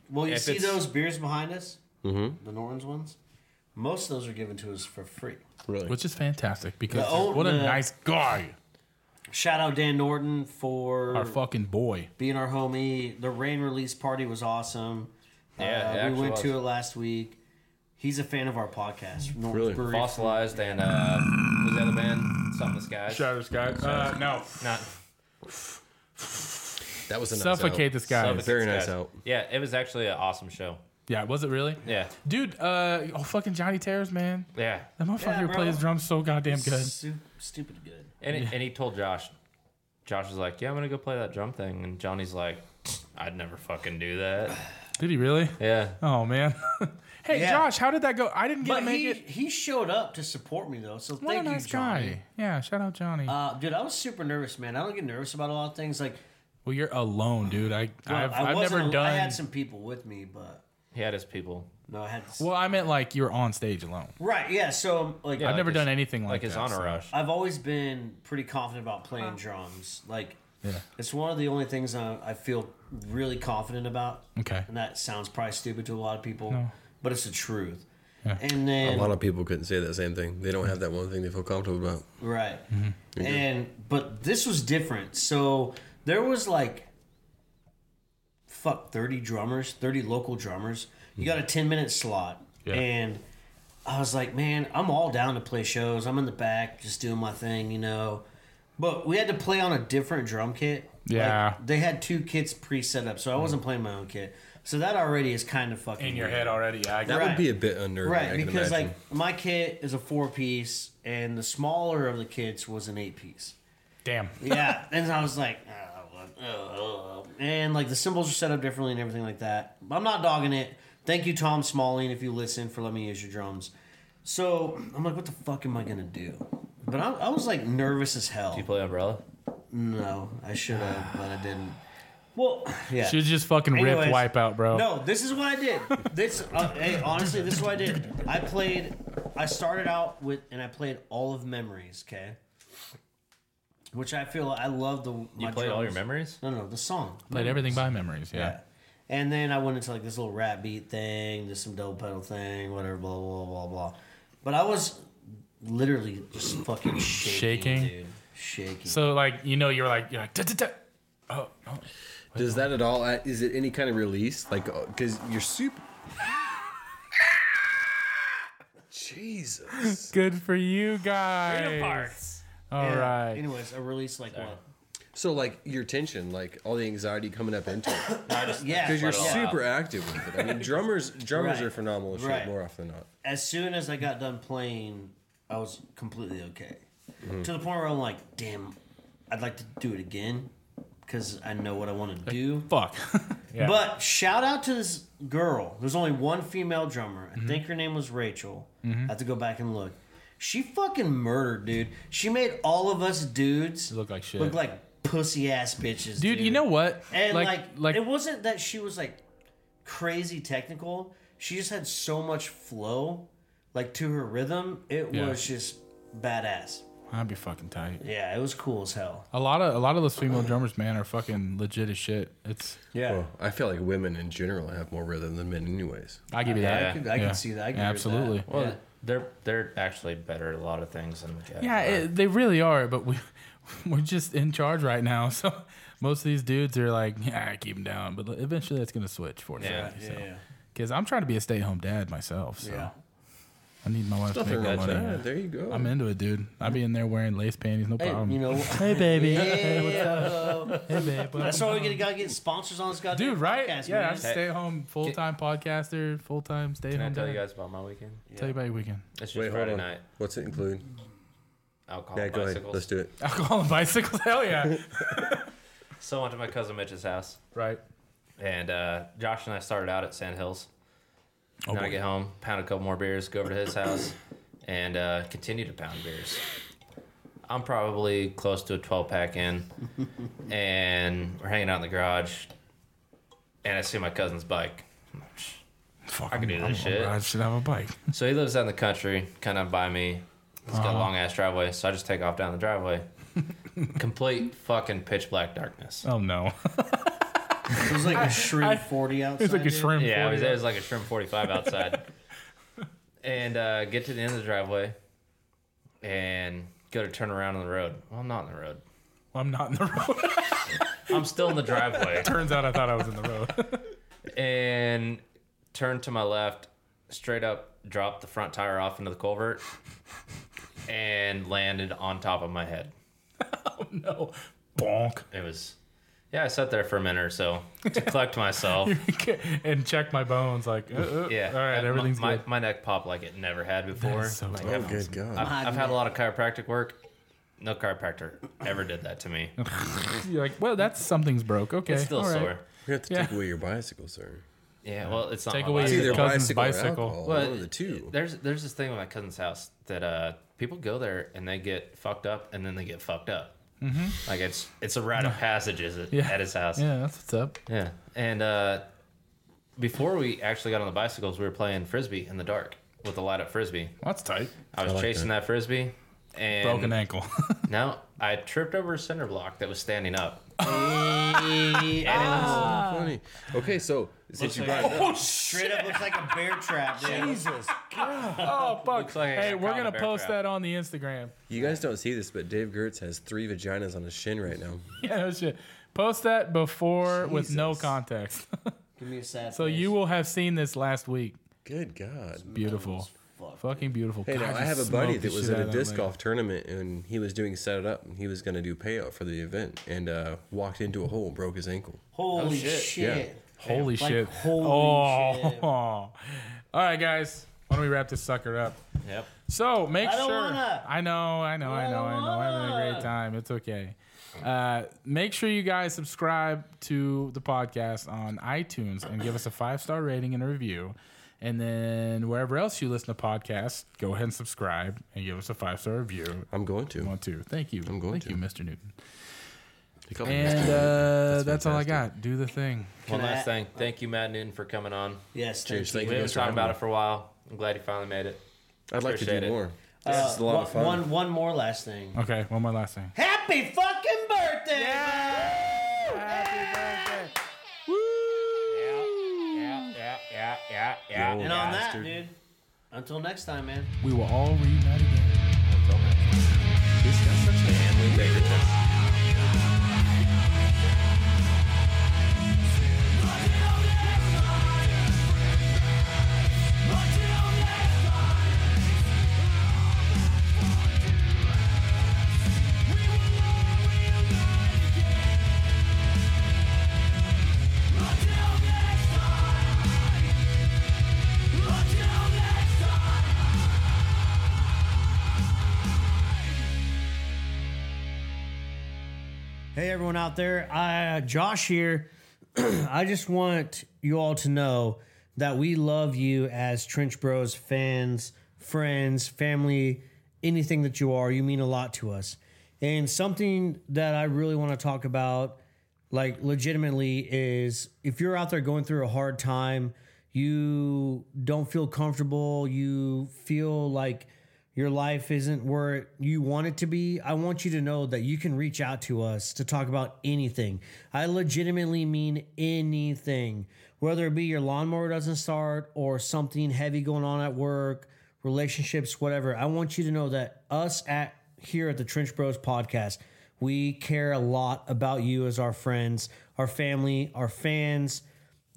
[SPEAKER 1] Well, you
[SPEAKER 3] If
[SPEAKER 1] see
[SPEAKER 3] it's-
[SPEAKER 1] those beers behind us? Mm-hmm. The Norton's ones? Most of those are given to us for free.
[SPEAKER 4] Really?
[SPEAKER 2] Which is fantastic because
[SPEAKER 1] The old-
[SPEAKER 2] what a
[SPEAKER 1] the-
[SPEAKER 2] nice guy.
[SPEAKER 1] Shout out Dan Norton for
[SPEAKER 2] Our fucking boy.
[SPEAKER 1] being our homie. The rain release party was awesome.
[SPEAKER 3] Yeah, it
[SPEAKER 1] uh, we
[SPEAKER 3] actually
[SPEAKER 1] went
[SPEAKER 3] was.
[SPEAKER 1] to it last week. He's a fan of our podcast. Norton's
[SPEAKER 4] Really?
[SPEAKER 1] Brewery.
[SPEAKER 3] fossilized and uh was that a band? Something the sky.
[SPEAKER 2] Shadows guy. Uh, no.
[SPEAKER 3] Not
[SPEAKER 4] that was a nice
[SPEAKER 2] Suffocate
[SPEAKER 4] out.
[SPEAKER 2] this guy.
[SPEAKER 3] Suffocate
[SPEAKER 4] very
[SPEAKER 3] Skies.
[SPEAKER 4] nice out.
[SPEAKER 3] Yeah, it was actually an awesome show.
[SPEAKER 2] Yeah, was it really?
[SPEAKER 3] Yeah.
[SPEAKER 2] Dude, uh, oh, fucking Johnny Terrors, man.
[SPEAKER 3] Yeah.
[SPEAKER 2] That motherfucker
[SPEAKER 1] bro.
[SPEAKER 2] plays drums so goddamn good.
[SPEAKER 1] Stu- stupid good.
[SPEAKER 3] And, and he told Josh, Josh was like, Yeah, I'm going to go play that drum thing. And Johnny's like, I'd never fucking do that.
[SPEAKER 2] Did he really?
[SPEAKER 3] Yeah.
[SPEAKER 2] Oh, man. hey,
[SPEAKER 1] Yeah.
[SPEAKER 2] Josh, how did that go? I didn't get
[SPEAKER 1] But
[SPEAKER 2] to make
[SPEAKER 1] he,
[SPEAKER 2] it.
[SPEAKER 1] he showed up to support me though, so
[SPEAKER 2] What
[SPEAKER 1] thank
[SPEAKER 2] a nice
[SPEAKER 1] you, Johnny.
[SPEAKER 2] guy. Yeah, shout out Johnny.
[SPEAKER 1] Uh, dude, I was super nervous, man. I don't get nervous about a lot of things. Like
[SPEAKER 2] well, you're alone, dude. I,
[SPEAKER 1] well,
[SPEAKER 2] I've,
[SPEAKER 1] I
[SPEAKER 2] I've
[SPEAKER 1] wasn't
[SPEAKER 2] never
[SPEAKER 1] al-
[SPEAKER 2] done.
[SPEAKER 1] I had some people with me, but
[SPEAKER 3] He had his people.
[SPEAKER 1] no, I had
[SPEAKER 2] well, I meant like you're on stage alone.
[SPEAKER 1] right. Yeah, so like
[SPEAKER 2] I've
[SPEAKER 3] like
[SPEAKER 2] never
[SPEAKER 3] his-
[SPEAKER 2] done anything like,
[SPEAKER 3] Like his
[SPEAKER 2] that.
[SPEAKER 3] honor
[SPEAKER 2] so-
[SPEAKER 3] rush.
[SPEAKER 1] I've always been pretty confident about playing drums. Like, it's one of the only things I, I feel really confident about.
[SPEAKER 2] Okay.
[SPEAKER 1] And that sounds probably stupid to a lot of people,
[SPEAKER 2] No.
[SPEAKER 1] but it's the truth.
[SPEAKER 2] Yeah.
[SPEAKER 1] And
[SPEAKER 4] A
[SPEAKER 1] then,
[SPEAKER 4] lot of people couldn't say that same thing. They don't have that one thing they feel comfortable about.
[SPEAKER 1] right.
[SPEAKER 2] Mm-hmm.
[SPEAKER 1] And, but this was different. So there was like, fuck, 30 drummers, 30 local drummers. You
[SPEAKER 4] Mm-hmm.
[SPEAKER 1] got a 10 minute slot.
[SPEAKER 2] Yeah.
[SPEAKER 1] And I was like, man, I'm all down to play shows. I'm in the back just doing my thing, you know. But we had to play on a different drum kit.
[SPEAKER 2] Yeah.
[SPEAKER 1] Like, they had two kits pre-set up, so I
[SPEAKER 4] Mm.
[SPEAKER 1] wasn't playing my own kit. So that already is kind of fucking
[SPEAKER 2] In your
[SPEAKER 1] weird.
[SPEAKER 2] head already. Yeah, I
[SPEAKER 4] That
[SPEAKER 2] got
[SPEAKER 1] Right.
[SPEAKER 4] would be a bit unnerving. I
[SPEAKER 1] Right,
[SPEAKER 4] can
[SPEAKER 1] because
[SPEAKER 4] imagine.
[SPEAKER 1] like my kit is a four piece and the smaller of the kits was an eight piece.
[SPEAKER 2] Damn.
[SPEAKER 1] Yeah. and I was like, oh, well, oh, and like the symbols are set up differently and everything like that. But I'm not dogging it. Thank you, Tom Smalling, if you listen, for letting me use your drums. So I'm like, what the fuck am I gonna do? But I, I was like nervous as hell.
[SPEAKER 3] You play Umbrella?
[SPEAKER 1] No, I should have, but I didn't. Well, yeah.
[SPEAKER 2] Should just fucking
[SPEAKER 1] Anyways,
[SPEAKER 2] rip Wipeout, bro.
[SPEAKER 1] No, this is what I did. This, uh, hey, honestly, this is what I did. I played. I started out with, and I played all of Memories. Okay. Which I feel I love the.
[SPEAKER 3] You
[SPEAKER 1] my
[SPEAKER 3] played all your
[SPEAKER 1] drums.
[SPEAKER 3] memories?
[SPEAKER 1] No, no, the song.
[SPEAKER 2] Played everything by memories. Yeah.
[SPEAKER 1] Yeah. And then I went into like this little rap beat thing, this some dope pedal thing, whatever, blah blah blah blah. But I was literally just fucking shaking,
[SPEAKER 2] Shaking?
[SPEAKER 1] dude, shaking.
[SPEAKER 2] So like you know you're like you're like da, da, da. Oh, oh.
[SPEAKER 4] uh, Does that at all? Is it any kind of release? Like, because you're super. Jesus.
[SPEAKER 2] Good for you guys. All
[SPEAKER 1] Yeah.
[SPEAKER 2] right.
[SPEAKER 1] Anyways, I released like what?
[SPEAKER 4] So like your tension, like all the anxiety coming up into it,
[SPEAKER 1] Yeah,
[SPEAKER 4] because you're
[SPEAKER 3] it all out.
[SPEAKER 4] super active with it. I mean, drummers drummers
[SPEAKER 1] Right.
[SPEAKER 4] are phenomenal as
[SPEAKER 1] Right.
[SPEAKER 4] shit more often than not.
[SPEAKER 1] as soon as I got done playing, I was completely okay. To the point where I'm like, damn, I'd like to do it again because I know what I want to do.
[SPEAKER 2] Fuck. yeah.
[SPEAKER 1] But shout out to this girl. There's only one female drummer.
[SPEAKER 2] Mm-hmm.
[SPEAKER 1] I think her name was Rachel. I have to go back and look. She fucking murdered, dude. She made all of us dudes
[SPEAKER 2] Look like shit.
[SPEAKER 1] Look like pussy ass bitches,
[SPEAKER 2] dude, you know what?
[SPEAKER 1] and like, like, it wasn't that she was like crazy technical. She just had so much flow, like to her rhythm. It
[SPEAKER 2] Yeah.
[SPEAKER 1] was just badass.
[SPEAKER 2] I'd be fucking tight.
[SPEAKER 1] Yeah, it was cool as hell.
[SPEAKER 2] A lot of a lot of those female drummers, man, are fucking legit as shit. It's
[SPEAKER 1] Yeah,
[SPEAKER 4] Well, I feel like women in general have more rhythm than men, anyways.
[SPEAKER 2] I give you that.
[SPEAKER 1] I could I
[SPEAKER 2] Yeah.
[SPEAKER 1] could see that. I agree with that.
[SPEAKER 2] Absolutely.
[SPEAKER 3] Well, they're they're actually better at a lot of things than we get.
[SPEAKER 2] Yeah, it, they really are, but we we're just in charge right now. So most of these dudes are like, yeah, I keep them down, but eventually that's gonna switch for
[SPEAKER 3] Yeah.
[SPEAKER 2] sure.
[SPEAKER 1] Yeah, yeah,
[SPEAKER 2] Because I'm trying to be a stay-at-home dad myself, so
[SPEAKER 1] yeah.
[SPEAKER 2] I need my wife to make
[SPEAKER 4] Nothing
[SPEAKER 2] more
[SPEAKER 4] wrong with
[SPEAKER 2] money.
[SPEAKER 4] that. There you go.
[SPEAKER 2] I'm into it, dude. I'd be in there wearing lace panties, no problem.
[SPEAKER 1] You know,
[SPEAKER 2] hey, baby.
[SPEAKER 1] yeah.
[SPEAKER 2] Hey, babe.
[SPEAKER 1] that's why we gotta- gotta get sponsors on this goddamn
[SPEAKER 2] Dude, right?
[SPEAKER 1] podcast,
[SPEAKER 2] yeah, I'm
[SPEAKER 1] man.
[SPEAKER 2] a stay-at-home full-time podcaster, full-time
[SPEAKER 3] Can I
[SPEAKER 2] stay-at-home
[SPEAKER 3] tell
[SPEAKER 2] dad.
[SPEAKER 3] you guys about my weekend?
[SPEAKER 2] Tell you about your weekend.
[SPEAKER 3] It's just
[SPEAKER 4] Wait, hold
[SPEAKER 3] Friday
[SPEAKER 4] on.
[SPEAKER 3] night.
[SPEAKER 4] What's it include?
[SPEAKER 3] Alcohol,
[SPEAKER 4] Yeah,
[SPEAKER 3] and
[SPEAKER 4] go
[SPEAKER 3] bicycles.
[SPEAKER 4] ahead. Let's do it.
[SPEAKER 2] Alcohol and bicycles. Hell yeah.
[SPEAKER 3] So I went to my cousin Mitch's house,
[SPEAKER 2] right.
[SPEAKER 3] and uh, Josh and I started out at Sand Hills.
[SPEAKER 2] Oh,
[SPEAKER 3] then I
[SPEAKER 2] boy.
[SPEAKER 3] get home, pound a couple more beers, go over to his house, and uh, continue to pound beers. I'm probably close to a 12 pack in, and we're hanging out in the garage, and I see my cousin's bike.
[SPEAKER 2] Fuck,
[SPEAKER 3] I can do
[SPEAKER 2] I'm-
[SPEAKER 3] this
[SPEAKER 2] I'm-
[SPEAKER 3] shit.
[SPEAKER 2] I should have a bike.
[SPEAKER 3] So he lives out in the country, kind of by me. He's got a long ass driveway, so I just take off down the driveway. Complete fucking pitch black darkness.
[SPEAKER 2] Oh, no.
[SPEAKER 1] It was like a shrimp forty outside.
[SPEAKER 2] It's like a
[SPEAKER 1] dude.
[SPEAKER 2] shrimp.
[SPEAKER 3] Yeah, it was,
[SPEAKER 2] forty.
[SPEAKER 3] it was like a shrimp 45 outside. and uh, get to the end of the driveway and go to turn around on the road. Well, I'm not in the road.
[SPEAKER 2] I'm not in the road.
[SPEAKER 3] I'm still in the driveway.
[SPEAKER 2] Turns out I thought I was in the road.
[SPEAKER 3] and turn to my left, straight up, dropped the front tire off into the culvert and landed on top of my head.
[SPEAKER 2] no. Bonk.
[SPEAKER 3] It was, yeah, I sat there for a minute or so to collect myself.
[SPEAKER 2] and check my bones. Like, uh, uh,
[SPEAKER 3] Yeah.
[SPEAKER 2] All right,
[SPEAKER 3] Uh, my-
[SPEAKER 2] everything's
[SPEAKER 3] my,
[SPEAKER 2] good.
[SPEAKER 3] My, neck popped like it never had before.
[SPEAKER 2] That's so
[SPEAKER 3] Like,
[SPEAKER 2] cool.
[SPEAKER 3] I've-
[SPEAKER 4] Oh, good God.
[SPEAKER 3] I've, I've had a lot of chiropractic work. No chiropractor ever did that to me.
[SPEAKER 2] You're like, well, that's something's broke. Okay.
[SPEAKER 3] It's still
[SPEAKER 2] all right.
[SPEAKER 3] sore.
[SPEAKER 4] We have to
[SPEAKER 2] Yeah.
[SPEAKER 4] take away your bicycle, sir.
[SPEAKER 3] Yeah, well, it's not
[SPEAKER 2] Take
[SPEAKER 3] my
[SPEAKER 2] away
[SPEAKER 3] bicycle.
[SPEAKER 2] your
[SPEAKER 4] Either
[SPEAKER 2] cousin's
[SPEAKER 4] bicycle,
[SPEAKER 2] bicycle.
[SPEAKER 4] or alcohol.
[SPEAKER 3] Well,
[SPEAKER 4] one of the two.
[SPEAKER 3] There's there's this thing with my cousin's house that uh, people go there and they get fucked up and then they get fucked up. Mm-hmm. Like it's it's a rite of passage is it,
[SPEAKER 2] Yeah.
[SPEAKER 3] at his house. Yeah.
[SPEAKER 2] Yeah, that's what's up.
[SPEAKER 3] And uh, before we actually got on the bicycles, we were playing frisbee in the dark with a light up frisbee.
[SPEAKER 2] That's tight.
[SPEAKER 3] I was
[SPEAKER 4] like
[SPEAKER 3] chasing that. frisbee and
[SPEAKER 2] Broken ankle.
[SPEAKER 3] no, I tripped over a cinder block that was standing up.
[SPEAKER 2] Uh,
[SPEAKER 4] Funny. Okay, so since you
[SPEAKER 3] like-
[SPEAKER 4] brought it
[SPEAKER 1] Oh,
[SPEAKER 4] up,
[SPEAKER 1] Straight up looks like a bear trap. Dude.
[SPEAKER 2] Jesus. oh, fuck.
[SPEAKER 3] Looks like I
[SPEAKER 2] hey,
[SPEAKER 3] got
[SPEAKER 2] we're
[SPEAKER 3] caught in
[SPEAKER 2] going to
[SPEAKER 3] a bear
[SPEAKER 2] post
[SPEAKER 3] trap.
[SPEAKER 2] that on the Instagram.
[SPEAKER 4] you guys don't see this, but Dave Gertz has three vaginas on his shin right now.
[SPEAKER 2] Yeah, no shit. Post that before with no
[SPEAKER 4] Jesus.
[SPEAKER 2] context.
[SPEAKER 1] Give me a sad.
[SPEAKER 2] so you will have seen this last week.
[SPEAKER 4] Good God.
[SPEAKER 2] Beautiful. Fucking beautiful.
[SPEAKER 4] Hey,
[SPEAKER 2] God,
[SPEAKER 4] now, I
[SPEAKER 2] just
[SPEAKER 4] have a buddy
[SPEAKER 2] smoked the
[SPEAKER 4] that was
[SPEAKER 2] shit
[SPEAKER 4] at a
[SPEAKER 2] out of
[SPEAKER 4] disc
[SPEAKER 2] lady.
[SPEAKER 4] golf tournament and he was doing set it up and he was going to do payout for the event and uh, walked into a hole and broke his ankle.
[SPEAKER 1] Holy
[SPEAKER 3] shit.
[SPEAKER 1] Oh, shit.
[SPEAKER 2] Holy
[SPEAKER 1] Like,
[SPEAKER 2] shit.
[SPEAKER 1] holy
[SPEAKER 2] oh.
[SPEAKER 1] shit.
[SPEAKER 2] All right, guys. Why don't we wrap this sucker up?
[SPEAKER 3] Yep.
[SPEAKER 2] So make
[SPEAKER 1] I don't
[SPEAKER 2] sure.
[SPEAKER 1] wanna.
[SPEAKER 2] I know, I know, I,
[SPEAKER 1] I
[SPEAKER 2] know,
[SPEAKER 1] don't
[SPEAKER 2] I know. I'm having a
[SPEAKER 1] wanna.
[SPEAKER 2] great time. It's okay. Uh, make sure you guys subscribe to the podcast on iTunes and give us a five star rating and a review. And then wherever else you listen to podcasts, go ahead and subscribe and give us a five star review. if
[SPEAKER 4] I'm going
[SPEAKER 2] you
[SPEAKER 4] to.
[SPEAKER 2] Want to? Thank you.
[SPEAKER 4] I'm going
[SPEAKER 2] Thank
[SPEAKER 4] to.
[SPEAKER 2] you, Mr. Newton.
[SPEAKER 4] He called me
[SPEAKER 2] And
[SPEAKER 4] Mr.
[SPEAKER 2] uh, that's,
[SPEAKER 4] That's
[SPEAKER 2] all I
[SPEAKER 4] fantastic.
[SPEAKER 2] got. Do the thing.
[SPEAKER 3] One
[SPEAKER 1] Can I-
[SPEAKER 3] last thing. Thank you, Matt Newton, for coming on.
[SPEAKER 1] Yes.
[SPEAKER 4] Cheers,
[SPEAKER 1] thank you.
[SPEAKER 3] We've
[SPEAKER 4] thank you
[SPEAKER 3] been
[SPEAKER 4] guys for
[SPEAKER 3] talking
[SPEAKER 4] having
[SPEAKER 3] about
[SPEAKER 4] me.
[SPEAKER 3] it for a while. I'm glad you finally made it.
[SPEAKER 4] I'd like to do
[SPEAKER 3] Appreciate it.
[SPEAKER 4] more.
[SPEAKER 2] Uh,
[SPEAKER 4] this is a lot of
[SPEAKER 1] one,
[SPEAKER 4] fun.
[SPEAKER 1] Uh, one, one more last thing.
[SPEAKER 2] Okay, one more last thing.
[SPEAKER 1] Happy fucking birthday!
[SPEAKER 3] Yeah, yeah, yeah, yeah, yeah.
[SPEAKER 1] And on that, dude. Until next time, man.
[SPEAKER 2] We will all reunite again.
[SPEAKER 4] He's got such a manly favoritism.
[SPEAKER 5] Until next time.
[SPEAKER 1] Hey, everyone out there. I, Josh here. I just want you all to know that we love you as Trench Bros fans, friends, family, anything that you are. You mean a lot to us. And something that I really want to talk about, like legitimately, is if you're out there going through a hard time, you don't feel comfortable, you feel like your life isn't where you want it to be, I want you to know that you can reach out to us to talk about anything. I legitimately mean anything, whether it be your lawnmower doesn't start or something heavy going on at work, relationships, whatever. I want you to know that us at here at the Trench Bros podcast, we care a lot about you as our friends, our family, our fans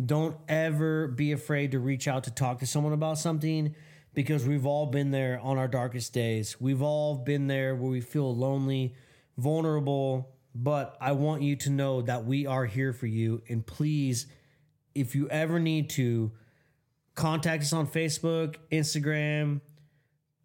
[SPEAKER 1] don't ever be afraid to reach out to talk to someone about something because we've all been there on our darkest days. We've all been there where we feel lonely, vulnerable, but I want you to know that we are here for you. And please, if you ever need to, contact us on Facebook, Instagram,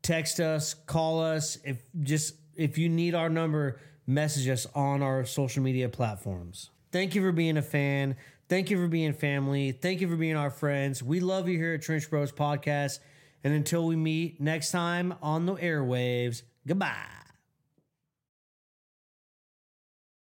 [SPEAKER 1] text us, call us. If just if you need our number, message us on our social media platforms. Thank you for being a fan. Thank you for being family. Thank you for being our friends. We love you here at Trench Bros Podcast. And until we meet next time on the airwaves, goodbye.